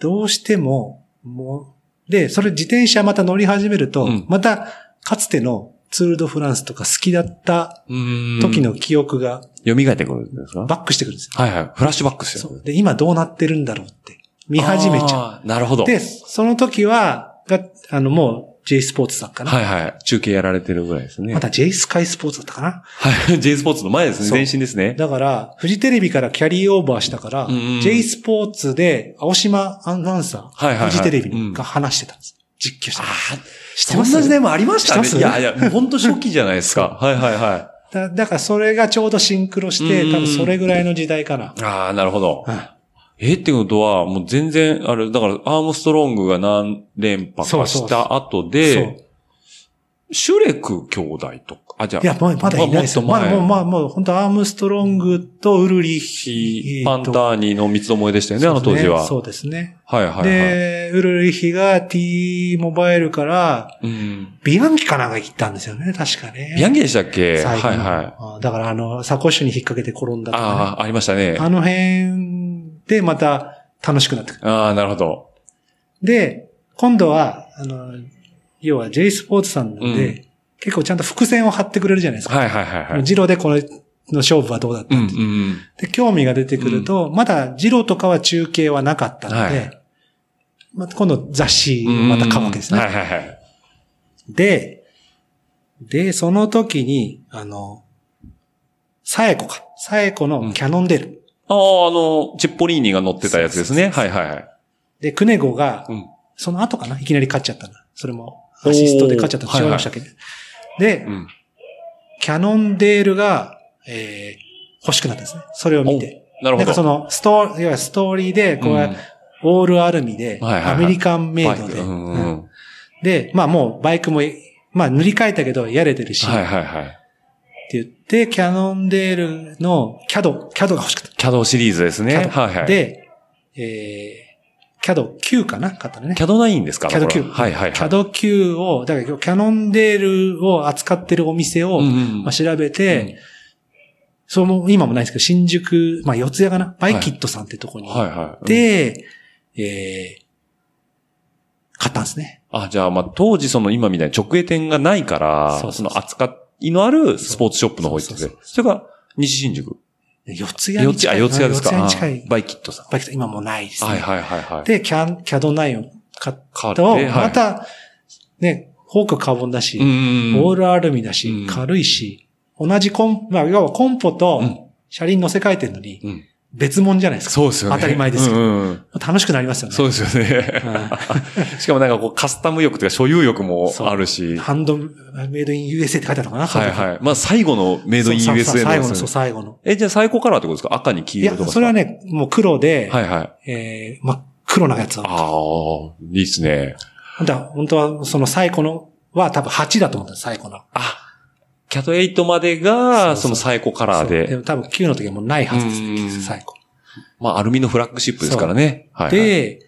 [SPEAKER 2] どうしても、もう、で、それ自転車また乗り始めると、
[SPEAKER 1] うん
[SPEAKER 2] また、かつてのツールドフランスとか好きだった
[SPEAKER 1] うん
[SPEAKER 2] 時の記憶が
[SPEAKER 1] 蘇ってくるんですか
[SPEAKER 2] バックしてくるんです
[SPEAKER 1] はいはい。フラッシュバックです
[SPEAKER 2] よ。
[SPEAKER 1] よ
[SPEAKER 2] そ
[SPEAKER 1] ね。
[SPEAKER 2] うで、今どうなってるんだろうって、見始めちゃ
[SPEAKER 1] う。なるほど。
[SPEAKER 2] う。で、その時は、が、あの、もう J スポーツさんかな。
[SPEAKER 1] はいはい。中継やられてるぐらいですね。
[SPEAKER 2] また J スカイスポーツだったかな。
[SPEAKER 1] はい。J スポーツの前ですね。
[SPEAKER 2] そう
[SPEAKER 1] 前身ですね。
[SPEAKER 2] だから、フジテレビからキャリーオーバーしたから、
[SPEAKER 1] うんうん
[SPEAKER 2] J スポーツで、青島アナウンサ
[SPEAKER 1] はいはいは
[SPEAKER 2] ー、
[SPEAKER 1] い
[SPEAKER 2] フジテレビ
[SPEAKER 1] うん
[SPEAKER 2] が話してたんです。実況してたんです。知って
[SPEAKER 1] そん
[SPEAKER 2] ます
[SPEAKER 1] な時代もありました
[SPEAKER 2] 知って
[SPEAKER 1] ね。い
[SPEAKER 2] ま
[SPEAKER 1] や
[SPEAKER 2] す
[SPEAKER 1] いや、本当初期じゃないですか。はいはいは
[SPEAKER 2] だだからそれがちょうどシンクロして、
[SPEAKER 1] うん
[SPEAKER 2] 多分それぐらいの時代かな。
[SPEAKER 1] い。ああ、なるほど。
[SPEAKER 2] は
[SPEAKER 1] えってことは、もう全然、あれ、だから、アームストロングが何連覇
[SPEAKER 2] そ
[SPEAKER 1] か
[SPEAKER 2] うそう
[SPEAKER 1] した後
[SPEAKER 2] い。そ
[SPEAKER 1] で、
[SPEAKER 2] う。
[SPEAKER 1] シュレク兄弟とか、あ、じゃあ、
[SPEAKER 2] いや、ままだいないですよ。
[SPEAKER 1] もっと
[SPEAKER 2] まだ
[SPEAKER 1] 前
[SPEAKER 2] もう、まあ、もう、本当アームストロングとウルリッ
[SPEAKER 1] ヒ
[SPEAKER 2] ヒ。
[SPEAKER 1] ーパンターニの三つどもえでしたよね、あの当時は。
[SPEAKER 2] そうですね。
[SPEAKER 1] はいはいはい。
[SPEAKER 2] で、ウルリッヒが T モバイルから、
[SPEAKER 1] うん。
[SPEAKER 2] ビアンキかなんか行ったんですよね、確かね。
[SPEAKER 1] ビアンギでしたっけは
[SPEAKER 2] 最
[SPEAKER 1] い
[SPEAKER 2] 後の
[SPEAKER 1] はい。
[SPEAKER 2] あだから、あの、サコッシュに引っ掛けて転んだとかね、
[SPEAKER 1] ああ、ありましたね。
[SPEAKER 2] あの辺でまた楽しくなってくる。
[SPEAKER 1] ああ、なるほど。
[SPEAKER 2] で、今度は、あの、要は J スポーツさんなんで、
[SPEAKER 1] う
[SPEAKER 2] 結構ちゃんと伏線を張ってくれるじゃないですか。
[SPEAKER 1] はいはいはいはい。
[SPEAKER 2] ジロでこのの勝負はどうだったって、
[SPEAKER 1] うんうん
[SPEAKER 2] で、興味が出てくると、まだジロとかは中継はなかったので、
[SPEAKER 1] は
[SPEAKER 2] また今度雑誌
[SPEAKER 1] う
[SPEAKER 2] を
[SPEAKER 1] ん。
[SPEAKER 2] また買うわけですね。
[SPEAKER 1] はいはいはい。
[SPEAKER 2] で、で、その時に、あの、サエコか。サエコのキャノンデル。
[SPEAKER 1] ああ、あの、チッポリーニが乗ってたやつですね。はいはいはい。
[SPEAKER 2] で、クネゴが、
[SPEAKER 1] うん
[SPEAKER 2] その後かないきなり勝っちゃったな。それも、アシストで勝っちゃった
[SPEAKER 1] おー
[SPEAKER 2] と違いましたけど。で、
[SPEAKER 1] うん。
[SPEAKER 2] キャノンデールが、えー欲しくなったんですね。それを見て。
[SPEAKER 1] なるほ
[SPEAKER 2] なんかそ
[SPEAKER 1] ど。
[SPEAKER 2] の、ストーリー、いわゆるストーリーで、こう、
[SPEAKER 1] うん
[SPEAKER 2] オールアルミで、
[SPEAKER 1] はいはいはい
[SPEAKER 2] アメリカンメイドで、
[SPEAKER 1] うんう
[SPEAKER 2] うん
[SPEAKER 1] ん。
[SPEAKER 2] で、まあもうバイクも、まあ塗り替えたけど、やれてるし、
[SPEAKER 1] はい
[SPEAKER 2] っ
[SPEAKER 1] はいはい。
[SPEAKER 2] て言って、キャノンデールのキャド、キャドが欲しかった。
[SPEAKER 1] キャドシリーズですね。
[SPEAKER 2] キャド
[SPEAKER 1] はいはい。、
[SPEAKER 2] で、えー、キャド9かな買ったのね
[SPEAKER 1] キ。ャドナインですか
[SPEAKER 2] キャド
[SPEAKER 1] これは
[SPEAKER 2] 9
[SPEAKER 1] はいはいはい。
[SPEAKER 2] キャド9を、だからキャノンデールを扱ってるお店を、
[SPEAKER 1] うんうん
[SPEAKER 2] まあ、調べて、そうも、今もないんですけど、新宿、まあ、四谷かなバイキットさんってとこに
[SPEAKER 1] うん
[SPEAKER 2] 行
[SPEAKER 1] はい
[SPEAKER 2] っ
[SPEAKER 1] はい。うん、
[SPEAKER 2] て、えー、買ったんですね。
[SPEAKER 1] あ、じゃあまあ当時その今みたいに直営店がないから、
[SPEAKER 2] そうそうそう
[SPEAKER 1] の扱いのあるスポーツショップの方行って
[SPEAKER 2] そう
[SPEAKER 1] て
[SPEAKER 2] そう。
[SPEAKER 1] それが西新宿。
[SPEAKER 2] 四谷
[SPEAKER 1] 四
[SPEAKER 2] に近
[SPEAKER 1] 谷、あ
[SPEAKER 2] い。
[SPEAKER 1] 四谷ですか。
[SPEAKER 2] 四谷に近
[SPEAKER 1] あ
[SPEAKER 2] い
[SPEAKER 1] ー。バイキットさん。
[SPEAKER 2] バイキット、今もうないです、ね。
[SPEAKER 1] はいはいはいはい。
[SPEAKER 2] で、キャン、キャドナインを買っ
[SPEAKER 1] 買って
[SPEAKER 2] たを、
[SPEAKER 1] はい
[SPEAKER 2] また、ね、フォークカーボンだし、
[SPEAKER 1] うん
[SPEAKER 2] オールアルミだし、
[SPEAKER 1] うん
[SPEAKER 2] 軽いし、同じコン、まあ、要はコンポと
[SPEAKER 1] うん
[SPEAKER 2] 車輪乗せ替えてるのに、
[SPEAKER 1] うん
[SPEAKER 2] 別物じゃないですか。
[SPEAKER 1] そうですよね。
[SPEAKER 2] 当たり前ですよ
[SPEAKER 1] うんうんうん
[SPEAKER 2] 楽しくなりますよね。
[SPEAKER 1] そうですよ ね。しかもなんかこうカスタム欲というか所有欲もあるし。
[SPEAKER 2] ハンドメイドイン USA って書いてあったのかな
[SPEAKER 1] はい
[SPEAKER 2] い。
[SPEAKER 1] はい。まあ最後のメイドイン
[SPEAKER 2] そう
[SPEAKER 1] USA
[SPEAKER 2] 最
[SPEAKER 1] の
[SPEAKER 2] 後
[SPEAKER 1] です
[SPEAKER 2] の、そう、
[SPEAKER 1] ね。
[SPEAKER 2] 最後の。
[SPEAKER 1] え、じゃあ最高カラーってことですか赤に黄
[SPEAKER 2] い
[SPEAKER 1] 色
[SPEAKER 2] や
[SPEAKER 1] とかですか。
[SPEAKER 2] それはね、もう黒で、
[SPEAKER 1] はいはい。
[SPEAKER 2] えー、真っ黒なやつを。
[SPEAKER 1] ああ、いいっすね。
[SPEAKER 2] だから本当は、その最古のは多分8だと思った、最古の。
[SPEAKER 1] あ、キャット8まで
[SPEAKER 2] そ
[SPEAKER 1] が、
[SPEAKER 2] うそう
[SPEAKER 1] その最高カラー
[SPEAKER 2] そう
[SPEAKER 1] で。
[SPEAKER 2] も多分9の時はもうないはずです
[SPEAKER 1] うん
[SPEAKER 2] ね、最古。
[SPEAKER 1] まあアルミのフラッグシップですからね。はいはい。
[SPEAKER 2] で、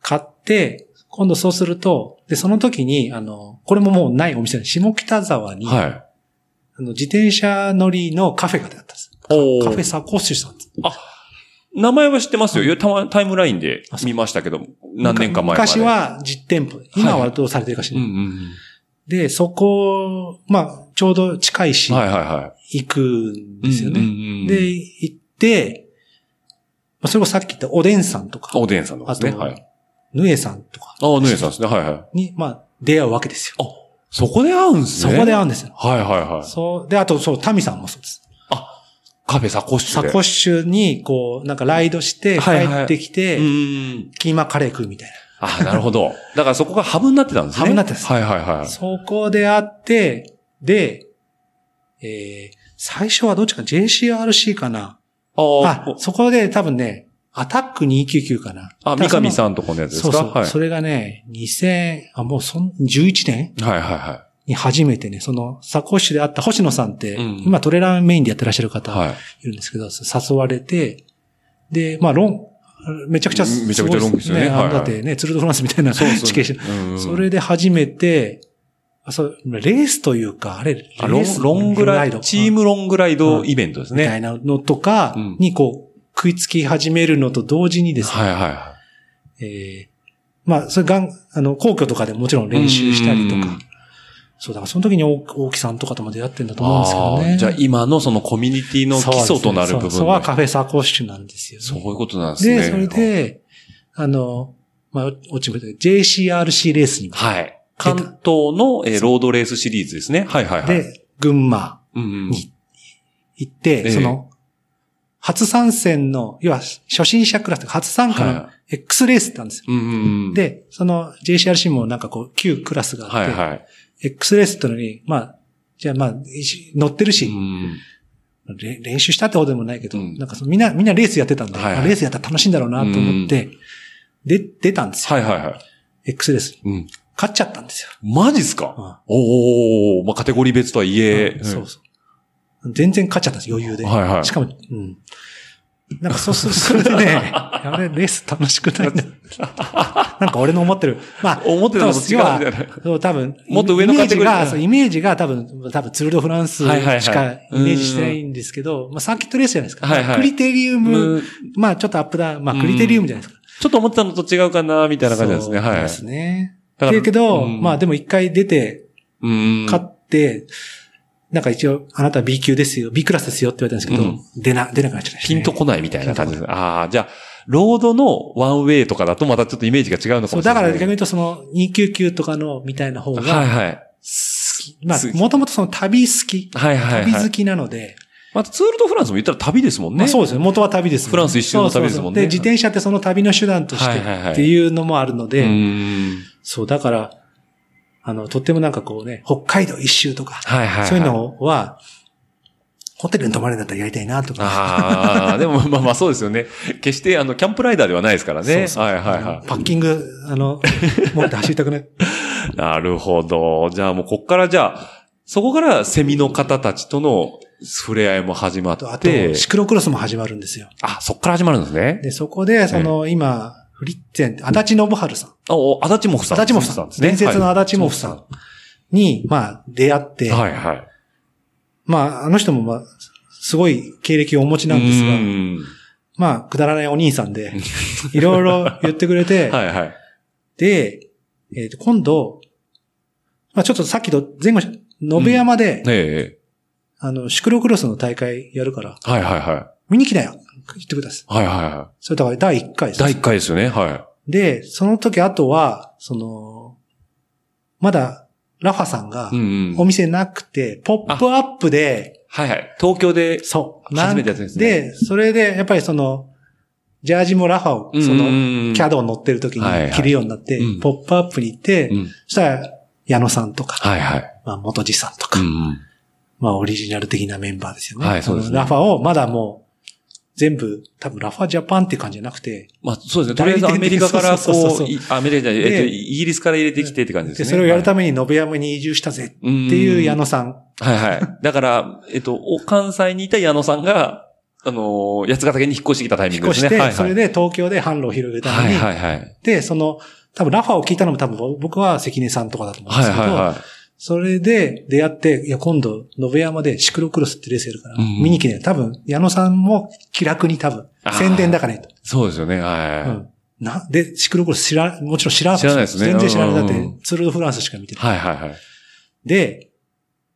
[SPEAKER 2] 買って、今度そうすると、で、その時に、あの、これももうないお店で、下北沢に、
[SPEAKER 1] はい。
[SPEAKER 2] あの自転車乗りのカフェがあったんです。
[SPEAKER 1] おー
[SPEAKER 2] カフェサコッシュさんです。
[SPEAKER 1] 名前は知ってますよ。いやたまタイムラインで見ましたけど、何年か前まで。
[SPEAKER 2] 昔。は実店舗。今はどうされてるかしら
[SPEAKER 1] うんうん
[SPEAKER 2] で、そこ、まあ、ちょうど近いし、
[SPEAKER 1] うん。はいはいは
[SPEAKER 2] 行くん
[SPEAKER 1] い。
[SPEAKER 2] ですよね。
[SPEAKER 1] うんうんうん
[SPEAKER 2] で、行って、まあ、それこそさっき言ったおでんさんとか、
[SPEAKER 1] おでんさんので
[SPEAKER 2] あ
[SPEAKER 1] すね。
[SPEAKER 2] と、
[SPEAKER 1] はい。
[SPEAKER 2] ぬえさんとか
[SPEAKER 1] ああ、ヌエさんですね。はいはい。
[SPEAKER 2] に、まあ、出会うわけですよ。
[SPEAKER 1] そこで会うんす
[SPEAKER 2] そ
[SPEAKER 1] ね。
[SPEAKER 2] こで会
[SPEAKER 1] う。
[SPEAKER 2] うんですよ。
[SPEAKER 1] はいはいはい。
[SPEAKER 2] そう、で、あと、そう、タミさんもそうです。
[SPEAKER 1] カフェサコッシュ
[SPEAKER 2] サ
[SPEAKER 1] で。
[SPEAKER 2] コッシュに、こう、なんかライドして、帰
[SPEAKER 1] はいはい
[SPEAKER 2] ってきて、
[SPEAKER 1] うん。
[SPEAKER 2] キーマカレー食うみたい
[SPEAKER 1] あ、なるほど。だからそこがハブになってたんですね。
[SPEAKER 2] ハブになってたんです
[SPEAKER 1] はいはいは
[SPEAKER 2] な。
[SPEAKER 1] い。
[SPEAKER 2] そこで会って、で、えー、最初はどっちか JCRC かな。
[SPEAKER 1] あ
[SPEAKER 2] あ、そこで多分ね、アタック299かな。
[SPEAKER 1] あ、三上さんとこのやつです
[SPEAKER 2] そ
[SPEAKER 1] か
[SPEAKER 2] うそう、
[SPEAKER 1] はい。
[SPEAKER 2] それがね、2000、あ、もうそん、11年
[SPEAKER 1] はいはいは
[SPEAKER 2] に初めてね、その、サコッシュで会った星野さんって、
[SPEAKER 1] うん
[SPEAKER 2] 今トレーラーメインでやってらっしゃる
[SPEAKER 1] い。
[SPEAKER 2] 方
[SPEAKER 1] はい。
[SPEAKER 2] いるんですけど、誘われて、で、まあ、ロン、めちゃくちゃす
[SPEAKER 1] めちゃくちゃロングですよね
[SPEAKER 2] あの
[SPEAKER 1] はいはい
[SPEAKER 2] だってね、ツールドフランスみたいな地形して
[SPEAKER 1] うんうん
[SPEAKER 2] それで初めて、あそうレースというか、あれ、レ
[SPEAKER 1] あロ
[SPEAKER 2] ー
[SPEAKER 1] ン
[SPEAKER 2] ス
[SPEAKER 1] ロングライ
[SPEAKER 2] ド
[SPEAKER 1] ド、チームロングライドイベントです
[SPEAKER 2] みた
[SPEAKER 1] ね。
[SPEAKER 2] いなのとかにこう、食いつき始めるのと同時にですね、
[SPEAKER 1] はいはいは
[SPEAKER 2] えーまあ、それがん、あの、皇居とかでもちろん練習したりと
[SPEAKER 1] うんうんう
[SPEAKER 2] か
[SPEAKER 1] ん、
[SPEAKER 2] そう、だからその時に大大木さんとかとも出会ってんだ
[SPEAKER 1] い。
[SPEAKER 2] と思うんですけど
[SPEAKER 1] あー
[SPEAKER 2] ね。
[SPEAKER 1] じゃあ今のそのコミュニティの基礎となる部
[SPEAKER 2] そうですねそう
[SPEAKER 1] 分
[SPEAKER 2] そこは
[SPEAKER 1] の。
[SPEAKER 2] カフェサコッシュなんですよね、
[SPEAKER 1] そういうことなんですね。
[SPEAKER 2] で、それで、あの、まあ、落ちぶれ JCRC レースに。
[SPEAKER 1] はい。関東の、えーロードレースシリーズですね。はいはいはい。
[SPEAKER 2] で、群馬
[SPEAKER 1] うんうん、
[SPEAKER 2] に行って、
[SPEAKER 1] ええ
[SPEAKER 2] その、初参戦の、要は初心者クラスとか初参加の
[SPEAKER 1] は
[SPEAKER 2] X レースってあるんですよ。
[SPEAKER 1] うんうんうん、
[SPEAKER 2] で、その JCRC もなんかこう、旧クラスがあって、
[SPEAKER 1] はいはい。
[SPEAKER 2] X レースってのに、まあ、じゃあまあ、一乗ってるし、
[SPEAKER 1] うん
[SPEAKER 2] れ練習したってほどでもないけど、
[SPEAKER 1] うん
[SPEAKER 2] なんかそのみんな、みんなレースやってたんで、
[SPEAKER 1] はいはい
[SPEAKER 2] あレースやったら楽しいんだろうなと思って、で、出たんですよ。
[SPEAKER 1] はいはいはい。
[SPEAKER 2] X レース。
[SPEAKER 1] うん、
[SPEAKER 2] 勝っちゃったんですよ。
[SPEAKER 1] マジっすか、
[SPEAKER 2] うん
[SPEAKER 1] おーおーおーまあ、カテゴリー別とはいえ。
[SPEAKER 2] うんそうそう。全然勝っちゃったんです、余裕で。
[SPEAKER 1] はいはい
[SPEAKER 2] しかも、うん。なんかそうそう、それでね、 あれ、レース楽しくないな。 なんか俺の思ってる。まあ、
[SPEAKER 1] 思ってたのと違う
[SPEAKER 2] 多分
[SPEAKER 1] みたいな
[SPEAKER 2] そう、多分、
[SPEAKER 1] もっと上の
[SPEAKER 2] イメ
[SPEAKER 1] カテ
[SPEAKER 2] ージ
[SPEAKER 1] ゴリー
[SPEAKER 2] が、そうイメージが多分、多分、ツールドフランス
[SPEAKER 1] はいはいはい
[SPEAKER 2] しかイメージしてないんですけど、まあ、サーキットレースじゃないですか。
[SPEAKER 1] はいはい
[SPEAKER 2] クリテリウ
[SPEAKER 1] う
[SPEAKER 2] ム
[SPEAKER 1] ん、
[SPEAKER 2] まあ、ちょっとアップダウン、まあ、クリテリウムじゃないですか。
[SPEAKER 1] ちょっと思ってたのと違うかな、みたいな感じなんですね。
[SPEAKER 2] そう
[SPEAKER 1] はい。
[SPEAKER 2] ですね。
[SPEAKER 1] だから
[SPEAKER 2] だけど、
[SPEAKER 1] うん
[SPEAKER 2] まあ、でも一回出て、
[SPEAKER 1] うん。
[SPEAKER 2] 勝って、なんか一応、あなたは B 級ですよ、B クラスですよって言われたんですけど、出な、出なくなっちゃいました、
[SPEAKER 1] ピ
[SPEAKER 2] ね。
[SPEAKER 1] ンとこないみたいな感じです。ああ、じゃあ、ロードのワンウェイとかだとまたちょっとイメージが違うのか
[SPEAKER 2] そ
[SPEAKER 1] も
[SPEAKER 2] う、
[SPEAKER 1] しれ
[SPEAKER 2] だか
[SPEAKER 1] ない。
[SPEAKER 2] ら逆に言うとその299とかのみたいな方が、
[SPEAKER 1] はいはい。
[SPEAKER 2] まあ
[SPEAKER 1] 好、き
[SPEAKER 2] もともとその旅好き、
[SPEAKER 1] はいはい、はい。
[SPEAKER 2] 旅好きなので、
[SPEAKER 1] またツール・ド・フランスも言ったら旅ですもんね。
[SPEAKER 2] まあそうですよ、元は旅ですもんね、
[SPEAKER 1] フランス一周の旅ですもんね
[SPEAKER 2] そうそうそうで、自転車ってその旅の手段として
[SPEAKER 1] はいはいはい
[SPEAKER 2] っていうのもあるので、
[SPEAKER 1] うーん
[SPEAKER 2] そう、だから、あの、とってもなんかこうね、北海道一周とか、
[SPEAKER 1] はいはい、はい。
[SPEAKER 2] そういうのは、ホテルに泊まるんだったらやりたいなとか、
[SPEAKER 1] ああ、でもまあまあそうですよね。決してあの、キャンプライダーではないですからね。
[SPEAKER 2] そうそう
[SPEAKER 1] はいはいは
[SPEAKER 2] パッキング、あの、持って走りたくない。
[SPEAKER 1] い。なるほど。じゃあもうこっからじゃあ、そこからセミの方たちとの触れ合いも始まっ
[SPEAKER 2] あと、あと
[SPEAKER 1] て、
[SPEAKER 2] シクロクロスも始まるんですよ。
[SPEAKER 1] あ、そっから始まるんですね。
[SPEAKER 2] で、そこで、その、今、フリッツェンって、足立信治さん。
[SPEAKER 1] あお、足立もふさん。
[SPEAKER 2] 足立モフさん。伝説の足立モフさんに、まあ、出会って、
[SPEAKER 1] はいはいはい。
[SPEAKER 2] まあ、あの人も、まあ、すごい経歴をお持ちなんです
[SPEAKER 1] う
[SPEAKER 2] が、
[SPEAKER 1] ーん
[SPEAKER 2] まあ、くだらないお兄さ んで、いろいろ言ってくれて、
[SPEAKER 1] はいはい。
[SPEAKER 2] で、えっ、と、今度、まあ、ちょっとさっきと前後し、延山で、
[SPEAKER 1] え
[SPEAKER 2] あの、シクロクロスの大会やるから、
[SPEAKER 1] え。はいはいは
[SPEAKER 2] 見に来なよ言ってくださ
[SPEAKER 1] い。は
[SPEAKER 2] い。
[SPEAKER 1] いはいは
[SPEAKER 2] それだから第1回で
[SPEAKER 1] い。
[SPEAKER 2] す
[SPEAKER 1] 第一回ですよね。は
[SPEAKER 2] で、その時あとは、その、まだ、ラファさんが
[SPEAKER 1] い。う、んう
[SPEAKER 2] お
[SPEAKER 1] ん。
[SPEAKER 2] 店なくて、ポップアップで、
[SPEAKER 1] はいはい。東京で、
[SPEAKER 2] そう、
[SPEAKER 1] 初めてやったん
[SPEAKER 2] で
[SPEAKER 1] ですね
[SPEAKER 2] それで、やっぱりその、ジャージもラファを、そ
[SPEAKER 1] うん
[SPEAKER 2] の、
[SPEAKER 1] うんうん
[SPEAKER 2] キャドを乗ってる時
[SPEAKER 1] はいはい
[SPEAKER 2] に着るようになって
[SPEAKER 1] うん、
[SPEAKER 2] ポップアップに行って
[SPEAKER 1] う、ん。
[SPEAKER 2] そしたら、矢野さんとか、
[SPEAKER 1] はいはい。
[SPEAKER 2] まあ、元地さんと
[SPEAKER 1] う
[SPEAKER 2] か
[SPEAKER 1] ん、うん。
[SPEAKER 2] まあ、オリジナル的なメンバーですよね。
[SPEAKER 1] はいそうですね
[SPEAKER 2] あのラファを、まだもう、全部、多分ラファジャパンって感じじゃなくて、
[SPEAKER 1] まあそうですね。とりあえずアメリカから
[SPEAKER 2] そうそう
[SPEAKER 1] こ、
[SPEAKER 2] そうう
[SPEAKER 1] いアメリカじゃない、えっと、
[SPEAKER 2] で
[SPEAKER 1] イギリスから入れてきてって感じです
[SPEAKER 2] で、
[SPEAKER 1] ね。
[SPEAKER 2] それをやるた
[SPEAKER 1] め
[SPEAKER 2] めに、延山に移住したぜ、
[SPEAKER 1] っ
[SPEAKER 2] っていう矢野さん
[SPEAKER 1] はいはい。だから、えっと、お関西にいた矢野さんが、あのー、八ヶ岳に引っ越してきたタイミン
[SPEAKER 2] 引っ
[SPEAKER 1] グです
[SPEAKER 2] 越し
[SPEAKER 1] ね。
[SPEAKER 2] て、
[SPEAKER 1] はいはい
[SPEAKER 2] それで東京で販路を広げたの
[SPEAKER 1] は
[SPEAKER 2] に、
[SPEAKER 1] いはいはい。
[SPEAKER 2] で、その、多分ラファを聞いたのも多分僕は関根さんとかだと思うんで
[SPEAKER 1] は
[SPEAKER 2] す
[SPEAKER 1] い
[SPEAKER 2] けど、
[SPEAKER 1] はいはい。
[SPEAKER 2] それで出会って、いや、今度、延山でシクロクロスってレースやるから、
[SPEAKER 1] うん
[SPEAKER 2] 見に来ねえ。多分、矢野さんも気楽に多分
[SPEAKER 1] あ、ー
[SPEAKER 2] 宣伝だからねと。。
[SPEAKER 1] そうですよね。はいはいう
[SPEAKER 2] んな、で、シクロクロス知ら、もちろん知ら
[SPEAKER 1] 知らないですね
[SPEAKER 2] 全然知らない。だっ
[SPEAKER 1] う
[SPEAKER 2] て
[SPEAKER 1] ん、
[SPEAKER 2] ツールドフランスしか見てない。
[SPEAKER 1] はいはいはい。
[SPEAKER 2] で、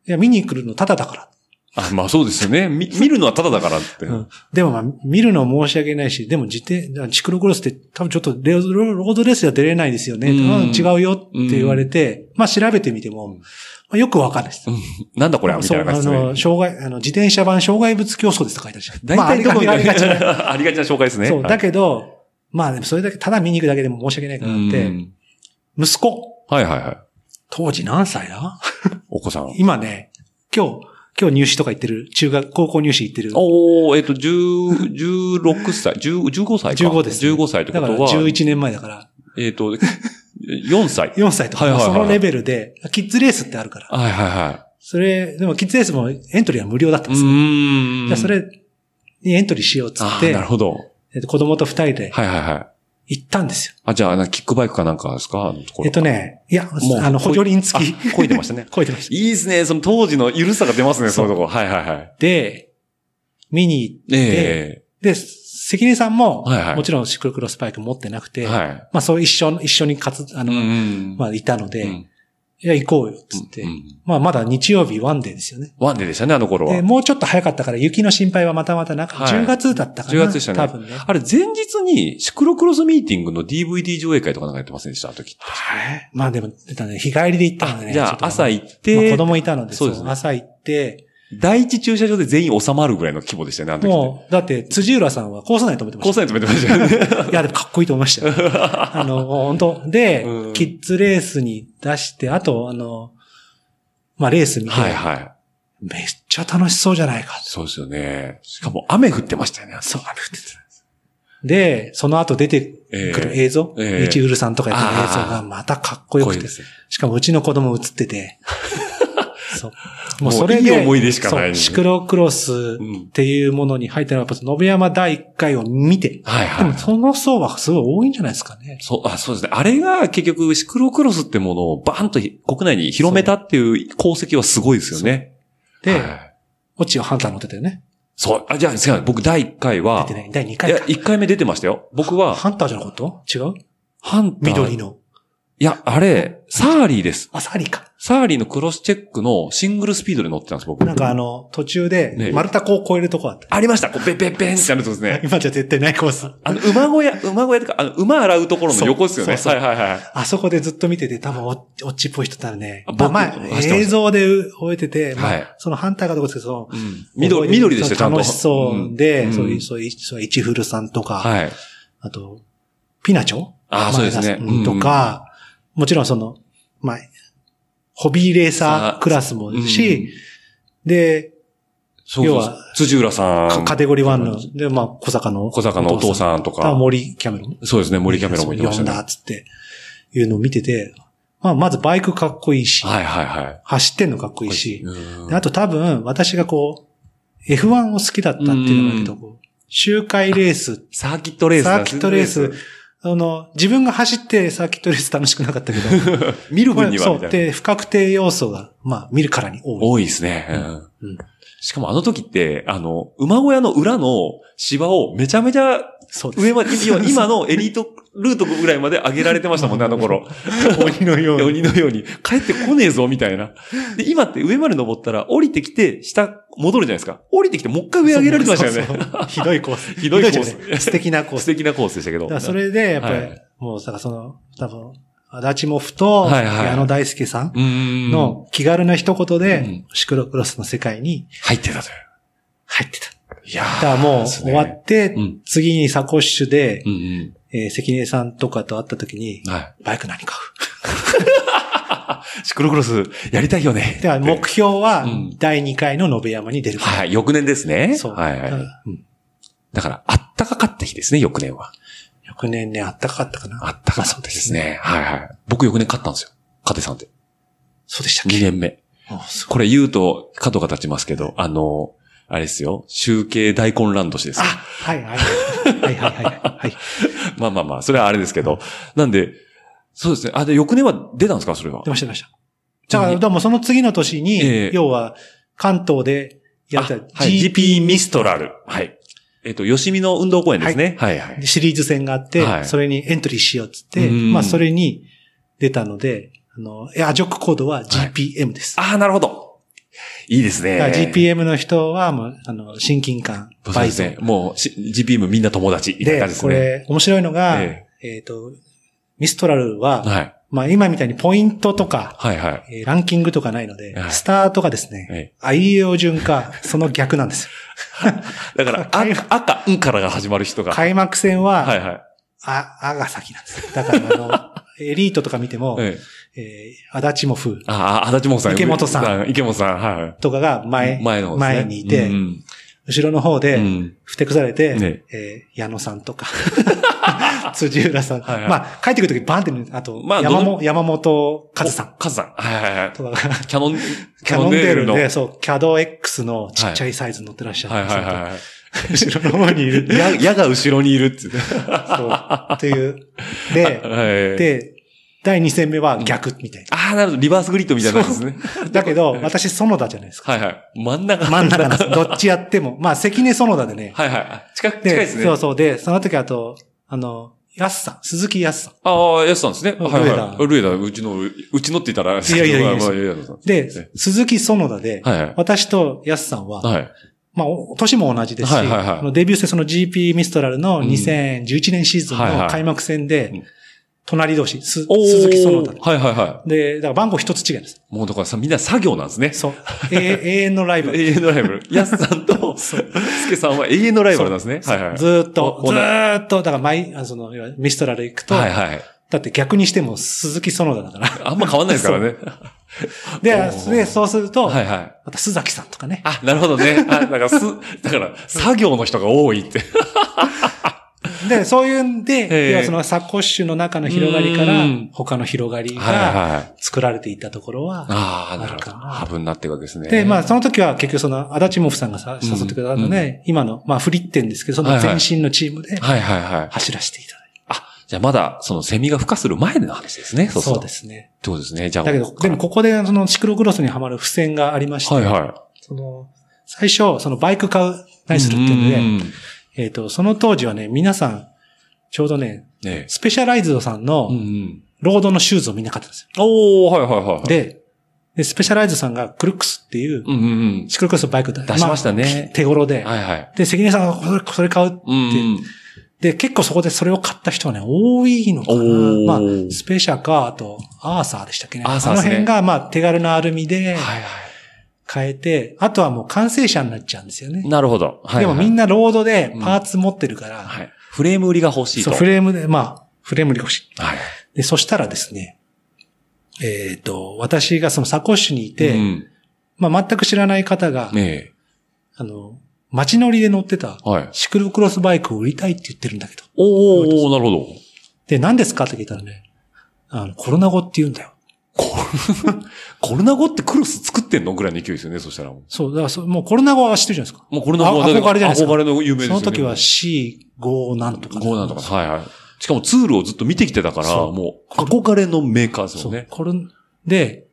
[SPEAKER 2] いや、見に来るのタダだから。
[SPEAKER 1] あ、まあそうですよね。み見るのはタダだからって。
[SPEAKER 2] うんでもまあ、見るのは申し訳ないし、でも自転、シクロクロスって多分ちょっとレオロロードレースでは出れないですよね。
[SPEAKER 1] うん
[SPEAKER 2] 違うよって言われて、まあ調べてみても、まあ、よくわかんないです。
[SPEAKER 1] なんだこれみた
[SPEAKER 2] そ、
[SPEAKER 1] いうな感
[SPEAKER 2] あ
[SPEAKER 1] じですね
[SPEAKER 2] の、。障害、あの、自転車版障害物競争ですとか書いてあるじゃん。
[SPEAKER 1] 大体どこに
[SPEAKER 2] まあありがちありがち な
[SPEAKER 1] ありがちな紹介ですね。
[SPEAKER 2] そう、だ
[SPEAKER 1] け
[SPEAKER 2] けど、まあでもそれだけ、ただ見に行くだけでも申し訳ないからって、息子、
[SPEAKER 1] はいはいはい。
[SPEAKER 2] 当時何歳だ
[SPEAKER 1] お子さん。
[SPEAKER 2] 今ね、今日、今日入試とか行ってる、中学、高校入試行ってる。
[SPEAKER 1] おー、えっと、10 16歳、10 15歳か。
[SPEAKER 2] 15ですね、
[SPEAKER 1] 15歳ってこ
[SPEAKER 2] だから
[SPEAKER 1] とは、
[SPEAKER 2] 11年前だから、
[SPEAKER 1] えっと、4歳。
[SPEAKER 2] 4歳とか、
[SPEAKER 1] はいはいはい
[SPEAKER 2] そのレベルで、キッズレースってあるから。
[SPEAKER 1] はいはいは
[SPEAKER 2] それ、でもキッズレースもエントリーは無料だったん
[SPEAKER 1] い。
[SPEAKER 2] ですよ。
[SPEAKER 1] ーん
[SPEAKER 2] じゃあそ、れにエントリーしようっつっ
[SPEAKER 1] あ
[SPEAKER 2] て
[SPEAKER 1] ー、なるほど。
[SPEAKER 2] えっと子供と二人で
[SPEAKER 1] はいはいはい。
[SPEAKER 2] 行ったんですよ。
[SPEAKER 1] あ、じゃあ、なんかキックバイクかなんかですかあのところ
[SPEAKER 2] えっとね、いや、
[SPEAKER 1] もう
[SPEAKER 2] あの、
[SPEAKER 1] こい
[SPEAKER 2] 補助輪付き。
[SPEAKER 1] あこいでましたね
[SPEAKER 2] こいでました。
[SPEAKER 1] いいですね。その当時の緩さが出ますね、そういうとこ。はいはいはい。
[SPEAKER 2] で、見に行って、
[SPEAKER 1] え
[SPEAKER 2] で、関根さんも、
[SPEAKER 1] はいはい
[SPEAKER 2] もちろんシクロクロスバイク持ってなく
[SPEAKER 1] え
[SPEAKER 2] て、
[SPEAKER 1] はい。
[SPEAKER 2] まあそう一緒、一緒にかつ、あの、
[SPEAKER 1] ん
[SPEAKER 2] ま
[SPEAKER 1] あ、
[SPEAKER 2] あいたので、
[SPEAKER 1] うん
[SPEAKER 2] いや、行こうよ、つって。
[SPEAKER 1] うん
[SPEAKER 2] まあまだ日曜日ワンデーですよね。
[SPEAKER 1] ワンデーでしたね、あの頃は
[SPEAKER 2] で、。もうちょっと早かったから雪の心配はまたまたなかっ
[SPEAKER 1] はい
[SPEAKER 2] た。10月だったかな。
[SPEAKER 1] 10月でしたね
[SPEAKER 2] 多分ね。
[SPEAKER 1] あれ、前日に、シクロクロスミーティングの DVD 上映会とかなんかやってませんでしたあの時。
[SPEAKER 2] はい。まあでも、出たね、日帰りで行ったのでね。
[SPEAKER 1] じゃ
[SPEAKER 2] ちょっ
[SPEAKER 1] あ、
[SPEAKER 2] と
[SPEAKER 1] 朝行っ
[SPEAKER 2] まあ
[SPEAKER 1] て
[SPEAKER 2] 子、供いたので、
[SPEAKER 1] そう
[SPEAKER 2] そう
[SPEAKER 1] ですね
[SPEAKER 2] 朝行って、
[SPEAKER 1] 第一駐車場で全員収まるぐらいの規模でしたよね、あの時ね。
[SPEAKER 2] もう、だって、辻浦さんはコース内に止めてま
[SPEAKER 1] 交差
[SPEAKER 2] し
[SPEAKER 1] 点止めてました よね。
[SPEAKER 2] た。いや、でもかっこいいと思 いましたよ。あの、本当で
[SPEAKER 1] うん、
[SPEAKER 2] キッズレースに出して、あと、あの、まあ、レース見て、
[SPEAKER 1] はいはい。
[SPEAKER 2] めっちゃ楽しそうじゃないか。
[SPEAKER 1] そうですよね。しかも雨降ってましたよね。そう、雨降って
[SPEAKER 2] で、その後出てくる映像、
[SPEAKER 1] ええ
[SPEAKER 2] イチウルさんとかやってる映像
[SPEAKER 1] あ
[SPEAKER 2] が
[SPEAKER 1] ー
[SPEAKER 2] またかっこよくて、
[SPEAKER 1] すね。
[SPEAKER 2] しかもうちの子供映って て、そう。
[SPEAKER 1] もういい思い出しかない
[SPEAKER 2] そうシクロクロス
[SPEAKER 1] うん
[SPEAKER 2] っていうものに入ったのは、やっぱ、信山第一回を見て、
[SPEAKER 1] はい
[SPEAKER 2] で
[SPEAKER 1] は
[SPEAKER 2] も
[SPEAKER 1] い。
[SPEAKER 2] その層はすごい多いんじゃないですかね。
[SPEAKER 1] そう、あ、そうですね。あれが結局、シクロクロスってものをバーンと国内に広めたっていう功績はすごいですよね。
[SPEAKER 2] で、
[SPEAKER 1] はい
[SPEAKER 2] オチをハンター乗ってたよね。
[SPEAKER 1] そう、あ、じゃあ、すいません僕第1回
[SPEAKER 2] 出
[SPEAKER 1] は
[SPEAKER 2] て、ない。第2
[SPEAKER 1] い
[SPEAKER 2] 回
[SPEAKER 1] や、
[SPEAKER 2] か。
[SPEAKER 1] 1回目出てましたよ。僕は、
[SPEAKER 2] ハンターじゃなかった違う
[SPEAKER 1] ハンター。
[SPEAKER 2] 緑。の。
[SPEAKER 1] いや、あれ、サーリーです。
[SPEAKER 2] あ、サリか。
[SPEAKER 1] サーリーのクロスチェックのシングルスピードで乗ってたんです、僕。
[SPEAKER 2] なんかあの、途中
[SPEAKER 1] ね
[SPEAKER 2] で、丸太湖を越えるとこあった。
[SPEAKER 1] ありました。こう、ベッベッベンってなるとですね。
[SPEAKER 2] 今じゃ絶対ないコース。
[SPEAKER 1] あの、馬小屋、馬小屋とか、あの、馬洗うところの横ですよね。
[SPEAKER 2] そうそうそう
[SPEAKER 1] はいはいはい。
[SPEAKER 2] あそこでずっと見てて、多分オッオチっぽい人だよね。
[SPEAKER 1] 僕
[SPEAKER 2] まあ、ま
[SPEAKER 1] 走ってま
[SPEAKER 2] あ、
[SPEAKER 1] した
[SPEAKER 2] 映像で終えてて、まあ
[SPEAKER 1] はい
[SPEAKER 2] そのハンターがどこですけど、その
[SPEAKER 1] 緑、緑でしたよ、ちゃんと。
[SPEAKER 2] 楽しそうで、
[SPEAKER 1] うん
[SPEAKER 2] そういう、そういう、そういう、イチフルさんとか、
[SPEAKER 1] はい。
[SPEAKER 2] あと、ピナチョ
[SPEAKER 1] ああ、そうですね。
[SPEAKER 2] 前田さんとか、もちろんその、まあ、ホビーレーサークラスも
[SPEAKER 1] うん、
[SPEAKER 2] し、で、
[SPEAKER 1] そう
[SPEAKER 2] 要
[SPEAKER 1] そう
[SPEAKER 2] は
[SPEAKER 1] 辻浦さ
[SPEAKER 2] か
[SPEAKER 1] ん、
[SPEAKER 2] カテゴリー1の、で、まあ、小坂の。
[SPEAKER 1] 小坂のお父さんと
[SPEAKER 2] あ
[SPEAKER 1] か、
[SPEAKER 2] 森キャメロン。
[SPEAKER 1] そうですね、森キャメロンもいてました
[SPEAKER 2] 呼ん
[SPEAKER 1] ね。
[SPEAKER 2] だっつって、いうのを見てて、まあ、まずバイクかっこいいし、
[SPEAKER 1] はいはいはい。
[SPEAKER 2] 走ってんのかっこいいし、
[SPEAKER 1] うん
[SPEAKER 2] であと多分、私がこう、F1 を好きだったっていうのがあるけど、こう周回レース、
[SPEAKER 1] サーキットレース
[SPEAKER 2] サ
[SPEAKER 1] だ
[SPEAKER 2] ーキットレース、あの、自分が走ってサーキットレース楽しくなかったけど、
[SPEAKER 1] 見る
[SPEAKER 2] こ
[SPEAKER 1] 分
[SPEAKER 2] れ
[SPEAKER 1] には
[SPEAKER 2] そ
[SPEAKER 1] み
[SPEAKER 2] う。
[SPEAKER 1] たいな。
[SPEAKER 2] で、不確定要素が、まあ、見るからに多い。
[SPEAKER 1] 多いですね。うん
[SPEAKER 2] うん
[SPEAKER 1] しかもあの時って、あの、馬小屋の裏の芝をめちゃめちゃ
[SPEAKER 2] そうです。
[SPEAKER 1] 上まで、要は今のエリートルートぐらいまで上げられてましたもんね、あの頃。
[SPEAKER 2] 鬼のように。
[SPEAKER 1] 鬼のように、帰ってこねえぞ、みたいな。で、今って上まで登ったら、降りてきて、下、戻るじゃないですか。降りてきて、もう一回上上げられてましたよ
[SPEAKER 2] そう
[SPEAKER 1] ね。
[SPEAKER 2] そうそう ひどいコース。
[SPEAKER 1] ひどいコース
[SPEAKER 2] じゃない素敵なコー
[SPEAKER 1] 素
[SPEAKER 2] ス。
[SPEAKER 1] 敵なコースでしたけど。
[SPEAKER 2] だからそれで、やっぱり、
[SPEAKER 1] はい
[SPEAKER 2] もう、だからその、多分、足立もふと、
[SPEAKER 1] はいはい
[SPEAKER 2] 矢野大輔さん
[SPEAKER 1] うーん。
[SPEAKER 2] の気軽な一言で、
[SPEAKER 1] うん
[SPEAKER 2] シクロクロスの世界に
[SPEAKER 1] 入ってたとい
[SPEAKER 2] 入ってた。
[SPEAKER 1] う。いや
[SPEAKER 2] だ
[SPEAKER 1] ー
[SPEAKER 2] からもう、
[SPEAKER 1] そう
[SPEAKER 2] 終
[SPEAKER 1] ね
[SPEAKER 2] わって、
[SPEAKER 1] うん
[SPEAKER 2] 次にサコッシュで
[SPEAKER 1] う、ん
[SPEAKER 2] えー関根さんとかと会った時に
[SPEAKER 1] うん。、はい。
[SPEAKER 2] バイク何買
[SPEAKER 1] シクロクロス、やりたいよ
[SPEAKER 2] う
[SPEAKER 1] ね。
[SPEAKER 2] では、目標は
[SPEAKER 1] うん、
[SPEAKER 2] 第2回の延山に出ること。
[SPEAKER 1] はい、翌年ですね。
[SPEAKER 2] そう。
[SPEAKER 1] はいは
[SPEAKER 2] だか
[SPEAKER 1] い。
[SPEAKER 2] らうん
[SPEAKER 1] だから、あったかかった日ですね、翌年は。
[SPEAKER 2] 翌年ね、あったかかったかな。
[SPEAKER 1] あったかかった日ですね。はいはい。僕翌年勝ったんですよ。勝てさんで。
[SPEAKER 2] そうでしたっけ
[SPEAKER 1] 2年目。
[SPEAKER 2] あす
[SPEAKER 1] これ言うと、角が立ちますけど、あの、あれですよ。集計大混乱年です
[SPEAKER 2] あ、
[SPEAKER 1] よ。
[SPEAKER 2] はいはい。はいはいはいはい。はい
[SPEAKER 1] まあまあまあ、それはあれですけど。なんで、そうですね。あ、で、翌年は出たんですかそれは
[SPEAKER 2] 出。ました出ました。だから、でもその次の年に、
[SPEAKER 1] ええ
[SPEAKER 2] 要は、関東でやった
[SPEAKER 1] あはい
[SPEAKER 2] GP ミストラ
[SPEAKER 1] ある。はい。えっ、と、吉見の運動公園ですね。はい、はい、
[SPEAKER 2] シリーズ戦があって、
[SPEAKER 1] はい
[SPEAKER 2] それにエントリーしようっつって、
[SPEAKER 1] うん
[SPEAKER 2] まあそれに出たので、あの、えアジョックコードは GPM です。
[SPEAKER 1] ああ、なるほど。いいですね。
[SPEAKER 2] だから GPM の人は、もう、あの、親近感、
[SPEAKER 1] そう
[SPEAKER 2] 倍
[SPEAKER 1] です
[SPEAKER 2] 増。
[SPEAKER 1] ね。もうし、GPM みんな友達。いな
[SPEAKER 2] で、
[SPEAKER 1] 感じです
[SPEAKER 2] こ
[SPEAKER 1] ね。
[SPEAKER 2] れ、面白いのが、
[SPEAKER 1] え
[SPEAKER 2] えっ、と、ミストラルは、
[SPEAKER 1] はい。
[SPEAKER 2] まあ今みたいにポイントとか、
[SPEAKER 1] はい、はい。
[SPEAKER 2] えーランキングとかないので、
[SPEAKER 1] はい
[SPEAKER 2] スタートがですね、
[SPEAKER 1] ええ
[SPEAKER 2] あいうえお順か、その逆なんですよ。
[SPEAKER 1] だ から、
[SPEAKER 2] 開幕
[SPEAKER 1] 赤、 赤、うんからが始まる人が。はい、
[SPEAKER 2] 開幕戦は、
[SPEAKER 1] はい。
[SPEAKER 2] あ、あが先なんですよ。だからあ の、エリートとか見ても、
[SPEAKER 1] ええ
[SPEAKER 2] えー、足立も風
[SPEAKER 1] あ、あ、足立もさん。
[SPEAKER 2] 池本さ
[SPEAKER 1] ん。池本さん、は
[SPEAKER 2] とかが前、
[SPEAKER 1] い。前の方ですね
[SPEAKER 2] 前にいて
[SPEAKER 1] うん
[SPEAKER 2] 後ろの方
[SPEAKER 1] う
[SPEAKER 2] で、
[SPEAKER 1] ん。
[SPEAKER 2] ふてくされて、
[SPEAKER 1] ね
[SPEAKER 2] えー矢野さ んとか、辻浦さん。
[SPEAKER 1] はいはい
[SPEAKER 2] まあ、帰ってくるときバンってね、あと、
[SPEAKER 1] まあ
[SPEAKER 2] 山
[SPEAKER 1] ど
[SPEAKER 2] も山本和さん
[SPEAKER 1] カズさん。はいはいはい。
[SPEAKER 2] とかが、
[SPEAKER 1] キャノン、
[SPEAKER 2] キャノンデール
[SPEAKER 1] の。はい
[SPEAKER 2] で、そう、キャド X のちっちゃいサイズに乗ってらっしゃ
[SPEAKER 1] はい
[SPEAKER 2] るんですよ
[SPEAKER 1] は
[SPEAKER 2] 後ろの方にいる
[SPEAKER 1] い。。や、矢が後ろにいる っていう。
[SPEAKER 2] そう。っていう。 で、
[SPEAKER 1] はい。
[SPEAKER 2] で、第2戦目は逆みたい
[SPEAKER 1] ああ、なるほど。リバースグリッドみたいなやつですね。
[SPEAKER 2] な。だけど、私、園田じゃないですか。
[SPEAKER 1] はいはい。真ん中。
[SPEAKER 2] 真ん中なんです。どっちやっても。まあ、関根園田でね。
[SPEAKER 1] はいはい。近く、近い
[SPEAKER 2] で、
[SPEAKER 1] ですね。
[SPEAKER 2] そうそう。で、その時あと、あの、安さん、鈴木安さん。
[SPEAKER 1] ああ、やすさんですね。はい
[SPEAKER 2] ルエ
[SPEAKER 1] は
[SPEAKER 2] ダ
[SPEAKER 1] い。ルエダ、うちの、うちのって言ったら、
[SPEAKER 2] いやいやいやいや
[SPEAKER 1] まあまあやださん
[SPEAKER 2] で
[SPEAKER 1] え、
[SPEAKER 2] 鈴木園田で、
[SPEAKER 1] はいはい。
[SPEAKER 2] 私と安さんは、
[SPEAKER 1] はい。
[SPEAKER 2] まあ、お年も同じですし、
[SPEAKER 1] はいはいはい
[SPEAKER 2] あのデビュー戦その GP ミストラルの
[SPEAKER 1] うん
[SPEAKER 2] 2011年シーズン
[SPEAKER 1] はいは
[SPEAKER 2] の
[SPEAKER 1] い
[SPEAKER 2] 開幕戦
[SPEAKER 1] うん
[SPEAKER 2] で、隣同士、す
[SPEAKER 1] おー
[SPEAKER 2] 鈴木園田で。
[SPEAKER 1] はいはいは
[SPEAKER 2] で、だから番号一つ違いです。
[SPEAKER 1] い。もうだからさ、みんな作業なんですね。
[SPEAKER 2] そう。え永遠のライバル。
[SPEAKER 1] 永遠のライバル。やすさんと、すけさんは永遠のライバルなんですね。はいはい。
[SPEAKER 2] ずーっと、
[SPEAKER 1] お
[SPEAKER 2] ずーっと、だから毎、あのその、いわゆるミストラル行くと、
[SPEAKER 1] はいはい。
[SPEAKER 2] だって逆にしても鈴木園田だから。
[SPEAKER 1] あんま変わんないですからね。
[SPEAKER 2] で、
[SPEAKER 1] おー
[SPEAKER 2] それでそうすると、
[SPEAKER 1] はいはい。
[SPEAKER 2] また須崎さんとかね。
[SPEAKER 1] あ、なるほど ね。あ、だから、す、だから、作業の人が多いって。
[SPEAKER 2] で、そういうん
[SPEAKER 1] ええ
[SPEAKER 2] で、要はそのサコッシュの中の広がりか
[SPEAKER 1] う
[SPEAKER 2] ら
[SPEAKER 1] ん、
[SPEAKER 2] 他の広がり
[SPEAKER 1] はい
[SPEAKER 2] が
[SPEAKER 1] はい。
[SPEAKER 2] 作られていったところは、
[SPEAKER 1] ああ、なるほ
[SPEAKER 2] ある
[SPEAKER 1] ど。
[SPEAKER 2] かな
[SPEAKER 1] ハブになっていくわけですね。
[SPEAKER 2] で、まあ、その時は結局その、アダチモフさんがさ
[SPEAKER 1] うん
[SPEAKER 2] 誘ってくださったので、今の、まあ、フリッテンですけど、その前身のチームで
[SPEAKER 1] はいはいはい。
[SPEAKER 2] 走らせていただいて。
[SPEAKER 1] あ、じゃあまだ、そのセミが孵化する前の話ですね。そう。
[SPEAKER 2] そうですすね。
[SPEAKER 1] ってことですね。じゃあ。
[SPEAKER 2] だけど、でもここで、その、シクロクロスにはまる付箋がありまして、
[SPEAKER 1] はいは
[SPEAKER 2] その、最初、その、バイク買う、
[SPEAKER 1] い。
[SPEAKER 2] 何するっていうので、
[SPEAKER 1] で。
[SPEAKER 2] えっと、その当時はね、皆さん、ちょうどね、
[SPEAKER 1] ね
[SPEAKER 2] スペシャライズドさ
[SPEAKER 1] え。う
[SPEAKER 2] ん
[SPEAKER 1] んう
[SPEAKER 2] の、
[SPEAKER 1] ん。
[SPEAKER 2] ロードのシューズをみんな買ったんですよ。
[SPEAKER 1] おー、はいはいはい。、
[SPEAKER 2] で、でスペシャライズドさんが、クルックスっていう、
[SPEAKER 1] うんうんうん。
[SPEAKER 2] シクロクロスのバイク出
[SPEAKER 1] 出しましたね
[SPEAKER 2] 手頃で。
[SPEAKER 1] はいはい。
[SPEAKER 2] で、関根さんが、それそれ買う
[SPEAKER 1] うんうん。
[SPEAKER 2] で、結構そこでそれを買った人はね、多いのかな
[SPEAKER 1] おー。
[SPEAKER 2] まあ、スペシャか、あと、アーサーでしたっけね。
[SPEAKER 1] アーサー
[SPEAKER 2] あ
[SPEAKER 1] で
[SPEAKER 2] の
[SPEAKER 1] すね
[SPEAKER 2] 辺が、まあ、手軽なアルミで
[SPEAKER 1] はいは
[SPEAKER 2] 変えて、あとはもう完成車になっちゃうんですよ
[SPEAKER 1] い。
[SPEAKER 2] ね。
[SPEAKER 1] なるほど。はい
[SPEAKER 2] で
[SPEAKER 1] はい
[SPEAKER 2] もみんなロードで
[SPEAKER 1] うん
[SPEAKER 2] パーツ持ってるから、
[SPEAKER 1] はい。フレーム売りが欲しいと。
[SPEAKER 2] そう、フレームで、まあ、フレームで欲しい。
[SPEAKER 1] はい。
[SPEAKER 2] で、そしたらですね、えっ、と、私がそのサコッシュにいて、
[SPEAKER 1] うん
[SPEAKER 2] まあ、全く知らない方が、
[SPEAKER 1] ね
[SPEAKER 2] あの、街乗りで乗ってた
[SPEAKER 1] え。、はい。
[SPEAKER 2] シクロクロスバイクを売りたいって言ってるんだけど。
[SPEAKER 1] おー、なるほど。
[SPEAKER 2] で、何ですかって聞いたらね、あの、コロナ後って言うんだよ。
[SPEAKER 1] コロナ後ってクロス作ってんのぐらいの勢いですよね、そしたらもう。
[SPEAKER 2] そう、だからそもうコロナ後は知ってるじゃないですか。
[SPEAKER 1] もうコロナ後
[SPEAKER 2] あ憧れじゃないですか
[SPEAKER 1] 憧れの有名です
[SPEAKER 2] そ
[SPEAKER 1] よ
[SPEAKER 2] の
[SPEAKER 1] ね。
[SPEAKER 2] 時は C5 なんとか。
[SPEAKER 1] 5なんとか。はいはい。しかもツールをずっと見てきてたから、
[SPEAKER 2] そう
[SPEAKER 1] もう憧れのメーカーです
[SPEAKER 2] そ
[SPEAKER 1] よ
[SPEAKER 2] う
[SPEAKER 1] ね
[SPEAKER 2] ね。。コロナ、で、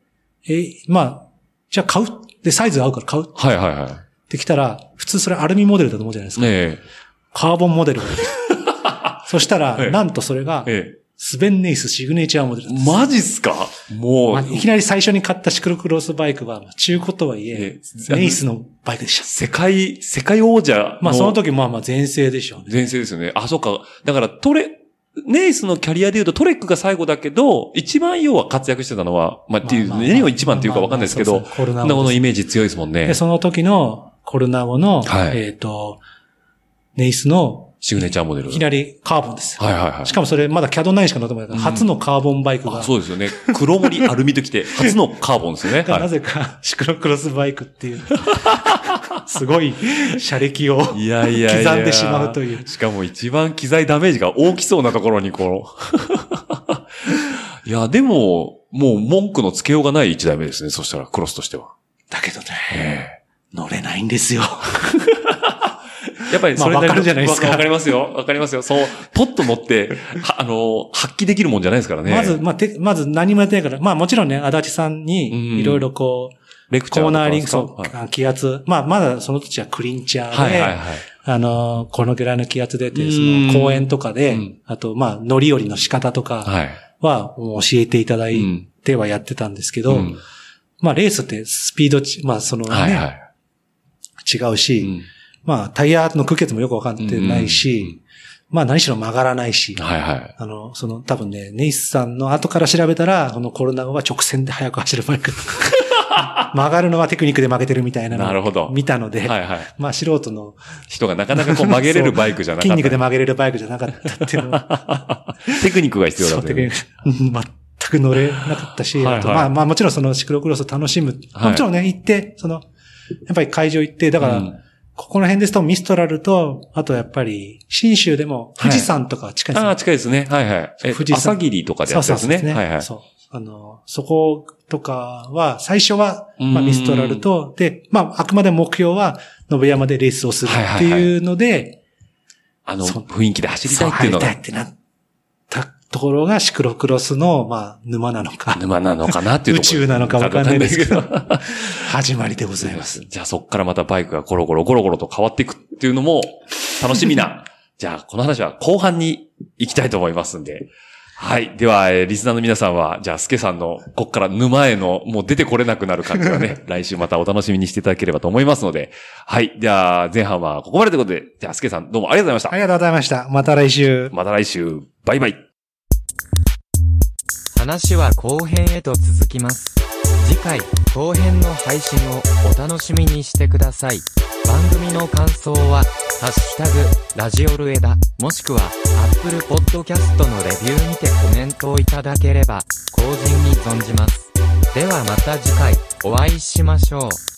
[SPEAKER 2] え、まあ、じゃあ買う。で、サイズ合うから買うっ
[SPEAKER 1] はいはいはい。
[SPEAKER 2] てきたら、普通それアルミモデルだと思うじゃないですか。
[SPEAKER 1] ね
[SPEAKER 2] カーボンモデルが出てきたそしたら、
[SPEAKER 1] ええ
[SPEAKER 2] なんとそれが
[SPEAKER 1] え。、え
[SPEAKER 2] スベンネイスシグネチャーモデル
[SPEAKER 1] え
[SPEAKER 2] だった。
[SPEAKER 1] マジっすかもう
[SPEAKER 2] まあ、いきなり最初に買ったシクロクロスバイクは、まあ中古とはいえ、
[SPEAKER 1] ええ
[SPEAKER 2] ネイスのバイクでした。
[SPEAKER 1] 世界、世界王者
[SPEAKER 2] まあ、その
[SPEAKER 1] の
[SPEAKER 2] 時まあまあ前世でしょうね。
[SPEAKER 1] 前世ですよね。あ、そうか。だからトレ、ネイスのキャリアで言うとトレックが最後だけど、一番要は活躍してたのは、まあっていう、
[SPEAKER 2] まあまあ
[SPEAKER 1] 何を一番っていうかわかんないですけ
[SPEAKER 2] ま
[SPEAKER 1] ど
[SPEAKER 2] あまあ、そうそうコロナ
[SPEAKER 1] こ
[SPEAKER 2] 後
[SPEAKER 1] んなこのイメージ強いですもんね
[SPEAKER 2] で、。その時のコロナ後の、
[SPEAKER 1] はい
[SPEAKER 2] えっ、と、ネイスの、
[SPEAKER 1] シグネチャーモデル。
[SPEAKER 2] いきなりカーボンです。
[SPEAKER 1] はいはいはい。
[SPEAKER 2] しかもそれまだキャド9しか乗ってもらえないから、
[SPEAKER 1] うん
[SPEAKER 2] 初のカーボンバイク
[SPEAKER 1] あ
[SPEAKER 2] が、
[SPEAKER 1] そうですよね。黒森アルミときて、初のカーボンですよ ね。
[SPEAKER 2] が
[SPEAKER 1] は
[SPEAKER 2] なぜかシクロクロスバイクっ ていう、すごい車歴を刻
[SPEAKER 1] い。いやいやいや。
[SPEAKER 2] んでしまうという。
[SPEAKER 1] しかも一番機材ダメージが大きそうなところにこう。 いや、でも、もう文句のつけようがない一台目ですね。そしたら、クロスとしては。
[SPEAKER 2] だけどね、
[SPEAKER 1] え
[SPEAKER 2] 乗れないんですよ。
[SPEAKER 1] えやっぱりそれなりの
[SPEAKER 2] まあわかるじゃないですか
[SPEAKER 1] わわかりますよ。わかりますよ。そう、ポッと乗って、はあの、発揮できるもんじゃないですからね。
[SPEAKER 2] まず、、まあ、て、まず何もやってないから、まあもちろんね、足立さん
[SPEAKER 1] うん
[SPEAKER 2] に、いろいろこう、
[SPEAKER 1] レクチ
[SPEAKER 2] コ
[SPEAKER 1] ャーと
[SPEAKER 2] ーナ
[SPEAKER 1] か
[SPEAKER 2] ーリ
[SPEAKER 1] で
[SPEAKER 2] ンク、
[SPEAKER 1] すか
[SPEAKER 2] そう、気圧。まあ、まだその時はクリンチャーで、
[SPEAKER 1] はいはいはいはい。
[SPEAKER 2] あの、このぐらいの気圧でっていう、そ
[SPEAKER 1] うん
[SPEAKER 2] の公園とかで、
[SPEAKER 1] うん
[SPEAKER 2] あと、まあ、乗り降りの仕方とか
[SPEAKER 1] はい。
[SPEAKER 2] はもう教えていただ
[SPEAKER 1] う
[SPEAKER 2] い
[SPEAKER 1] ん
[SPEAKER 2] てはやってたんですけど、
[SPEAKER 1] うん
[SPEAKER 2] まあ、レースってスピードち、まあ、そのね、
[SPEAKER 1] はいはい。
[SPEAKER 2] 違うし、
[SPEAKER 1] うん
[SPEAKER 2] まあ、タイヤの空気圧もよくわかってないし、まあ、何しろ曲がらないし、
[SPEAKER 1] はいはい。
[SPEAKER 2] あの、その、 多分ね、ネイスさんの後から調べたら、このコロナ後は直線で速く走るバイク。曲がるのはテクニックで曲げてるみたいな
[SPEAKER 1] なる
[SPEAKER 2] のを
[SPEAKER 1] ほど。
[SPEAKER 2] 見たので、
[SPEAKER 1] はいはい。
[SPEAKER 2] まあ素人の
[SPEAKER 1] 人がなかなかこう曲 げれるバイクじゃなかった。
[SPEAKER 2] 筋肉で曲げれるバイクじゃなかったっていうのは、
[SPEAKER 1] テクニックが必要
[SPEAKER 2] そ
[SPEAKER 1] だ
[SPEAKER 2] う
[SPEAKER 1] と
[SPEAKER 2] テク
[SPEAKER 1] い
[SPEAKER 2] ニ
[SPEAKER 1] う。
[SPEAKER 2] ックうん全く乗れなかったし、
[SPEAKER 1] はいはい
[SPEAKER 2] あとまあまあもちろんそのシクロクロスを楽しむ。
[SPEAKER 1] はい
[SPEAKER 2] もちろんね、行って、その、やっぱり会場行って、だから、
[SPEAKER 1] うん
[SPEAKER 2] ここの辺ですとミストラルと、あとやっぱり、信州でも富士山とか近いですね
[SPEAKER 1] ああ、近いですね。はいはい。え、
[SPEAKER 2] 富士山
[SPEAKER 1] 朝霧とかで
[SPEAKER 2] そ
[SPEAKER 1] や
[SPEAKER 2] う
[SPEAKER 1] った
[SPEAKER 2] そ
[SPEAKER 1] ん
[SPEAKER 2] う
[SPEAKER 1] で
[SPEAKER 2] そ
[SPEAKER 1] すね。
[SPEAKER 2] うですね。
[SPEAKER 1] はいはい。
[SPEAKER 2] そう。あの、そことかは、最初は、ま
[SPEAKER 1] う
[SPEAKER 2] あ、
[SPEAKER 1] ん
[SPEAKER 2] ミストラルと、で、まあ、あくまで目標は、信山でレースをする
[SPEAKER 1] はい
[SPEAKER 2] っ
[SPEAKER 1] は
[SPEAKER 2] て
[SPEAKER 1] いはい
[SPEAKER 2] いうので、
[SPEAKER 1] あの、
[SPEAKER 2] そう
[SPEAKER 1] 雰囲気で走りたいって
[SPEAKER 2] 入
[SPEAKER 1] いう
[SPEAKER 2] り
[SPEAKER 1] の
[SPEAKER 2] たい
[SPEAKER 1] が
[SPEAKER 2] ってなったところが、シクロクロスの、まあ、沼なのか、
[SPEAKER 1] 沼なのかなっていう
[SPEAKER 2] 宇
[SPEAKER 1] ところ。
[SPEAKER 2] 宙なのかわかんないですけど
[SPEAKER 1] わかんない、
[SPEAKER 2] 始まりでございます。
[SPEAKER 1] じゃあそっからまたバイクがゴロゴロゴロゴロと変わっていくっていうのも楽しみな。じゃあこの話は後半に行きたいと思いますんで。はい。では、えーリスナーの皆さんは、じゃあ、スケさんの、こっから沼への、もう出てこれなくなる感じはね、来週またお楽しみにしていただければと思いますので、はい。じゃあ、前半はここまでということで、じゃあ、スケさん、どうもありがとうございました。
[SPEAKER 2] ありがとうございました。また来週。
[SPEAKER 1] また来週、バイバイ。
[SPEAKER 3] 話は後編へと続きます次回後編の配信をお楽しみにしてください番組の感想は「ハッシュタグラジオルエダ」もしくは Apple Podcast のレビューにてコメントをいただければ後陣に存じますではまた次回お会いしましょう